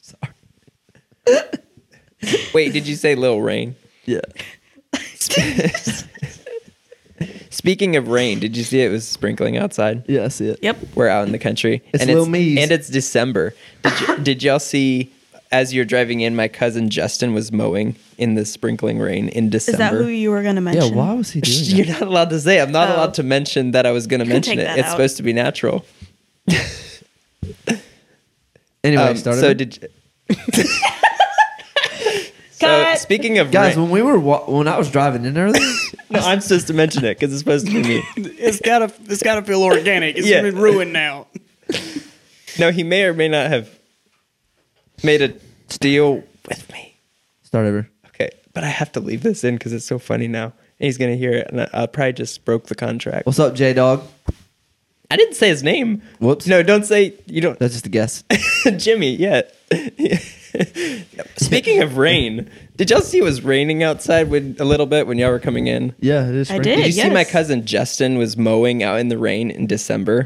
[SPEAKER 3] Sorry. Wait, did you say Lil Rain?
[SPEAKER 1] Yeah.
[SPEAKER 3] Speaking of rain, did you see it was sprinkling outside?
[SPEAKER 1] Yeah, I see it.
[SPEAKER 4] Yep.
[SPEAKER 3] we're out in the country.
[SPEAKER 1] It's
[SPEAKER 3] and
[SPEAKER 1] Lil
[SPEAKER 3] it's,
[SPEAKER 1] Mees.
[SPEAKER 3] And it's December. Did, y- did y'all see, as you're driving in, my cousin Justin was mowing in the sprinkling rain in
[SPEAKER 4] Is
[SPEAKER 3] December?
[SPEAKER 4] that who you were going to
[SPEAKER 1] Yeah,
[SPEAKER 4] mention?
[SPEAKER 1] why was he doing
[SPEAKER 3] You're
[SPEAKER 1] that?
[SPEAKER 3] not allowed to say. I'm not
[SPEAKER 4] Oh.
[SPEAKER 3] allowed to mention that I was going to
[SPEAKER 4] can
[SPEAKER 3] mention
[SPEAKER 4] take
[SPEAKER 3] it.
[SPEAKER 4] that
[SPEAKER 3] It's
[SPEAKER 4] out.
[SPEAKER 3] supposed to be natural.
[SPEAKER 1] Anyway,
[SPEAKER 3] Um,
[SPEAKER 1] started
[SPEAKER 3] so
[SPEAKER 1] it.
[SPEAKER 3] did. y- so
[SPEAKER 4] Cut.
[SPEAKER 3] speaking of
[SPEAKER 1] guys
[SPEAKER 3] rain,
[SPEAKER 1] when we were wa- when I was driving in earlier,
[SPEAKER 3] I'm supposed to mention it because it's supposed to be me.
[SPEAKER 2] It's gotta it's gotta feel organic. It's
[SPEAKER 3] Yeah.
[SPEAKER 2] been ruined now.
[SPEAKER 3] No, he may or may not have made a deal with me.
[SPEAKER 1] Start over.
[SPEAKER 3] Okay, but I have to leave this in because it's so funny now. And he's gonna hear it, and I, I probably just broke the contract.
[SPEAKER 1] What's up, J Dog?
[SPEAKER 3] I didn't say his name.
[SPEAKER 1] Whoops.
[SPEAKER 3] No, don't say you don't.
[SPEAKER 1] That's just a guess.
[SPEAKER 3] Jimmy, yeah. Speaking of rain, did y'all see it was raining outside when, a little bit when y'all were coming in?
[SPEAKER 1] Yeah, it is.
[SPEAKER 4] I
[SPEAKER 1] Frank.
[SPEAKER 4] did.
[SPEAKER 3] Did you see my
[SPEAKER 4] yes.
[SPEAKER 3] cousin Justin was mowing out in the rain in December?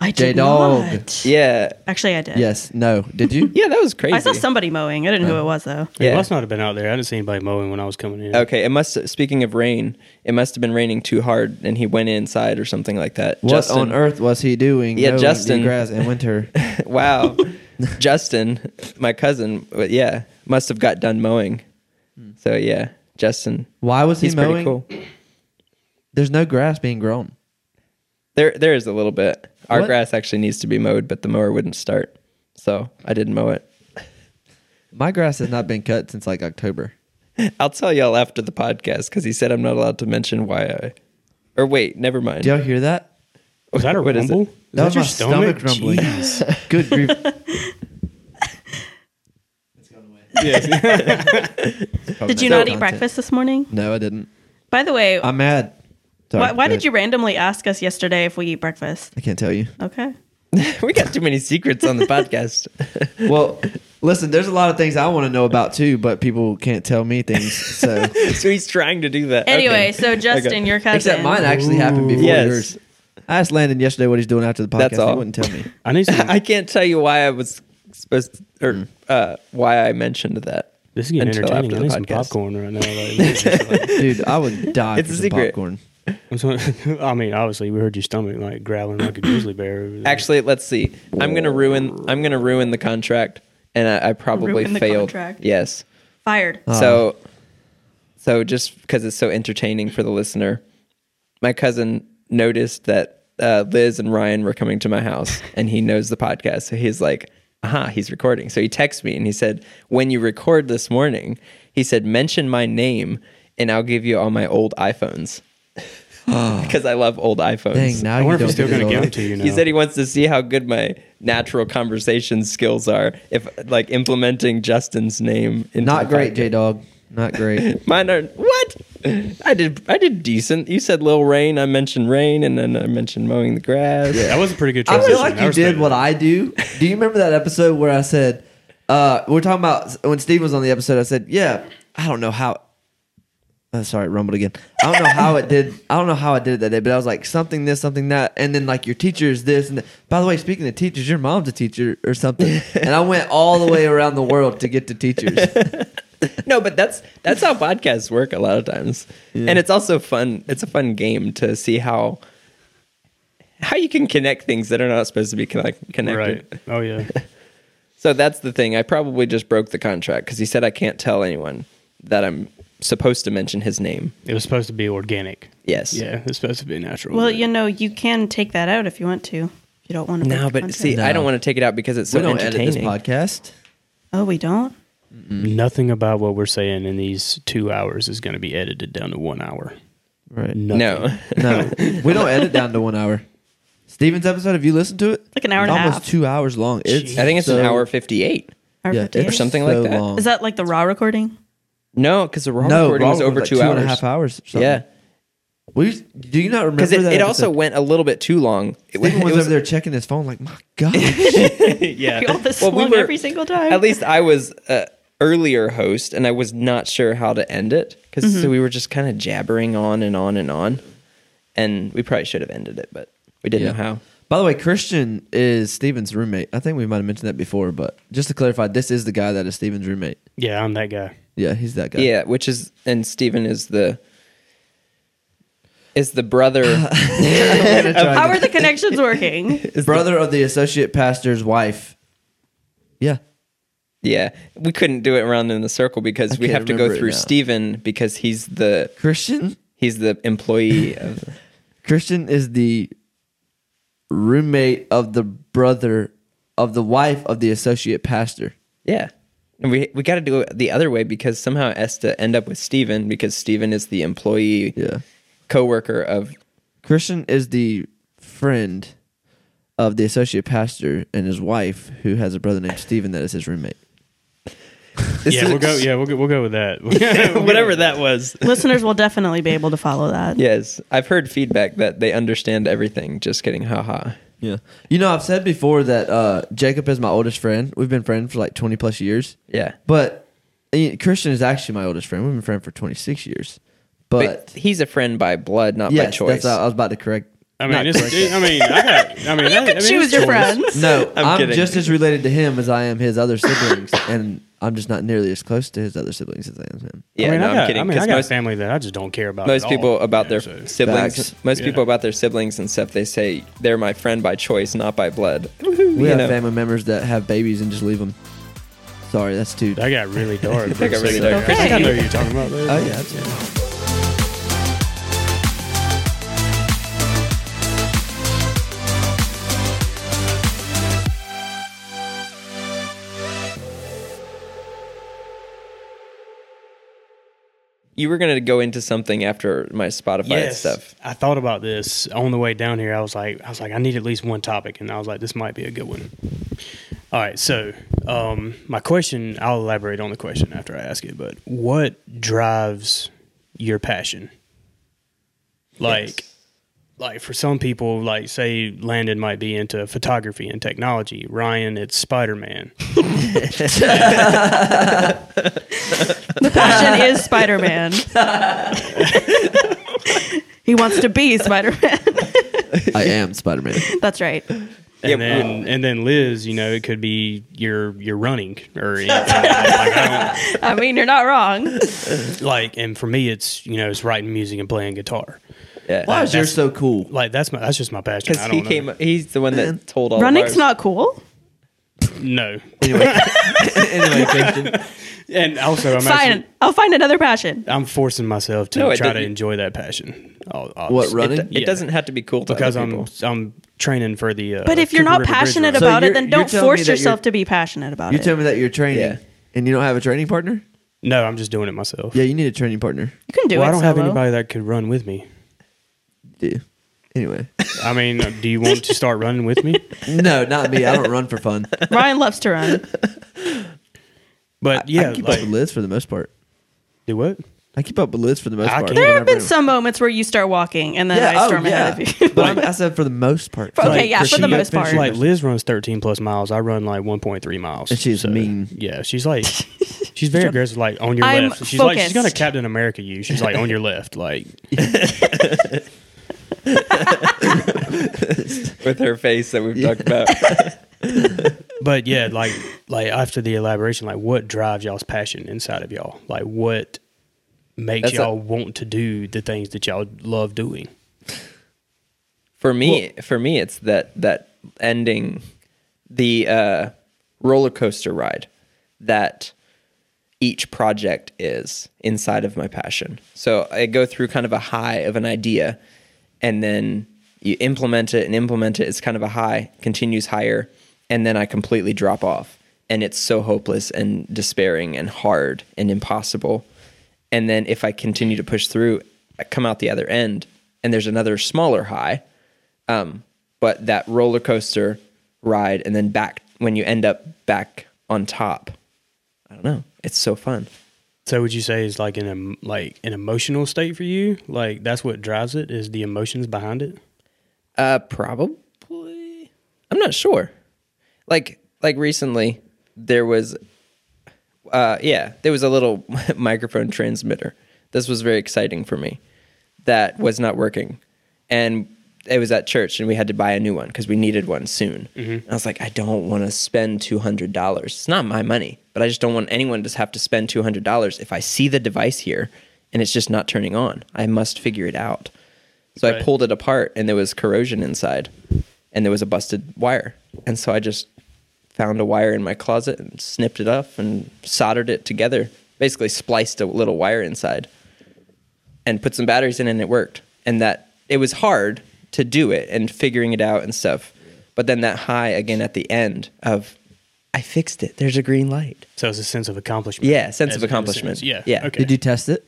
[SPEAKER 4] I did
[SPEAKER 1] J-Dog.
[SPEAKER 4] not.
[SPEAKER 3] yeah.
[SPEAKER 4] Actually, I did.
[SPEAKER 1] Yes. No. Did you?
[SPEAKER 3] Yeah, that was crazy.
[SPEAKER 4] I saw somebody mowing. I didn't know who it was though.
[SPEAKER 2] It
[SPEAKER 3] Yeah. Oh,
[SPEAKER 2] must not have been out there. I didn't see anybody mowing when I was coming in.
[SPEAKER 3] Okay, it must speaking of rain, it must have been raining too hard and he went inside or something like that.
[SPEAKER 1] What
[SPEAKER 3] Justin,
[SPEAKER 1] on earth was he doing?
[SPEAKER 3] Yeah,
[SPEAKER 1] mowing
[SPEAKER 3] Justin.
[SPEAKER 1] the grass in winter.
[SPEAKER 3] Wow. Justin, my cousin, but yeah, must have got done mowing. So yeah, Justin.
[SPEAKER 1] Hmm. Why was he
[SPEAKER 3] He's
[SPEAKER 1] mowing?
[SPEAKER 3] pretty cool.
[SPEAKER 1] There's no grass being grown.
[SPEAKER 3] There, there is a little bit. Our
[SPEAKER 1] What?
[SPEAKER 3] grass actually needs to be mowed, but the mower wouldn't start, so I didn't mow it.
[SPEAKER 1] My grass has not been cut since like October.
[SPEAKER 3] I'll tell y'all after the podcast because he said I'm not allowed to mention why I. Or wait, never mind.
[SPEAKER 1] Do y'all hear that?
[SPEAKER 2] Was that a
[SPEAKER 3] What is it?
[SPEAKER 2] rumble? Is
[SPEAKER 1] That was
[SPEAKER 2] your
[SPEAKER 1] my stomach, rumbling.
[SPEAKER 2] Jeez.
[SPEAKER 1] Good grief.
[SPEAKER 4] Did
[SPEAKER 1] So-
[SPEAKER 4] you not eat
[SPEAKER 1] Content.
[SPEAKER 4] breakfast this morning?
[SPEAKER 1] No, I didn't.
[SPEAKER 4] By the way,
[SPEAKER 1] I'm mad. Sorry,
[SPEAKER 4] why, why
[SPEAKER 1] go
[SPEAKER 4] did
[SPEAKER 1] ahead.
[SPEAKER 4] you randomly ask us yesterday if we eat breakfast?
[SPEAKER 1] I can't tell you.
[SPEAKER 4] Okay.
[SPEAKER 3] we got too many secrets on the podcast.
[SPEAKER 1] Well, listen, there's a lot of things I want to know about too, but people can't tell me things. So
[SPEAKER 3] so he's trying to do that.
[SPEAKER 4] Anyway,
[SPEAKER 3] Okay.
[SPEAKER 4] so Justin,
[SPEAKER 3] Okay.
[SPEAKER 4] your cousin.
[SPEAKER 1] except mine actually happened before
[SPEAKER 3] Yes.
[SPEAKER 1] yours. I asked Landon yesterday what he's doing after the podcast.
[SPEAKER 3] That's
[SPEAKER 1] He
[SPEAKER 3] all.
[SPEAKER 1] wouldn't tell me.
[SPEAKER 2] I need some
[SPEAKER 3] I can't tell you why I was supposed to, or uh, why I mentioned that.
[SPEAKER 2] Hmm. this is getting
[SPEAKER 3] Until
[SPEAKER 2] entertaining.
[SPEAKER 3] after
[SPEAKER 2] I
[SPEAKER 3] the
[SPEAKER 2] need some
[SPEAKER 3] podcast.
[SPEAKER 2] popcorn right now. Like, this is like-
[SPEAKER 1] Dude, I would die
[SPEAKER 3] It's
[SPEAKER 1] for
[SPEAKER 3] a
[SPEAKER 1] some
[SPEAKER 3] secret.
[SPEAKER 1] popcorn.
[SPEAKER 2] I'm so- I mean, obviously, we heard your stomach like growling like a grizzly bear. over there.
[SPEAKER 3] Actually, let's see. I'm gonna ruin. I'm gonna ruin the contract, and I, I probably
[SPEAKER 4] Ruin the
[SPEAKER 3] failed.
[SPEAKER 4] contract.
[SPEAKER 3] Yes.
[SPEAKER 4] Fired.
[SPEAKER 1] Oh.
[SPEAKER 3] So, so just because it's so entertaining for the listener, my cousin noticed that uh, Liz and Ryan were coming to my house, and he knows the podcast, so he's like, "Aha, he's recording." So he texts me and he said, "When you record this morning," he said, "Mention my name, and I'll give you all my old iPhones." Because I love old iPhones.
[SPEAKER 1] Ah. Dang, now
[SPEAKER 2] I
[SPEAKER 1] you
[SPEAKER 2] wonder if
[SPEAKER 1] don't
[SPEAKER 2] he's still
[SPEAKER 1] think
[SPEAKER 2] going to
[SPEAKER 1] it's
[SPEAKER 2] give
[SPEAKER 1] all
[SPEAKER 2] them to you now.
[SPEAKER 3] He said he wants to see how good my natural conversation skills are. If like implementing Justin's name, into
[SPEAKER 1] Not
[SPEAKER 3] the
[SPEAKER 1] great,
[SPEAKER 3] podcast.
[SPEAKER 1] J Dog. Not great.
[SPEAKER 3] Mine are what? I did. I did decent. You said Lil Rain. I mentioned rain, and then I mentioned mowing the grass.
[SPEAKER 2] that was a pretty good
[SPEAKER 1] I
[SPEAKER 2] transition.
[SPEAKER 1] feel like you
[SPEAKER 2] respect
[SPEAKER 1] did what
[SPEAKER 2] that.
[SPEAKER 1] I do. Do you remember that episode where I said, uh, we're talking about when Steve was on the episode, I said, yeah, I don't know how. Oh, sorry, it rumbled again. I don't know how it did. I don't know how I did it that day, but I was like something this, something that, and then like your teacher is this. And that. by the way, speaking of teachers, your mom's a teacher or something. And I went all the way around the world to get to teachers.
[SPEAKER 3] No, but that's that's how podcasts work a lot of times, and it's also fun. It's a fun game to see how how you can connect things that are not supposed to be connect, connected.
[SPEAKER 2] Right. Oh, yeah.
[SPEAKER 3] So that's the thing. I probably just broke the contract because he said I can't tell anyone that I'm supposed to mention his name.
[SPEAKER 2] It was supposed to be organic.
[SPEAKER 3] Yes.
[SPEAKER 2] Yeah, it's supposed to be natural.
[SPEAKER 4] well, you know, you can take that out if you want to. You don't want to. break
[SPEAKER 3] No,
[SPEAKER 4] the
[SPEAKER 3] but
[SPEAKER 4] contract.
[SPEAKER 3] see, I don't want to take it out because it's so
[SPEAKER 1] we don't edit this
[SPEAKER 3] entertaining.
[SPEAKER 1] podcast.
[SPEAKER 4] Oh, we don't.
[SPEAKER 2] nothing about what we're saying in these two hours is going to be edited down to one hour.
[SPEAKER 1] Right.
[SPEAKER 2] Nothing.
[SPEAKER 3] no,
[SPEAKER 1] No, we don't edit down to one hour. Steven's episode, have you listened to it?
[SPEAKER 4] Like an hour
[SPEAKER 1] It's
[SPEAKER 4] and a
[SPEAKER 1] almost
[SPEAKER 4] half.
[SPEAKER 1] two hours long. It's
[SPEAKER 3] I think it's
[SPEAKER 1] so-
[SPEAKER 3] an hour fifty-eight.
[SPEAKER 4] Our
[SPEAKER 1] yeah,
[SPEAKER 4] 58.
[SPEAKER 3] or something like that.
[SPEAKER 1] Long.
[SPEAKER 4] Is that like the raw recording?
[SPEAKER 3] No, because the raw recording
[SPEAKER 1] raw
[SPEAKER 3] was over
[SPEAKER 1] like
[SPEAKER 3] two, hours.
[SPEAKER 1] and a half hours. Or something.
[SPEAKER 3] Yeah,
[SPEAKER 1] We used- do you not remember
[SPEAKER 3] because it,
[SPEAKER 1] that?
[SPEAKER 3] it also
[SPEAKER 1] episode?
[SPEAKER 3] went a little bit too long. It,
[SPEAKER 1] Steven
[SPEAKER 3] it
[SPEAKER 1] was,
[SPEAKER 3] was-
[SPEAKER 1] over there checking his phone, like, my God.
[SPEAKER 3] yeah.
[SPEAKER 4] All this
[SPEAKER 3] Well, we
[SPEAKER 4] long
[SPEAKER 3] were-
[SPEAKER 4] every single time.
[SPEAKER 3] At least I was a earlier host, and I was not sure how to end it because
[SPEAKER 4] Mm-hmm.
[SPEAKER 3] so we were just kind of jabbering on and on and on, and we probably should have ended it, but we didn't know how.
[SPEAKER 1] By the way, Christian is Steven's roommate. I think we might have mentioned that before, but just to clarify, this is the guy that is Steven's roommate.
[SPEAKER 2] Yeah, I'm that guy.
[SPEAKER 1] Yeah, he's that guy.
[SPEAKER 3] Yeah, which is and Steven is the is the brother.
[SPEAKER 4] How are the connections working?
[SPEAKER 1] Brother of the associate pastor's wife. Yeah.
[SPEAKER 3] yeah, we couldn't do it around in the circle because we
[SPEAKER 1] can't
[SPEAKER 3] have to go
[SPEAKER 1] remember it
[SPEAKER 3] through
[SPEAKER 1] now.
[SPEAKER 3] Steven because he's the
[SPEAKER 1] Christian?
[SPEAKER 3] he's the employee of.
[SPEAKER 1] Christian is the roommate of the brother of the wife of the associate pastor.
[SPEAKER 3] Yeah. And we we got to do it the other way because somehow it has to end up with Steven because Steven is the employee
[SPEAKER 1] Yeah.
[SPEAKER 3] coworker of
[SPEAKER 1] Christian is the friend of the associate pastor and his wife, who has a brother named Stephen that is his roommate.
[SPEAKER 3] This
[SPEAKER 2] Yeah,
[SPEAKER 3] is-
[SPEAKER 2] we'll go. Yeah, we'll go, we'll go with that. We'll
[SPEAKER 3] whatever that was.
[SPEAKER 4] Listeners will definitely be able to follow that.
[SPEAKER 3] Yes, I've heard feedback that they understand everything. Just kidding, haha.
[SPEAKER 1] Yeah. You know, I've said before that uh, Jacob is my oldest friend. We've been friends for like 20 plus years.
[SPEAKER 3] Yeah,
[SPEAKER 1] But eh, Christian is actually my oldest friend. We've been friends for 26 years. But,
[SPEAKER 3] but he's a friend by blood, not by
[SPEAKER 1] yes,
[SPEAKER 3] choice.
[SPEAKER 1] that's uh, I was about to correct.
[SPEAKER 2] I
[SPEAKER 1] not
[SPEAKER 2] mean, it's,
[SPEAKER 1] correct
[SPEAKER 2] it- I mean, I got. I mean, that, I mean, it's
[SPEAKER 4] Choose your
[SPEAKER 2] choice.
[SPEAKER 4] friends.
[SPEAKER 1] No,
[SPEAKER 3] I'm
[SPEAKER 1] I'm,
[SPEAKER 3] kidding.
[SPEAKER 1] just as related to him as I am his other siblings, and I'm just not nearly as close to his other siblings as I am him.
[SPEAKER 3] yeah,
[SPEAKER 2] I mean,
[SPEAKER 3] no,
[SPEAKER 2] I got,
[SPEAKER 3] I'm kidding.
[SPEAKER 2] I mean, I
[SPEAKER 3] 'cause
[SPEAKER 2] got
[SPEAKER 3] most,
[SPEAKER 2] family that I just don't care about.
[SPEAKER 3] most
[SPEAKER 2] at
[SPEAKER 3] people
[SPEAKER 2] all.
[SPEAKER 3] about
[SPEAKER 2] Yeah,
[SPEAKER 3] their
[SPEAKER 2] so-
[SPEAKER 3] siblings,
[SPEAKER 1] Facts.
[SPEAKER 3] most
[SPEAKER 2] Yeah.
[SPEAKER 3] people about their siblings and stuff, they say they're my friend by choice, not by blood.
[SPEAKER 1] We
[SPEAKER 3] You
[SPEAKER 1] have
[SPEAKER 3] know.
[SPEAKER 1] family members that have babies and just leave them. Sorry, that's too.
[SPEAKER 2] That got really dark.
[SPEAKER 3] That got really
[SPEAKER 2] I
[SPEAKER 3] dark.
[SPEAKER 2] think I know what you're talking about. There.
[SPEAKER 1] Oh yeah, that's it.
[SPEAKER 3] You were gonna go into something after my Spotify stuff.
[SPEAKER 2] I thought about this on the way down here. I was like, I was like, I need at least one topic, and I was like, this might be a good one. All right, so um, my question, I'll elaborate on the question after I ask it, but what drives your passion? Like, like for some people, like say Landon might be into photography and technology. Ryan, it's Spider Man.
[SPEAKER 4] The passion is Spider Man. he wants to be Spider Man.
[SPEAKER 1] I am Spider Man.
[SPEAKER 4] That's right.
[SPEAKER 2] and then and then Liz, you know, it could be your your running or anything. like, I don't,
[SPEAKER 4] I mean, you're not wrong.
[SPEAKER 2] like and for me it's you know it's writing music and playing guitar
[SPEAKER 3] Yeah,
[SPEAKER 1] Why is yours so cool?
[SPEAKER 2] like that's my that's just my passion
[SPEAKER 3] because
[SPEAKER 2] i
[SPEAKER 3] he
[SPEAKER 2] don't know
[SPEAKER 3] came. He's the one that told all. of
[SPEAKER 4] Running's
[SPEAKER 3] ours.
[SPEAKER 4] not cool.
[SPEAKER 2] no
[SPEAKER 1] anyway, Christian,
[SPEAKER 2] and also i'm
[SPEAKER 4] Fine.
[SPEAKER 2] actually
[SPEAKER 4] I'll find another passion.
[SPEAKER 2] i'm forcing myself to
[SPEAKER 3] No, it
[SPEAKER 2] try to
[SPEAKER 3] didn't.
[SPEAKER 2] enjoy that passion I'll- I'll-
[SPEAKER 1] What,
[SPEAKER 2] it-
[SPEAKER 1] running?
[SPEAKER 3] It
[SPEAKER 2] yeah.
[SPEAKER 3] doesn't have to be cool to
[SPEAKER 2] because
[SPEAKER 3] other
[SPEAKER 2] i'm
[SPEAKER 3] people.
[SPEAKER 2] i'm training for the uh,
[SPEAKER 4] But if you're
[SPEAKER 2] Cooper
[SPEAKER 4] not
[SPEAKER 2] River Bridge
[SPEAKER 4] passionate
[SPEAKER 2] Race.
[SPEAKER 1] So
[SPEAKER 4] about it,
[SPEAKER 1] you're-
[SPEAKER 4] then
[SPEAKER 1] you're
[SPEAKER 4] don't
[SPEAKER 1] telling me
[SPEAKER 4] force
[SPEAKER 1] that
[SPEAKER 4] yourself
[SPEAKER 1] you're-
[SPEAKER 4] to be passionate about
[SPEAKER 1] you
[SPEAKER 4] it.
[SPEAKER 1] tell me that you're training,
[SPEAKER 3] Yeah.
[SPEAKER 1] and you don't have a training partner.
[SPEAKER 2] no i'm just doing it myself
[SPEAKER 1] Yeah, you need a training partner.
[SPEAKER 4] you can do
[SPEAKER 2] well
[SPEAKER 4] it.
[SPEAKER 2] i don't have
[SPEAKER 4] solo.
[SPEAKER 2] anybody that could run with me
[SPEAKER 1] Yeah. Anyway,
[SPEAKER 2] i mean uh, do you want to start running with me
[SPEAKER 1] no, not me. I don't run for fun.
[SPEAKER 4] Ryan loves to run.
[SPEAKER 2] but yeah
[SPEAKER 1] I keep
[SPEAKER 2] like,
[SPEAKER 1] up with Liz for the most part.
[SPEAKER 2] do what
[SPEAKER 1] I keep up with Liz for the most
[SPEAKER 2] I
[SPEAKER 1] part.
[SPEAKER 2] can't. There
[SPEAKER 4] There have been some moments where you start walking and then
[SPEAKER 1] Yeah,
[SPEAKER 4] I
[SPEAKER 1] oh,
[SPEAKER 4] storm
[SPEAKER 1] yeah.
[SPEAKER 4] ahead of you.
[SPEAKER 1] but I'm, I said for the most part.
[SPEAKER 4] Okay,
[SPEAKER 1] Like,
[SPEAKER 4] yeah, for the
[SPEAKER 1] she-
[SPEAKER 4] most part.
[SPEAKER 2] like liz runs 13 plus miles i run like 1.3 miles
[SPEAKER 1] And she's mean.
[SPEAKER 2] Yeah, she's like, she's very aggressive. Like on your
[SPEAKER 4] I'm
[SPEAKER 2] left, she's like she's gonna
[SPEAKER 4] focused.
[SPEAKER 2] Captain America you. She's like on your left, like
[SPEAKER 3] with her face that we've talked about.
[SPEAKER 2] But yeah, like like after the elaboration, like what drives y'all's passion inside of y'all? Like what makes
[SPEAKER 3] That's a-
[SPEAKER 2] y'all want to do the things that y'all love doing?
[SPEAKER 3] For me, for me, it's that that ending, the uh, roller coaster ride that each project is inside of my passion. So I go through kind of a high of an idea, and then you implement it and implement it. It's kind of a high, continues higher, and then I completely drop off, and it's so hopeless and despairing and hard and impossible. And then if I continue to push through, I come out the other end, and there's another smaller high. Um, but that roller coaster ride, and then back when you end up back on top, I don't know. It's so fun.
[SPEAKER 2] So would you say is like an em- like an emotional state for you? Like that's what drives it is the emotions behind it.
[SPEAKER 3] Uh, probably. I'm not sure. Like like recently, there was, uh, yeah, there was a little microphone transmitter. This was very exciting for me. That was not working, and it was at church, and we had to buy a new one because we needed one soon. I was like, I don't want to spend two hundred dollars. It's not my money, but I just don't want anyone to have to spend two hundred dollars if I see the device here and it's just not turning on. I must figure it out. So I
[SPEAKER 2] Right.
[SPEAKER 3] pulled it apart and there was corrosion inside and there was a busted wire. And so I just found a wire in my closet and snipped it off and soldered it together. Basically spliced a little wire inside and put some batteries in and it worked. And that it was hard to do it and figuring it out and stuff. But then that high again at the end of I fixed it. There's a green light.
[SPEAKER 2] So it's a sense of accomplishment.
[SPEAKER 3] Yeah, sense
[SPEAKER 2] As
[SPEAKER 3] of
[SPEAKER 2] in a
[SPEAKER 3] accomplishment.
[SPEAKER 2] sense, Yeah.
[SPEAKER 3] yeah.
[SPEAKER 2] Okay.
[SPEAKER 1] Did you test it?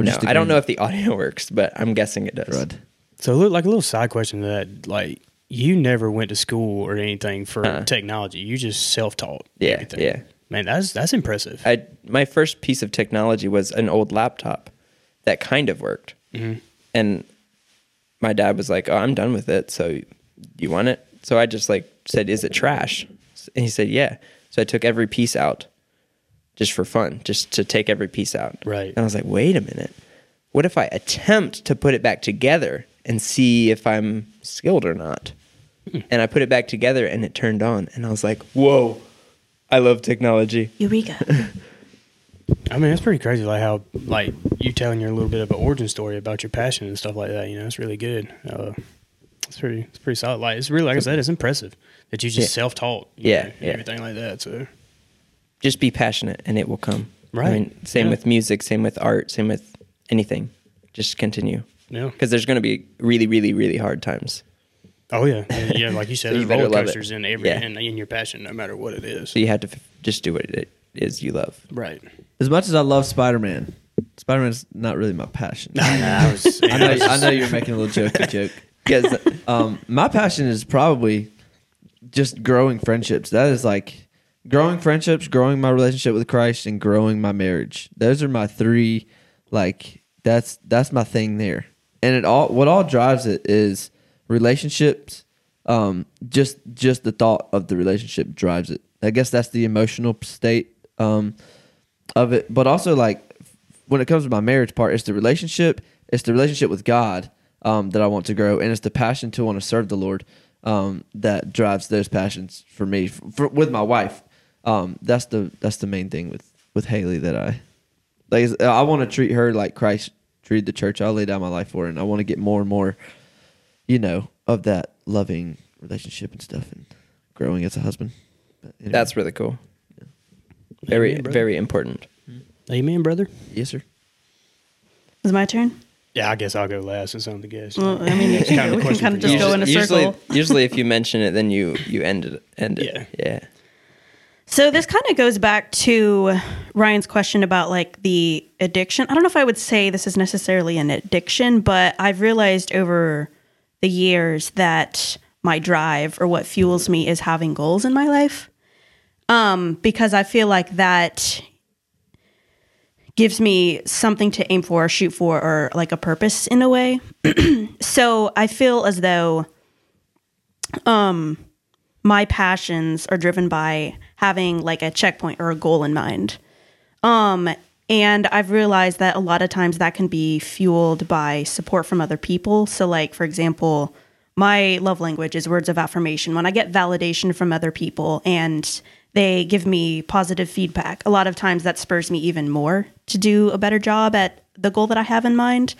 [SPEAKER 1] Or
[SPEAKER 3] No,
[SPEAKER 1] just the
[SPEAKER 3] I don't
[SPEAKER 1] green
[SPEAKER 3] know if the audio works, but I'm guessing it does.
[SPEAKER 1] Crud.
[SPEAKER 2] So look, like a little side question to that, like you never went to school or anything for technology. You just self taught.
[SPEAKER 3] Uh-huh. Yeah,
[SPEAKER 2] Everything.
[SPEAKER 3] yeah.
[SPEAKER 2] Man, that's that's impressive.
[SPEAKER 3] I my first piece of technology was an old laptop that kind of worked, and my dad was like, "Oh, I'm done with it. So you want it?" So I just like said, "Is it trash?" And he said, "Yeah." So I took every piece out, just for fun, just to take every piece out.
[SPEAKER 2] Right.
[SPEAKER 3] And I was like, "Wait a minute. What if I attempt to put it back together and see if I'm skilled or not?" And I put it back together, and it turned on, and I was like, "Whoa." I love technology.
[SPEAKER 4] Eureka.
[SPEAKER 2] I mean, that's pretty crazy. Like how like you telling your little bit of an origin story about your passion and stuff like that. You know, it's really good. Uh, it's pretty, it's pretty solid. Like it's really, like I said, it's impressive that you just
[SPEAKER 3] Yeah.
[SPEAKER 2] self taught.
[SPEAKER 3] Yeah,
[SPEAKER 2] know, and
[SPEAKER 3] yeah.
[SPEAKER 2] everything like that. So
[SPEAKER 3] just be passionate and it will come.
[SPEAKER 2] Right.
[SPEAKER 3] I mean, same
[SPEAKER 2] Yeah.
[SPEAKER 3] with music, same with art, same with anything. Just continue.
[SPEAKER 2] Yeah.
[SPEAKER 3] Because there's going to be really, really, really hard times.
[SPEAKER 2] oh yeah, yeah, yeah, like you said,
[SPEAKER 3] So you
[SPEAKER 2] there's roller
[SPEAKER 3] better love it.
[SPEAKER 2] coasters in every
[SPEAKER 3] Yeah.
[SPEAKER 2] in, in your passion, no matter what it is.
[SPEAKER 3] So you have to f- just do what it is you love.
[SPEAKER 2] Right.
[SPEAKER 1] As much as I love Spider Man, Spider Man's not really my passion.
[SPEAKER 2] I was,
[SPEAKER 1] I know, I know you're making a little jokey joke.
[SPEAKER 3] Because
[SPEAKER 1] Um, my passion is probably just growing friendships. That is like growing friendships, growing my relationship with Christ, and growing my marriage. Those are my three. Like that's that's my thing there. And it all what all drives it is relationships. Um, just just the thought of the relationship drives it. I guess that's the emotional state. Um, of it, but also like when it comes to my marriage part, it's the relationship, it's the relationship with God um, that I want to grow, and it's the passion to want to serve the Lord um, that drives those passions for me f for, with my wife. Um, that's the that's the main thing with with Haley that I like. is I want to treat her like Christ treated the church. I lay down my life for, her, and I want to get more and more, you know, of that loving relationship and stuff, and growing as a husband. But anyway.
[SPEAKER 3] that's really cool. Very,
[SPEAKER 2] Amen, brother.
[SPEAKER 3] very important.
[SPEAKER 2] Amen, brother.
[SPEAKER 1] yes, sir.
[SPEAKER 4] Is it my turn?
[SPEAKER 2] Yeah, I guess I'll go last since I'm the guest.
[SPEAKER 4] Well, I mean,
[SPEAKER 2] It's kind of a
[SPEAKER 4] we can
[SPEAKER 2] question
[SPEAKER 4] kind of
[SPEAKER 2] for
[SPEAKER 4] just
[SPEAKER 2] you.
[SPEAKER 4] go in a circle.
[SPEAKER 3] Usually, usually if you mention it, then you, you end it. End it.
[SPEAKER 2] Yeah.
[SPEAKER 3] Yeah.
[SPEAKER 4] So this kind of goes back to Ryan's question about like the addiction. I don't know if I would say this is necessarily an addiction, but I've realized over the years that my drive or what fuels me is having goals in my life. Um because I feel like that gives me something to aim for, or shoot for or like a purpose in a way. so I feel as though my passions are driven by having like a checkpoint or a goal in mind. Um, and I've realized that a lot of times that can be fueled by support from other people. So, like, for example, my love language is words of affirmation. When I get validation from other people and they give me positive feedback, a lot of times that spurs me even more to do a better job at the goal that I have in mind.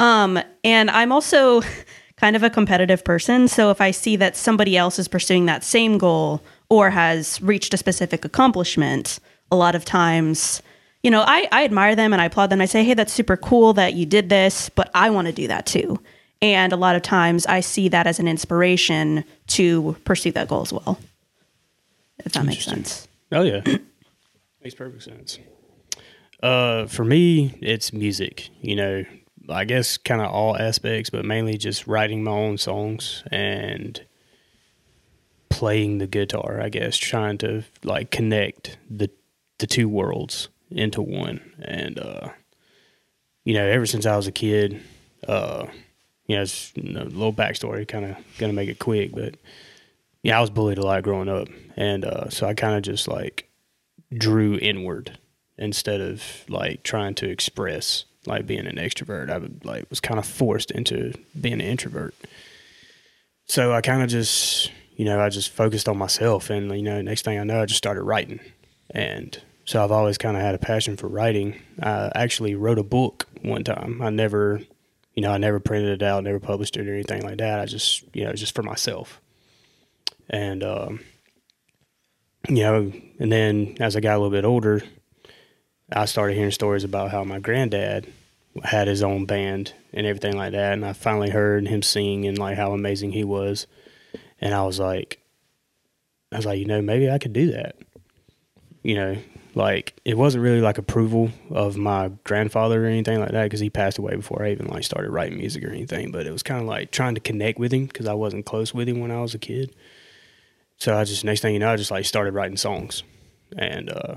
[SPEAKER 4] Um, and I'm also kind of a competitive person. So if I see that somebody else is pursuing that same goal or has reached a specific accomplishment, a lot of times, you know, I, I admire them and I applaud them. I say, hey, that's super cool that you did this, but I want to do that too. And a lot of times I see that as an inspiration to pursue that goal as well. If that makes sense.
[SPEAKER 2] Oh yeah, makes perfect sense. Uh, for me, it's music. You know, I guess kind of all aspects, but mainly just writing my own songs and playing the guitar. I guess trying to like connect the the two worlds into one. And uh, you know, ever since I was a kid, uh, you know, it's you know, a little backstory. Kind of gonna make it quick, but yeah, I was bullied a lot growing up, and uh, so I kind of just like drew inward instead of like trying to express like being an extrovert. I would, like was kind of forced into being an introvert. So I kind of just you know I just focused on myself, and you know next thing I know I just started writing, and so I've always kind of had a passion for writing. I actually wrote a book one time. I never. You know, I never printed it out, never published it or anything like that. I just, you know, it was just for myself and um, you know, and then as I got a little bit older, I started hearing stories about how my granddad had his own band and everything like that, and I finally heard him sing and like how amazing he was, and I was like, I was like, you know, maybe I could do that. You know, like it wasn't really like approval of my grandfather or anything like that because he passed away before I even like started writing music or anything. But it was kind of like trying to connect with him because I wasn't close with him when I was a kid. So I just next thing you know, I just like started writing songs, and uh,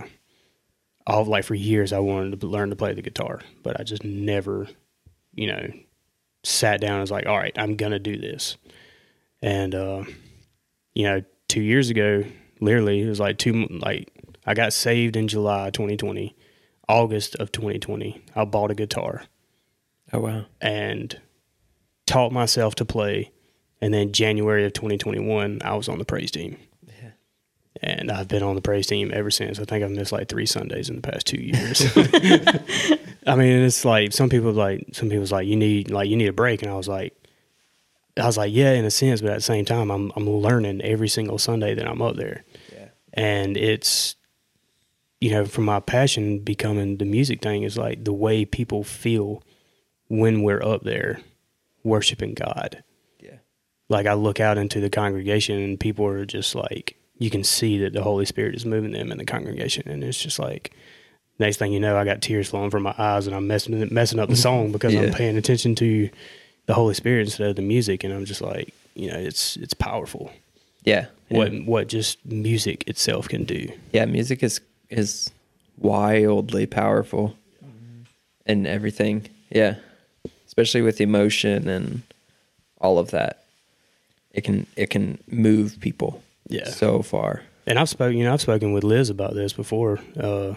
[SPEAKER 2] all like for years I wanted to learn to play the guitar, but I just never, you know, sat down and was like, all right, I'm gonna do this. And uh, you know, two years ago, literally, it was like two m- like I got saved in July 2020, August of 2020. I bought a guitar
[SPEAKER 3] Oh wow.
[SPEAKER 2] and taught myself to play, and then January of 2021, I was on the praise team. And I've been on the praise team ever since. I think I've missed like three Sundays in the past two years. I mean, it's like some people like some people's like you need like you need a break, and I was like, I was like, yeah, in a sense, but at the same time, I'm I'm learning every single Sunday that I'm up there, and it's you know from my passion becoming the music thing is like the way people feel when we're up there worshiping God.
[SPEAKER 3] Yeah.
[SPEAKER 2] Like I look out into the congregation and people are just like you can see that the Holy Spirit is moving them in the congregation and it's just like next thing you know I got tears flowing from my eyes and I'm messing messing up the song because I'm
[SPEAKER 3] Yeah.
[SPEAKER 2] paying attention to the Holy Spirit instead of the music and I'm just like, you know, it's it's powerful.
[SPEAKER 3] Yeah.
[SPEAKER 2] What what just music itself can do.
[SPEAKER 3] Yeah, music is is wildly powerful
[SPEAKER 2] Mm-hmm.
[SPEAKER 3] and everything. Yeah. Especially with emotion and all of that. It can it can move people.
[SPEAKER 2] Yeah.
[SPEAKER 3] So far.
[SPEAKER 2] and I've spoken, you know, I've spoken with Liz about this before. Uh,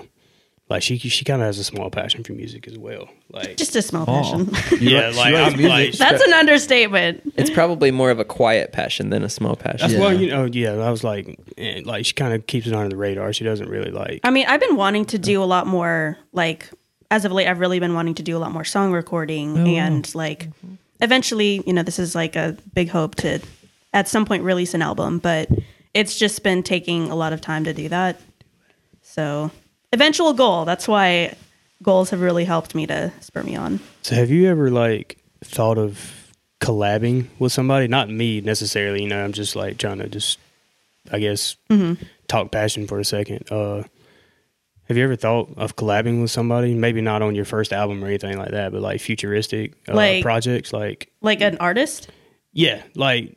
[SPEAKER 2] like she, she kind of has a small passion for music as well. Like,
[SPEAKER 4] Just a small passion.
[SPEAKER 2] yeah, like I'm like,
[SPEAKER 4] That's an understatement.
[SPEAKER 3] It's probably more of a quiet passion than a small passion.
[SPEAKER 2] that's well, you know, yeah. I was like, eh, like she kind of keeps it under the radar. She doesn't really like,
[SPEAKER 4] I mean, I've been wanting to do a lot more, like, as of late, I've really been wanting to do a lot more song recording
[SPEAKER 2] Oh,
[SPEAKER 4] and, like,
[SPEAKER 2] Mm-hmm.
[SPEAKER 4] eventually, you know, this is like a big hope to at some point release an album, but it's just been taking a lot of time to do that. So, eventual goal. That's why goals have really helped me to spur me on.
[SPEAKER 2] So have you ever like thought of collabing with somebody? Not me necessarily, you know, I'm just like trying to just I guess
[SPEAKER 4] Mm-hmm.
[SPEAKER 2] talk passion for a second. Uh have you ever thought of collabing with somebody? Maybe not on your first album or anything like that, but like futuristic uh,
[SPEAKER 4] Like-
[SPEAKER 2] projects like
[SPEAKER 4] Like, an artist,
[SPEAKER 2] yeah, like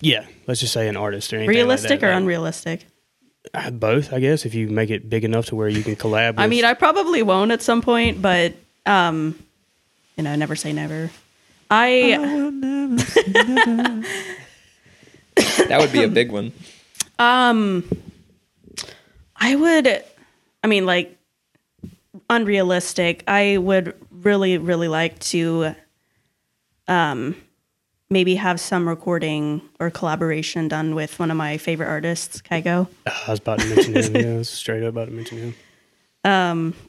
[SPEAKER 2] yeah, let's just say an artist or anything like
[SPEAKER 4] realistic
[SPEAKER 2] that.
[SPEAKER 4] or
[SPEAKER 2] Like,
[SPEAKER 4] unrealistic?
[SPEAKER 2] uh, Both, I guess, if you make it big enough to where you can collab with
[SPEAKER 4] I mean, I probably won't at some point, but um, you know, never say never. I
[SPEAKER 2] Uh-huh.
[SPEAKER 3] That would be a big one.
[SPEAKER 4] I would, I mean, like unrealistic. I would really, really like to, um, maybe have some recording or collaboration done with one of my favorite artists, Kygo.
[SPEAKER 2] I was about to mention him, yeah, I was straight up about to mention him.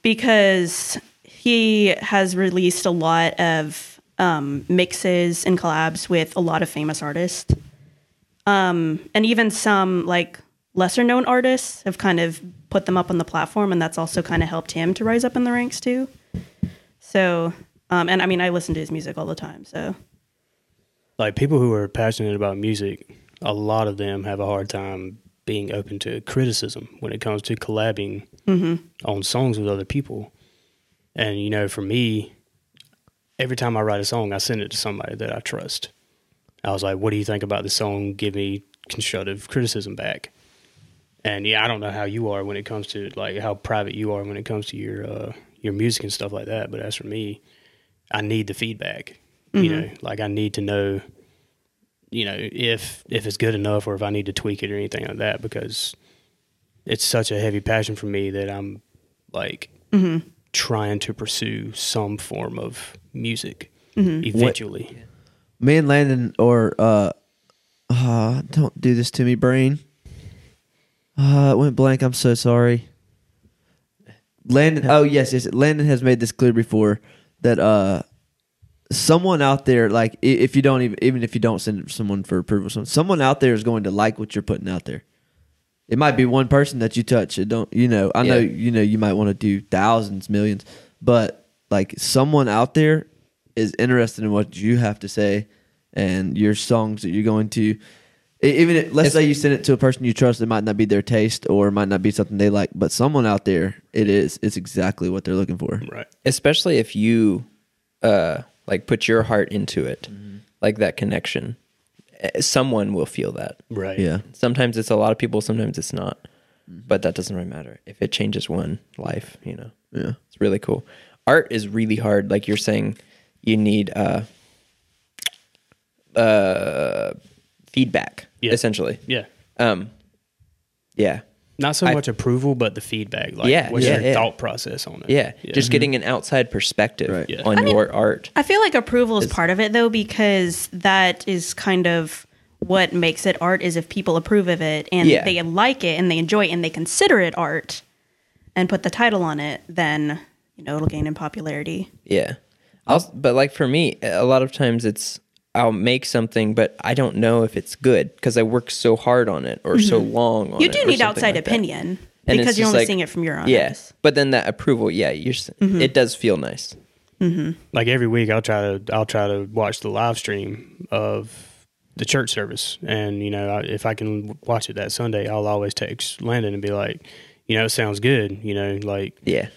[SPEAKER 4] because he has released a lot of um, mixes and collabs with a lot of famous artists. Um, and even some like lesser known artists have kind of put them up on the platform, and that's also kind of helped him to rise up in the ranks too. So, um, and I mean, I listen to his music all the time. So,
[SPEAKER 2] like people who are passionate about music, a lot of them have a hard time being open to criticism when it comes to collabing
[SPEAKER 4] Mm-hmm.
[SPEAKER 2] on songs with other people. And you know, for me, every time I write a song, I send it to somebody that I trust. I was like, "What do you think about the song? Give me constructive criticism back." And yeah, I don't know how you are when it comes to like how private you are when it comes to your uh, your music and stuff like that. But as for me, I need the feedback. You know, like I need to know, you know, if if it's good enough or if I need to tweak it or anything like that because it's such a heavy passion for me that I'm like trying to pursue some form of music eventually.
[SPEAKER 1] Me and Landon or uh, uh don't do this to me, brain. Uh, it went blank. I'm so sorry. Landon. Oh yes, yes. Landon has made this clear before that uh, someone out there, like i- if you don't even even if you don't send it to someone for approval, some- someone out there is going to like what you're putting out there. It might be one person that you touch. It don't you know? I know
[SPEAKER 3] Yeah.
[SPEAKER 1] you know you might want to do thousands, millions, but like someone out there is interested in what you have to say and your songs that you're going to E- Even if, let's say you send it to a person you trust, it might not be their taste or it might not be something they like, but someone out there, it is. It's exactly what they're looking for.
[SPEAKER 2] Right.
[SPEAKER 3] especially if you uh like put your heart into it
[SPEAKER 2] Mm-hmm.
[SPEAKER 3] like that connection eh, someone will feel that
[SPEAKER 2] Right.
[SPEAKER 1] Yeah.
[SPEAKER 3] sometimes it's a lot of people sometimes it's not but that doesn't really matter if it changes one life you know yeah it's really cool art is really hard like you're saying you need uh uh feedback
[SPEAKER 2] Yeah.
[SPEAKER 3] essentially
[SPEAKER 2] Yeah.
[SPEAKER 3] um yeah
[SPEAKER 2] Not so
[SPEAKER 3] I-
[SPEAKER 2] much approval, but the feedback. Like,
[SPEAKER 3] Yeah,
[SPEAKER 2] what's
[SPEAKER 3] yeah,
[SPEAKER 2] your
[SPEAKER 3] yeah.
[SPEAKER 2] thought process on it?
[SPEAKER 3] yeah, just getting an outside perspective
[SPEAKER 1] Right.
[SPEAKER 2] Yeah.
[SPEAKER 3] on your art
[SPEAKER 4] I feel like approval is part of it though, because that is kind of what makes it art is if people approve of it and
[SPEAKER 3] Yeah.
[SPEAKER 4] they like it and they enjoy it and they consider it art and put the title on it, then you know it'll gain in popularity.
[SPEAKER 3] Yeah. I'll, but like for me, a lot of times it's I'll make something, but I don't know if it's good because I work so hard on it or so long. On
[SPEAKER 4] Mm-hmm. You
[SPEAKER 3] it
[SPEAKER 4] do
[SPEAKER 3] or
[SPEAKER 4] need
[SPEAKER 3] something
[SPEAKER 4] outside
[SPEAKER 3] like that.
[SPEAKER 4] opinion
[SPEAKER 3] And it's
[SPEAKER 4] because you're
[SPEAKER 3] just
[SPEAKER 4] only
[SPEAKER 3] like-
[SPEAKER 4] seeing it from your own
[SPEAKER 3] Yeah,
[SPEAKER 4] eyes.
[SPEAKER 3] but then that approval, yeah, you're, s it does feel nice.
[SPEAKER 2] like every week I'll try to I'll try to watch the live stream of the church service, and you know I, if I can watch it that Sunday, I'll always text Landon and be like, you know, it sounds good, you know, like,
[SPEAKER 3] Yeah,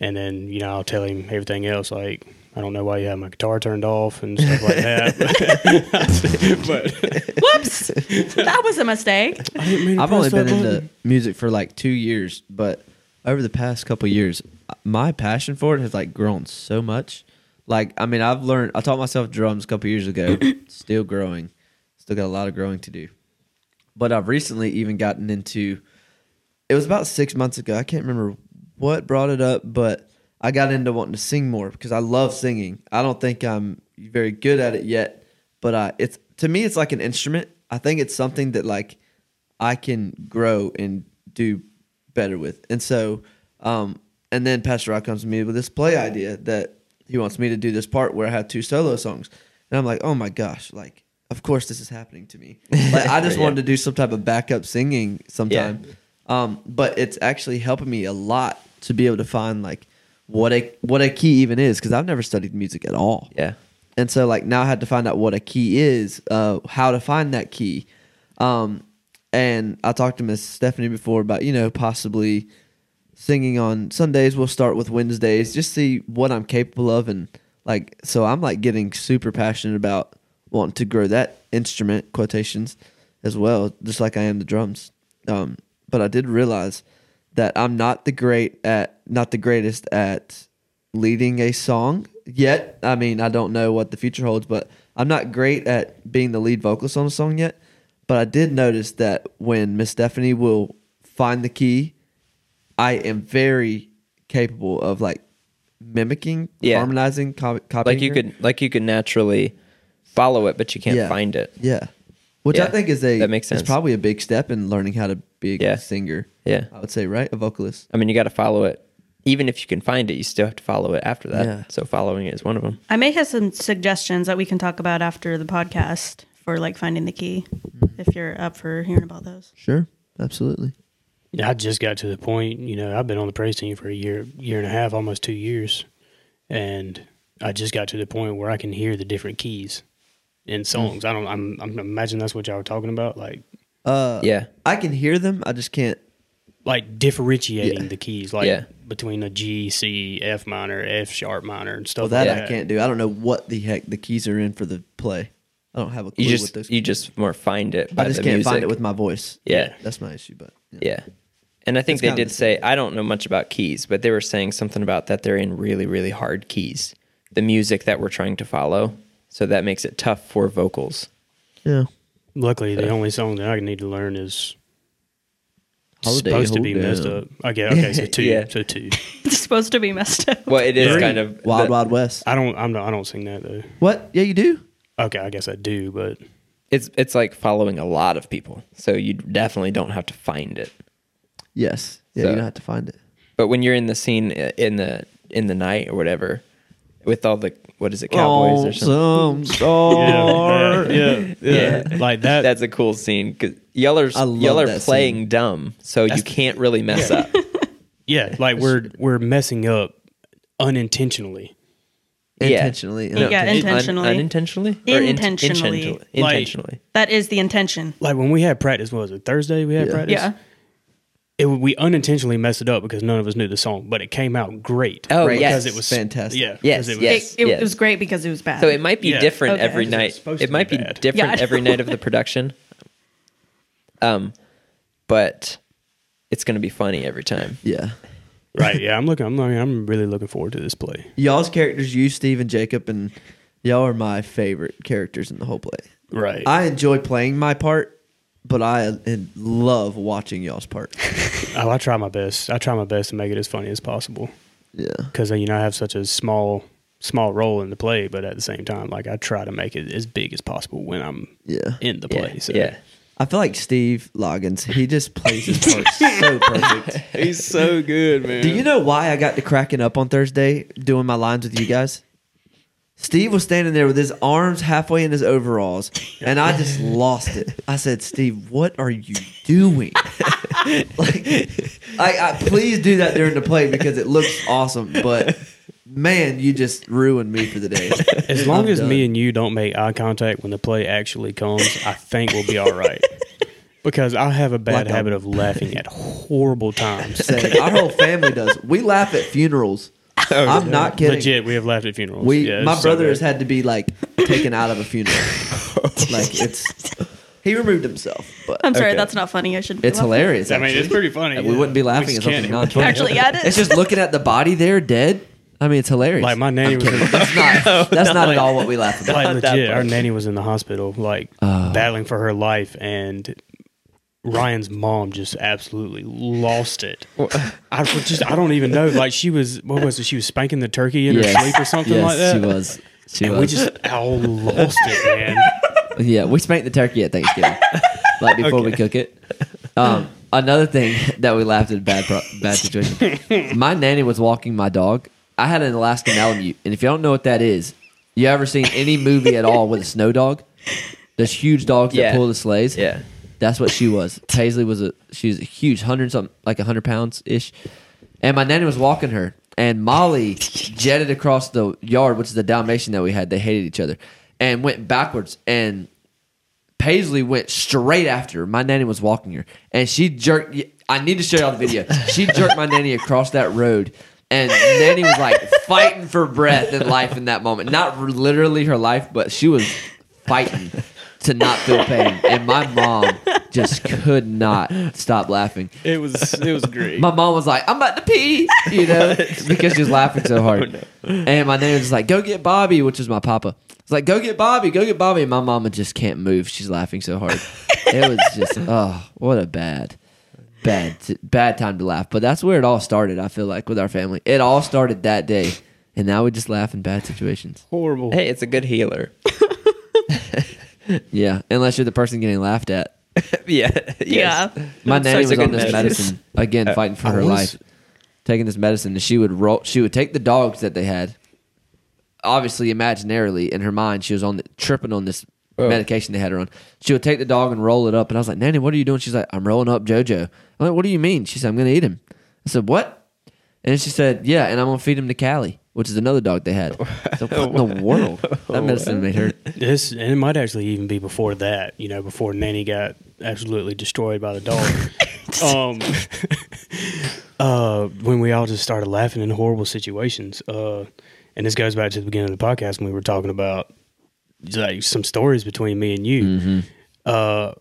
[SPEAKER 2] and then you know I'll tell him everything else, like I don't know why you have my guitar turned off and stuff like that.
[SPEAKER 4] Whoops, that was a mistake.
[SPEAKER 1] I've only been into music for like two years, but over the past couple years, my passion for it has like grown so much. Like, I mean, I've learned. I taught myself drums a couple years ago. still growing. Still got a lot of growing to do. But I've recently even gotten into. It was about six months ago. I can't remember what brought it up, but I got into wanting to sing more because I love singing. I don't think I'm very good at it yet, but uh, it's to me, it's like an instrument. I think it's something that like I can grow and do better with. And so, um, and then Pastor Rock comes to me with this play idea that he wants me to do this part where I have two solo songs. And I'm like, oh my gosh, like, of course this is happening to me. Like, I just wanted to do some type of backup singing sometime. Um, but it's actually helping me a lot to be able to find like what a what a key even is because I've never studied music at all.
[SPEAKER 3] yeah,
[SPEAKER 1] And so like now I had to find out what a key is, uh, how to find that key. Um, and I talked to Miss Stephanie before about, you know, possibly singing on Sundays. We'll start with Wednesdays, just see what I'm capable of and like so I'm like getting super passionate about wanting to grow that instrument quotations as well, just like I am the drums. Um, but I did realize that I'm not the great at not the greatest at leading a song yet. I mean, I don't know what the future holds, but I'm not great at being the lead vocalist on a song yet. But I did notice that when Miss Stephanie will find the key, I am very capable of like mimicking,
[SPEAKER 3] Yeah.
[SPEAKER 1] harmonizing, co- copying.
[SPEAKER 3] like you
[SPEAKER 1] her.
[SPEAKER 3] could like you could naturally follow it, but you can't
[SPEAKER 1] Yeah.
[SPEAKER 3] find it.
[SPEAKER 1] yeah. Which I
[SPEAKER 3] Yeah.
[SPEAKER 1] think is a
[SPEAKER 3] That makes
[SPEAKER 1] It's
[SPEAKER 3] sense.
[SPEAKER 1] probably a big step in learning how to be a
[SPEAKER 3] Yeah.
[SPEAKER 1] singer.
[SPEAKER 3] Yeah.
[SPEAKER 1] I would say right, a vocalist.
[SPEAKER 3] I mean, you got to follow it. Even if you can find it, you still have to follow it after that.
[SPEAKER 1] Yeah.
[SPEAKER 3] So following it is one of them.
[SPEAKER 4] I may have some suggestions that we can talk about after the podcast for like finding the key
[SPEAKER 3] Mm-hmm.
[SPEAKER 4] if you're up for hearing about those.
[SPEAKER 1] Sure, absolutely.
[SPEAKER 2] I just got to the point, you know, I've been on the praise team for a year, year and a half, almost two years, and I just got to the point where I can hear the different keys in
[SPEAKER 3] Mm.
[SPEAKER 2] songs. I don't. I'm. I'm imagine that's what y'all were talking about, like
[SPEAKER 1] Uh,
[SPEAKER 3] Yeah,
[SPEAKER 1] I can hear them. I just can't.
[SPEAKER 2] like differentiating the keys, like
[SPEAKER 3] Yeah.
[SPEAKER 2] between a G, C, F minor, F sharp minor, and stuff.
[SPEAKER 1] Well, that
[SPEAKER 2] like
[SPEAKER 1] I can't do. I don't know what the heck the keys are in for the play. I don't have a clue
[SPEAKER 3] you
[SPEAKER 1] what
[SPEAKER 3] just
[SPEAKER 1] those.
[SPEAKER 3] you just more find it. By
[SPEAKER 1] I just
[SPEAKER 3] the
[SPEAKER 1] can't find
[SPEAKER 3] music.
[SPEAKER 1] it with my voice.
[SPEAKER 3] Yeah.
[SPEAKER 1] that's my issue. But yeah.
[SPEAKER 3] Yeah. And I think
[SPEAKER 1] It's
[SPEAKER 3] they
[SPEAKER 1] kinda
[SPEAKER 3] did
[SPEAKER 1] the
[SPEAKER 3] say, I don't know much about keys, but they were saying something about that they're in really, really hard keys, the music that we're trying to follow. So that makes it tough for vocals.
[SPEAKER 1] yeah.
[SPEAKER 2] Luckily, the only song that I need to learn is
[SPEAKER 1] Holiday
[SPEAKER 2] supposed to be
[SPEAKER 1] Hold
[SPEAKER 2] messed
[SPEAKER 1] Down.
[SPEAKER 2] up. Okay, okay, so two,
[SPEAKER 3] Yeah.
[SPEAKER 2] so two.
[SPEAKER 4] It's supposed to be messed up.
[SPEAKER 3] Well, it is
[SPEAKER 2] Three.
[SPEAKER 3] kind of
[SPEAKER 1] Wild
[SPEAKER 3] the-
[SPEAKER 1] Wild West.
[SPEAKER 2] I don't. I'm not. I don't sing that though.
[SPEAKER 1] What? Yeah, you do.
[SPEAKER 2] Okay, I guess I do, but
[SPEAKER 3] It's it's like following a lot of people, so you definitely don't have to find it.
[SPEAKER 1] Yes. Yeah,
[SPEAKER 3] So-
[SPEAKER 1] you don't have to find it.
[SPEAKER 3] But when you're in the scene uh, in the in the night or whatever, with all the what is it,
[SPEAKER 1] Oh,
[SPEAKER 3] cowboys or something?
[SPEAKER 1] Lonesome
[SPEAKER 2] yeah,
[SPEAKER 1] star.
[SPEAKER 2] yeah, yeah. like that.
[SPEAKER 3] That's a cool scene because y'all are
[SPEAKER 1] I love
[SPEAKER 3] y'all are
[SPEAKER 1] that
[SPEAKER 3] playing dumb, so you can't really mess up.
[SPEAKER 2] yeah, like we're we're messing up unintentionally.
[SPEAKER 3] Yeah.
[SPEAKER 1] intentionally.
[SPEAKER 3] No,
[SPEAKER 4] Yeah,
[SPEAKER 3] un-
[SPEAKER 4] intentionally.
[SPEAKER 3] unintentionally? Or int-
[SPEAKER 4] Intentionally.
[SPEAKER 3] intentionally.
[SPEAKER 2] Like-
[SPEAKER 3] Intentionally.
[SPEAKER 4] That is the intention.
[SPEAKER 2] Like when we had practice, what was it Thursday? We had
[SPEAKER 1] Yeah.
[SPEAKER 2] practice.
[SPEAKER 4] Yeah.
[SPEAKER 2] It, we unintentionally messed it up because none of us knew the song, but it came out great.
[SPEAKER 3] Oh,
[SPEAKER 2] because
[SPEAKER 3] yes.
[SPEAKER 2] it was
[SPEAKER 1] Fantastic.
[SPEAKER 2] Yeah,
[SPEAKER 3] Yes,
[SPEAKER 2] because it was-
[SPEAKER 3] yes.
[SPEAKER 4] it, it
[SPEAKER 3] yes.
[SPEAKER 4] was great because it was bad.
[SPEAKER 3] So it might be
[SPEAKER 2] Yeah.
[SPEAKER 3] different
[SPEAKER 4] Okay.
[SPEAKER 3] every
[SPEAKER 4] It's
[SPEAKER 3] night.
[SPEAKER 2] supposed
[SPEAKER 3] It
[SPEAKER 2] to
[SPEAKER 3] might
[SPEAKER 2] be
[SPEAKER 3] be
[SPEAKER 2] bad.
[SPEAKER 4] Yeah, I
[SPEAKER 3] different
[SPEAKER 4] know.
[SPEAKER 3] every night of the production. Um, but it's going to be funny every time.
[SPEAKER 1] Yeah.
[SPEAKER 2] right. Yeah, I'm looking. I'm looking. I'm really looking forward to this play.
[SPEAKER 1] Y'all's characters, you, Steve, and Jacob, and y'all are my favorite characters in the whole play.
[SPEAKER 2] Right. I,
[SPEAKER 1] I enjoy playing my part, but I uh, love watching y'all's part.
[SPEAKER 2] oh, I try my best. I try my best to make it as funny as possible
[SPEAKER 1] Yeah.
[SPEAKER 2] because you know I have such a small small role in the play, but at the same time, like I try to make it as big as possible when I'm
[SPEAKER 1] Yeah.
[SPEAKER 2] in the
[SPEAKER 3] Yeah.
[SPEAKER 2] play. So.
[SPEAKER 3] yeah.
[SPEAKER 1] I feel like Steve Loggins, he just plays his part so perfect.
[SPEAKER 3] He's so good, man.
[SPEAKER 1] Do you know why I got to cracking up on Thursday doing my lines with you guys? Steve was standing there with his arms halfway in his overalls, and I just lost it. I said, "Steve, what are you doing?" like, I, I please do that during the play because it looks awesome. But man, you just ruined me for the day.
[SPEAKER 2] As long
[SPEAKER 1] I'm
[SPEAKER 2] as me
[SPEAKER 1] done.
[SPEAKER 2] and you don't make eye contact when the play actually comes, I think we'll be all right. Because I have a
[SPEAKER 1] Like
[SPEAKER 2] bad
[SPEAKER 1] a-
[SPEAKER 2] habit of laughing at horrible times.
[SPEAKER 1] Say, our whole family does. We laugh at funerals.
[SPEAKER 2] Oh,
[SPEAKER 1] I'm not kidding.
[SPEAKER 2] Legit, we have laughed at funerals.
[SPEAKER 1] We,
[SPEAKER 2] Yeah,
[SPEAKER 1] my
[SPEAKER 2] it's so
[SPEAKER 1] brother has
[SPEAKER 2] bad.
[SPEAKER 1] had to be like taken out of a funeral. like it's, he removed himself, but
[SPEAKER 4] I'm sorry,
[SPEAKER 3] Okay.
[SPEAKER 4] that's not funny. I should.
[SPEAKER 1] it's hilarious.
[SPEAKER 2] I mean, it's pretty funny.
[SPEAKER 1] actually. we wouldn't be laughing at
[SPEAKER 2] just
[SPEAKER 1] something
[SPEAKER 2] can't.
[SPEAKER 1] not funny.
[SPEAKER 4] Actually, yeah, it is.
[SPEAKER 1] it's just looking at the body there dead. I mean, it's hilarious.
[SPEAKER 2] Like my nanny was in,
[SPEAKER 1] that's not, that's not at all what we laugh about.
[SPEAKER 2] like
[SPEAKER 3] that
[SPEAKER 2] legit. Our
[SPEAKER 3] part.
[SPEAKER 2] nanny was in the hospital, like
[SPEAKER 1] Uh.
[SPEAKER 2] battling for her life, and Ryan's mom just absolutely lost it. I was just I don't even know. Like she was, what was it? She was spanking the turkey in
[SPEAKER 1] Yes.
[SPEAKER 2] her sleep or something
[SPEAKER 1] yes,
[SPEAKER 2] like that.
[SPEAKER 1] she was. She
[SPEAKER 2] And
[SPEAKER 1] was.
[SPEAKER 2] we just all lost it, man.
[SPEAKER 1] Yeah, we spanked the turkey at Thanksgiving, like before we cook it. Um, another thing that we laughed at bad pro- bad situation. my nanny was walking my dog. I had an Alaskan Malamute, and if you don't know what that is, you ever seen any movie at all with a snow dog? Those huge dogs
[SPEAKER 3] Yeah.
[SPEAKER 1] that pull the sleighs.
[SPEAKER 3] Yeah.
[SPEAKER 1] that's what she was. Paisley was a she was a huge hundred something like hundred pounds ish, and my nanny was walking her, and Molly jetted across the yard, which is the Dalmatian that we had. They hated each other, and went backwards and Paisley went straight after her. My nanny was walking her, and she jerked. I need to show y'all the video. She jerked my nanny across that road, and nanny was like fighting for breath and life in that moment. Not r- literally her life, but she was fighting to not feel pain. And my mom just could not stop laughing.
[SPEAKER 2] It was it was great.
[SPEAKER 1] My mom was like, "I'm about to pee," you know, because she was laughing so hard. And my nana was like, "Go get Bobby," which is my papa. It's like, "Go get Bobby, go get Bobby." And my mama just can't move. She's laughing so hard. it was just, oh, what a bad, bad, t- bad time to laugh. But that's where it all started. I feel like with our family, it all started that day, and now we just laugh in bad situations.
[SPEAKER 2] Horrible.
[SPEAKER 3] Hey, it's a good healer.
[SPEAKER 1] Yeah, unless you're the person getting laughed at.
[SPEAKER 3] yeah.
[SPEAKER 4] Yeah.
[SPEAKER 3] yes.
[SPEAKER 1] My
[SPEAKER 3] Such
[SPEAKER 1] nanny
[SPEAKER 3] a
[SPEAKER 1] was
[SPEAKER 3] good
[SPEAKER 1] on this
[SPEAKER 3] measure.
[SPEAKER 1] medicine again, fighting for
[SPEAKER 2] Uh, I
[SPEAKER 1] her
[SPEAKER 2] was-
[SPEAKER 1] life, taking this medicine. And she would roll. She would take the dogs that they had. Obviously, imaginarily in her mind, she was on the, tripping on this medication they had her on. She would take the dog and roll it up, and I was like, "Nanny, what are you doing?" She's like, "I'm rolling up Jojo." I'm like, "What do you mean?" She said, "I'm going to eat him." I said, "What?" And she said, "Yeah, and I'm going to feed him to Callie, which is another dog they had." So what in the world? That medicine made her.
[SPEAKER 2] This and it might actually even be before that. You know, before Nanny got absolutely destroyed by the dog. um, uh, when we all just started laughing in horrible situations. Uh, and this goes back to the beginning of the podcast when we were talking about like some stories between me and you. Uh,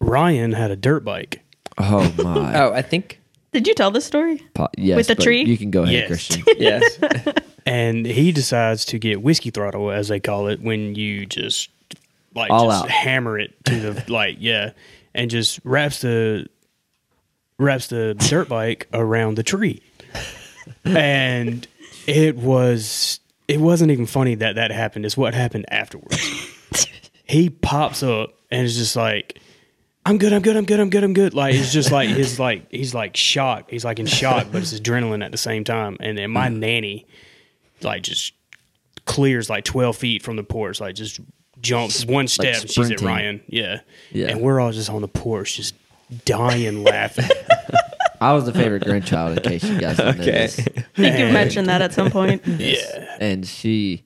[SPEAKER 2] Ryan had a dirt bike.
[SPEAKER 1] Oh my!
[SPEAKER 3] Oh, I think.
[SPEAKER 4] Did you tell this story?
[SPEAKER 1] Po- yes,
[SPEAKER 4] With the
[SPEAKER 1] but
[SPEAKER 4] tree?
[SPEAKER 1] You can go ahead,
[SPEAKER 2] Yes.
[SPEAKER 1] Christian.
[SPEAKER 3] Yes.
[SPEAKER 2] and he decides to get whiskey throttle as they call it when you just like
[SPEAKER 1] All
[SPEAKER 2] just
[SPEAKER 1] out.
[SPEAKER 2] hammer it to the like yeah and just wraps the wraps the dirt bike around the tree and it was it wasn't even funny that that happened it's what happened afterwards he pops up and is just like I'm good, I'm good, I'm good, I'm good, I'm good. Like it's just like his like he's like shocked. He's like in shock, but it's adrenaline at the same time. And then my
[SPEAKER 1] Mm.
[SPEAKER 2] nanny like just clears like twelve feet from the porch, like just jumps one step. and she's at
[SPEAKER 1] sprinting.
[SPEAKER 2] Ryan. Yeah.
[SPEAKER 1] Yeah.
[SPEAKER 2] And we're all just on the porch, just dying laughing.
[SPEAKER 1] I was the favorite grandchild, in case you guys didn't know
[SPEAKER 3] Okay.
[SPEAKER 1] this.
[SPEAKER 4] I think you mentioned that at some point.
[SPEAKER 2] yeah.
[SPEAKER 1] And she,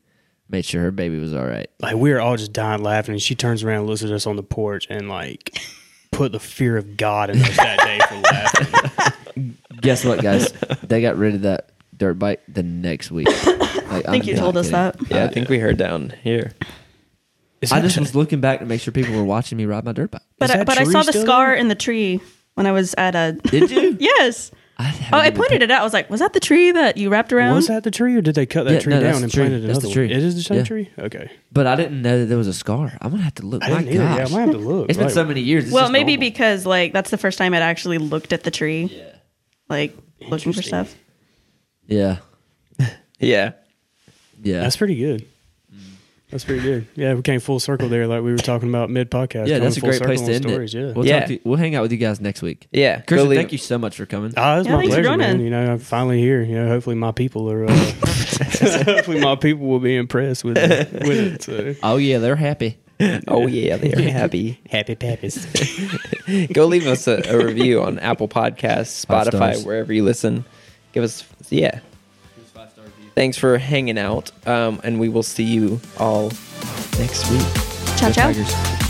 [SPEAKER 1] made sure her baby was all right.
[SPEAKER 2] Like we were all just dying laughing, and she turns around and looks at us on the porch and like put the fear of God in us that day for laughing.
[SPEAKER 1] Guess what, guys? they got rid of that dirt bike the next week. Like,
[SPEAKER 4] I think you told us that.
[SPEAKER 3] Yeah, I think we heard down here.
[SPEAKER 1] I just was looking back to make sure people were watching me ride my dirt bike.
[SPEAKER 2] Is
[SPEAKER 4] But I,
[SPEAKER 2] that
[SPEAKER 4] but I
[SPEAKER 2] tree
[SPEAKER 4] saw the
[SPEAKER 2] still
[SPEAKER 4] scar in the tree when I was at a.
[SPEAKER 1] Did you?
[SPEAKER 4] yes.
[SPEAKER 1] I
[SPEAKER 4] Oh, I pointed it out. I was like, "Was that the tree that you wrapped around?"
[SPEAKER 2] Was that the tree, or did they cut that
[SPEAKER 1] Yeah,
[SPEAKER 2] tree
[SPEAKER 1] no, that's
[SPEAKER 2] down
[SPEAKER 1] the
[SPEAKER 2] and
[SPEAKER 1] tree.
[SPEAKER 2] planted
[SPEAKER 1] That's the
[SPEAKER 2] another
[SPEAKER 1] tree.
[SPEAKER 2] one? It is the same
[SPEAKER 1] Yeah.
[SPEAKER 2] tree. Okay,
[SPEAKER 1] But I didn't know that there was a scar. I'm gonna have to look.
[SPEAKER 2] I
[SPEAKER 1] my
[SPEAKER 2] didn't either. Yeah, I
[SPEAKER 1] gosh.
[SPEAKER 2] might have to look.
[SPEAKER 1] it's been
[SPEAKER 2] Like,
[SPEAKER 1] so many years. It's
[SPEAKER 4] well,
[SPEAKER 1] just
[SPEAKER 4] maybe
[SPEAKER 1] normal.
[SPEAKER 4] because like that's the first time I'd actually looked at the tree, yeah. like looking for stuff.
[SPEAKER 1] yeah,
[SPEAKER 3] Yeah.
[SPEAKER 1] yeah,
[SPEAKER 2] That's pretty good. That's pretty good. Yeah, we came full circle there, like we were talking about mid podcast.
[SPEAKER 1] yeah. That's a
[SPEAKER 2] Coming full
[SPEAKER 1] great place
[SPEAKER 2] circle
[SPEAKER 1] to
[SPEAKER 2] on
[SPEAKER 1] end
[SPEAKER 2] stories,
[SPEAKER 1] it.
[SPEAKER 2] Yeah.
[SPEAKER 1] We'll,
[SPEAKER 3] Yeah.
[SPEAKER 1] Talk to you, we'll hang out with you guys next week.
[SPEAKER 3] Yeah. go
[SPEAKER 1] Christian,
[SPEAKER 3] leave-
[SPEAKER 1] thank you so much for coming.
[SPEAKER 2] Ah, it's
[SPEAKER 4] Yeah,
[SPEAKER 2] my
[SPEAKER 4] thanks for
[SPEAKER 2] pleasure, man.
[SPEAKER 4] joining.
[SPEAKER 2] You know, I'm finally here. You know, hopefully my people are. Uh, hopefully my people will be impressed with it, with it. So.
[SPEAKER 1] oh yeah, they're happy.
[SPEAKER 3] Oh yeah, they're happy.
[SPEAKER 2] Happy pappies.
[SPEAKER 3] Go leave us a, a review on Apple Podcasts,
[SPEAKER 1] Five
[SPEAKER 3] Spotify,
[SPEAKER 1] stars.
[SPEAKER 3] wherever you listen. Give us yeah. Thanks for hanging out, um, and we will see you all next week.
[SPEAKER 4] Ciao, ciao.
[SPEAKER 1] Tigers.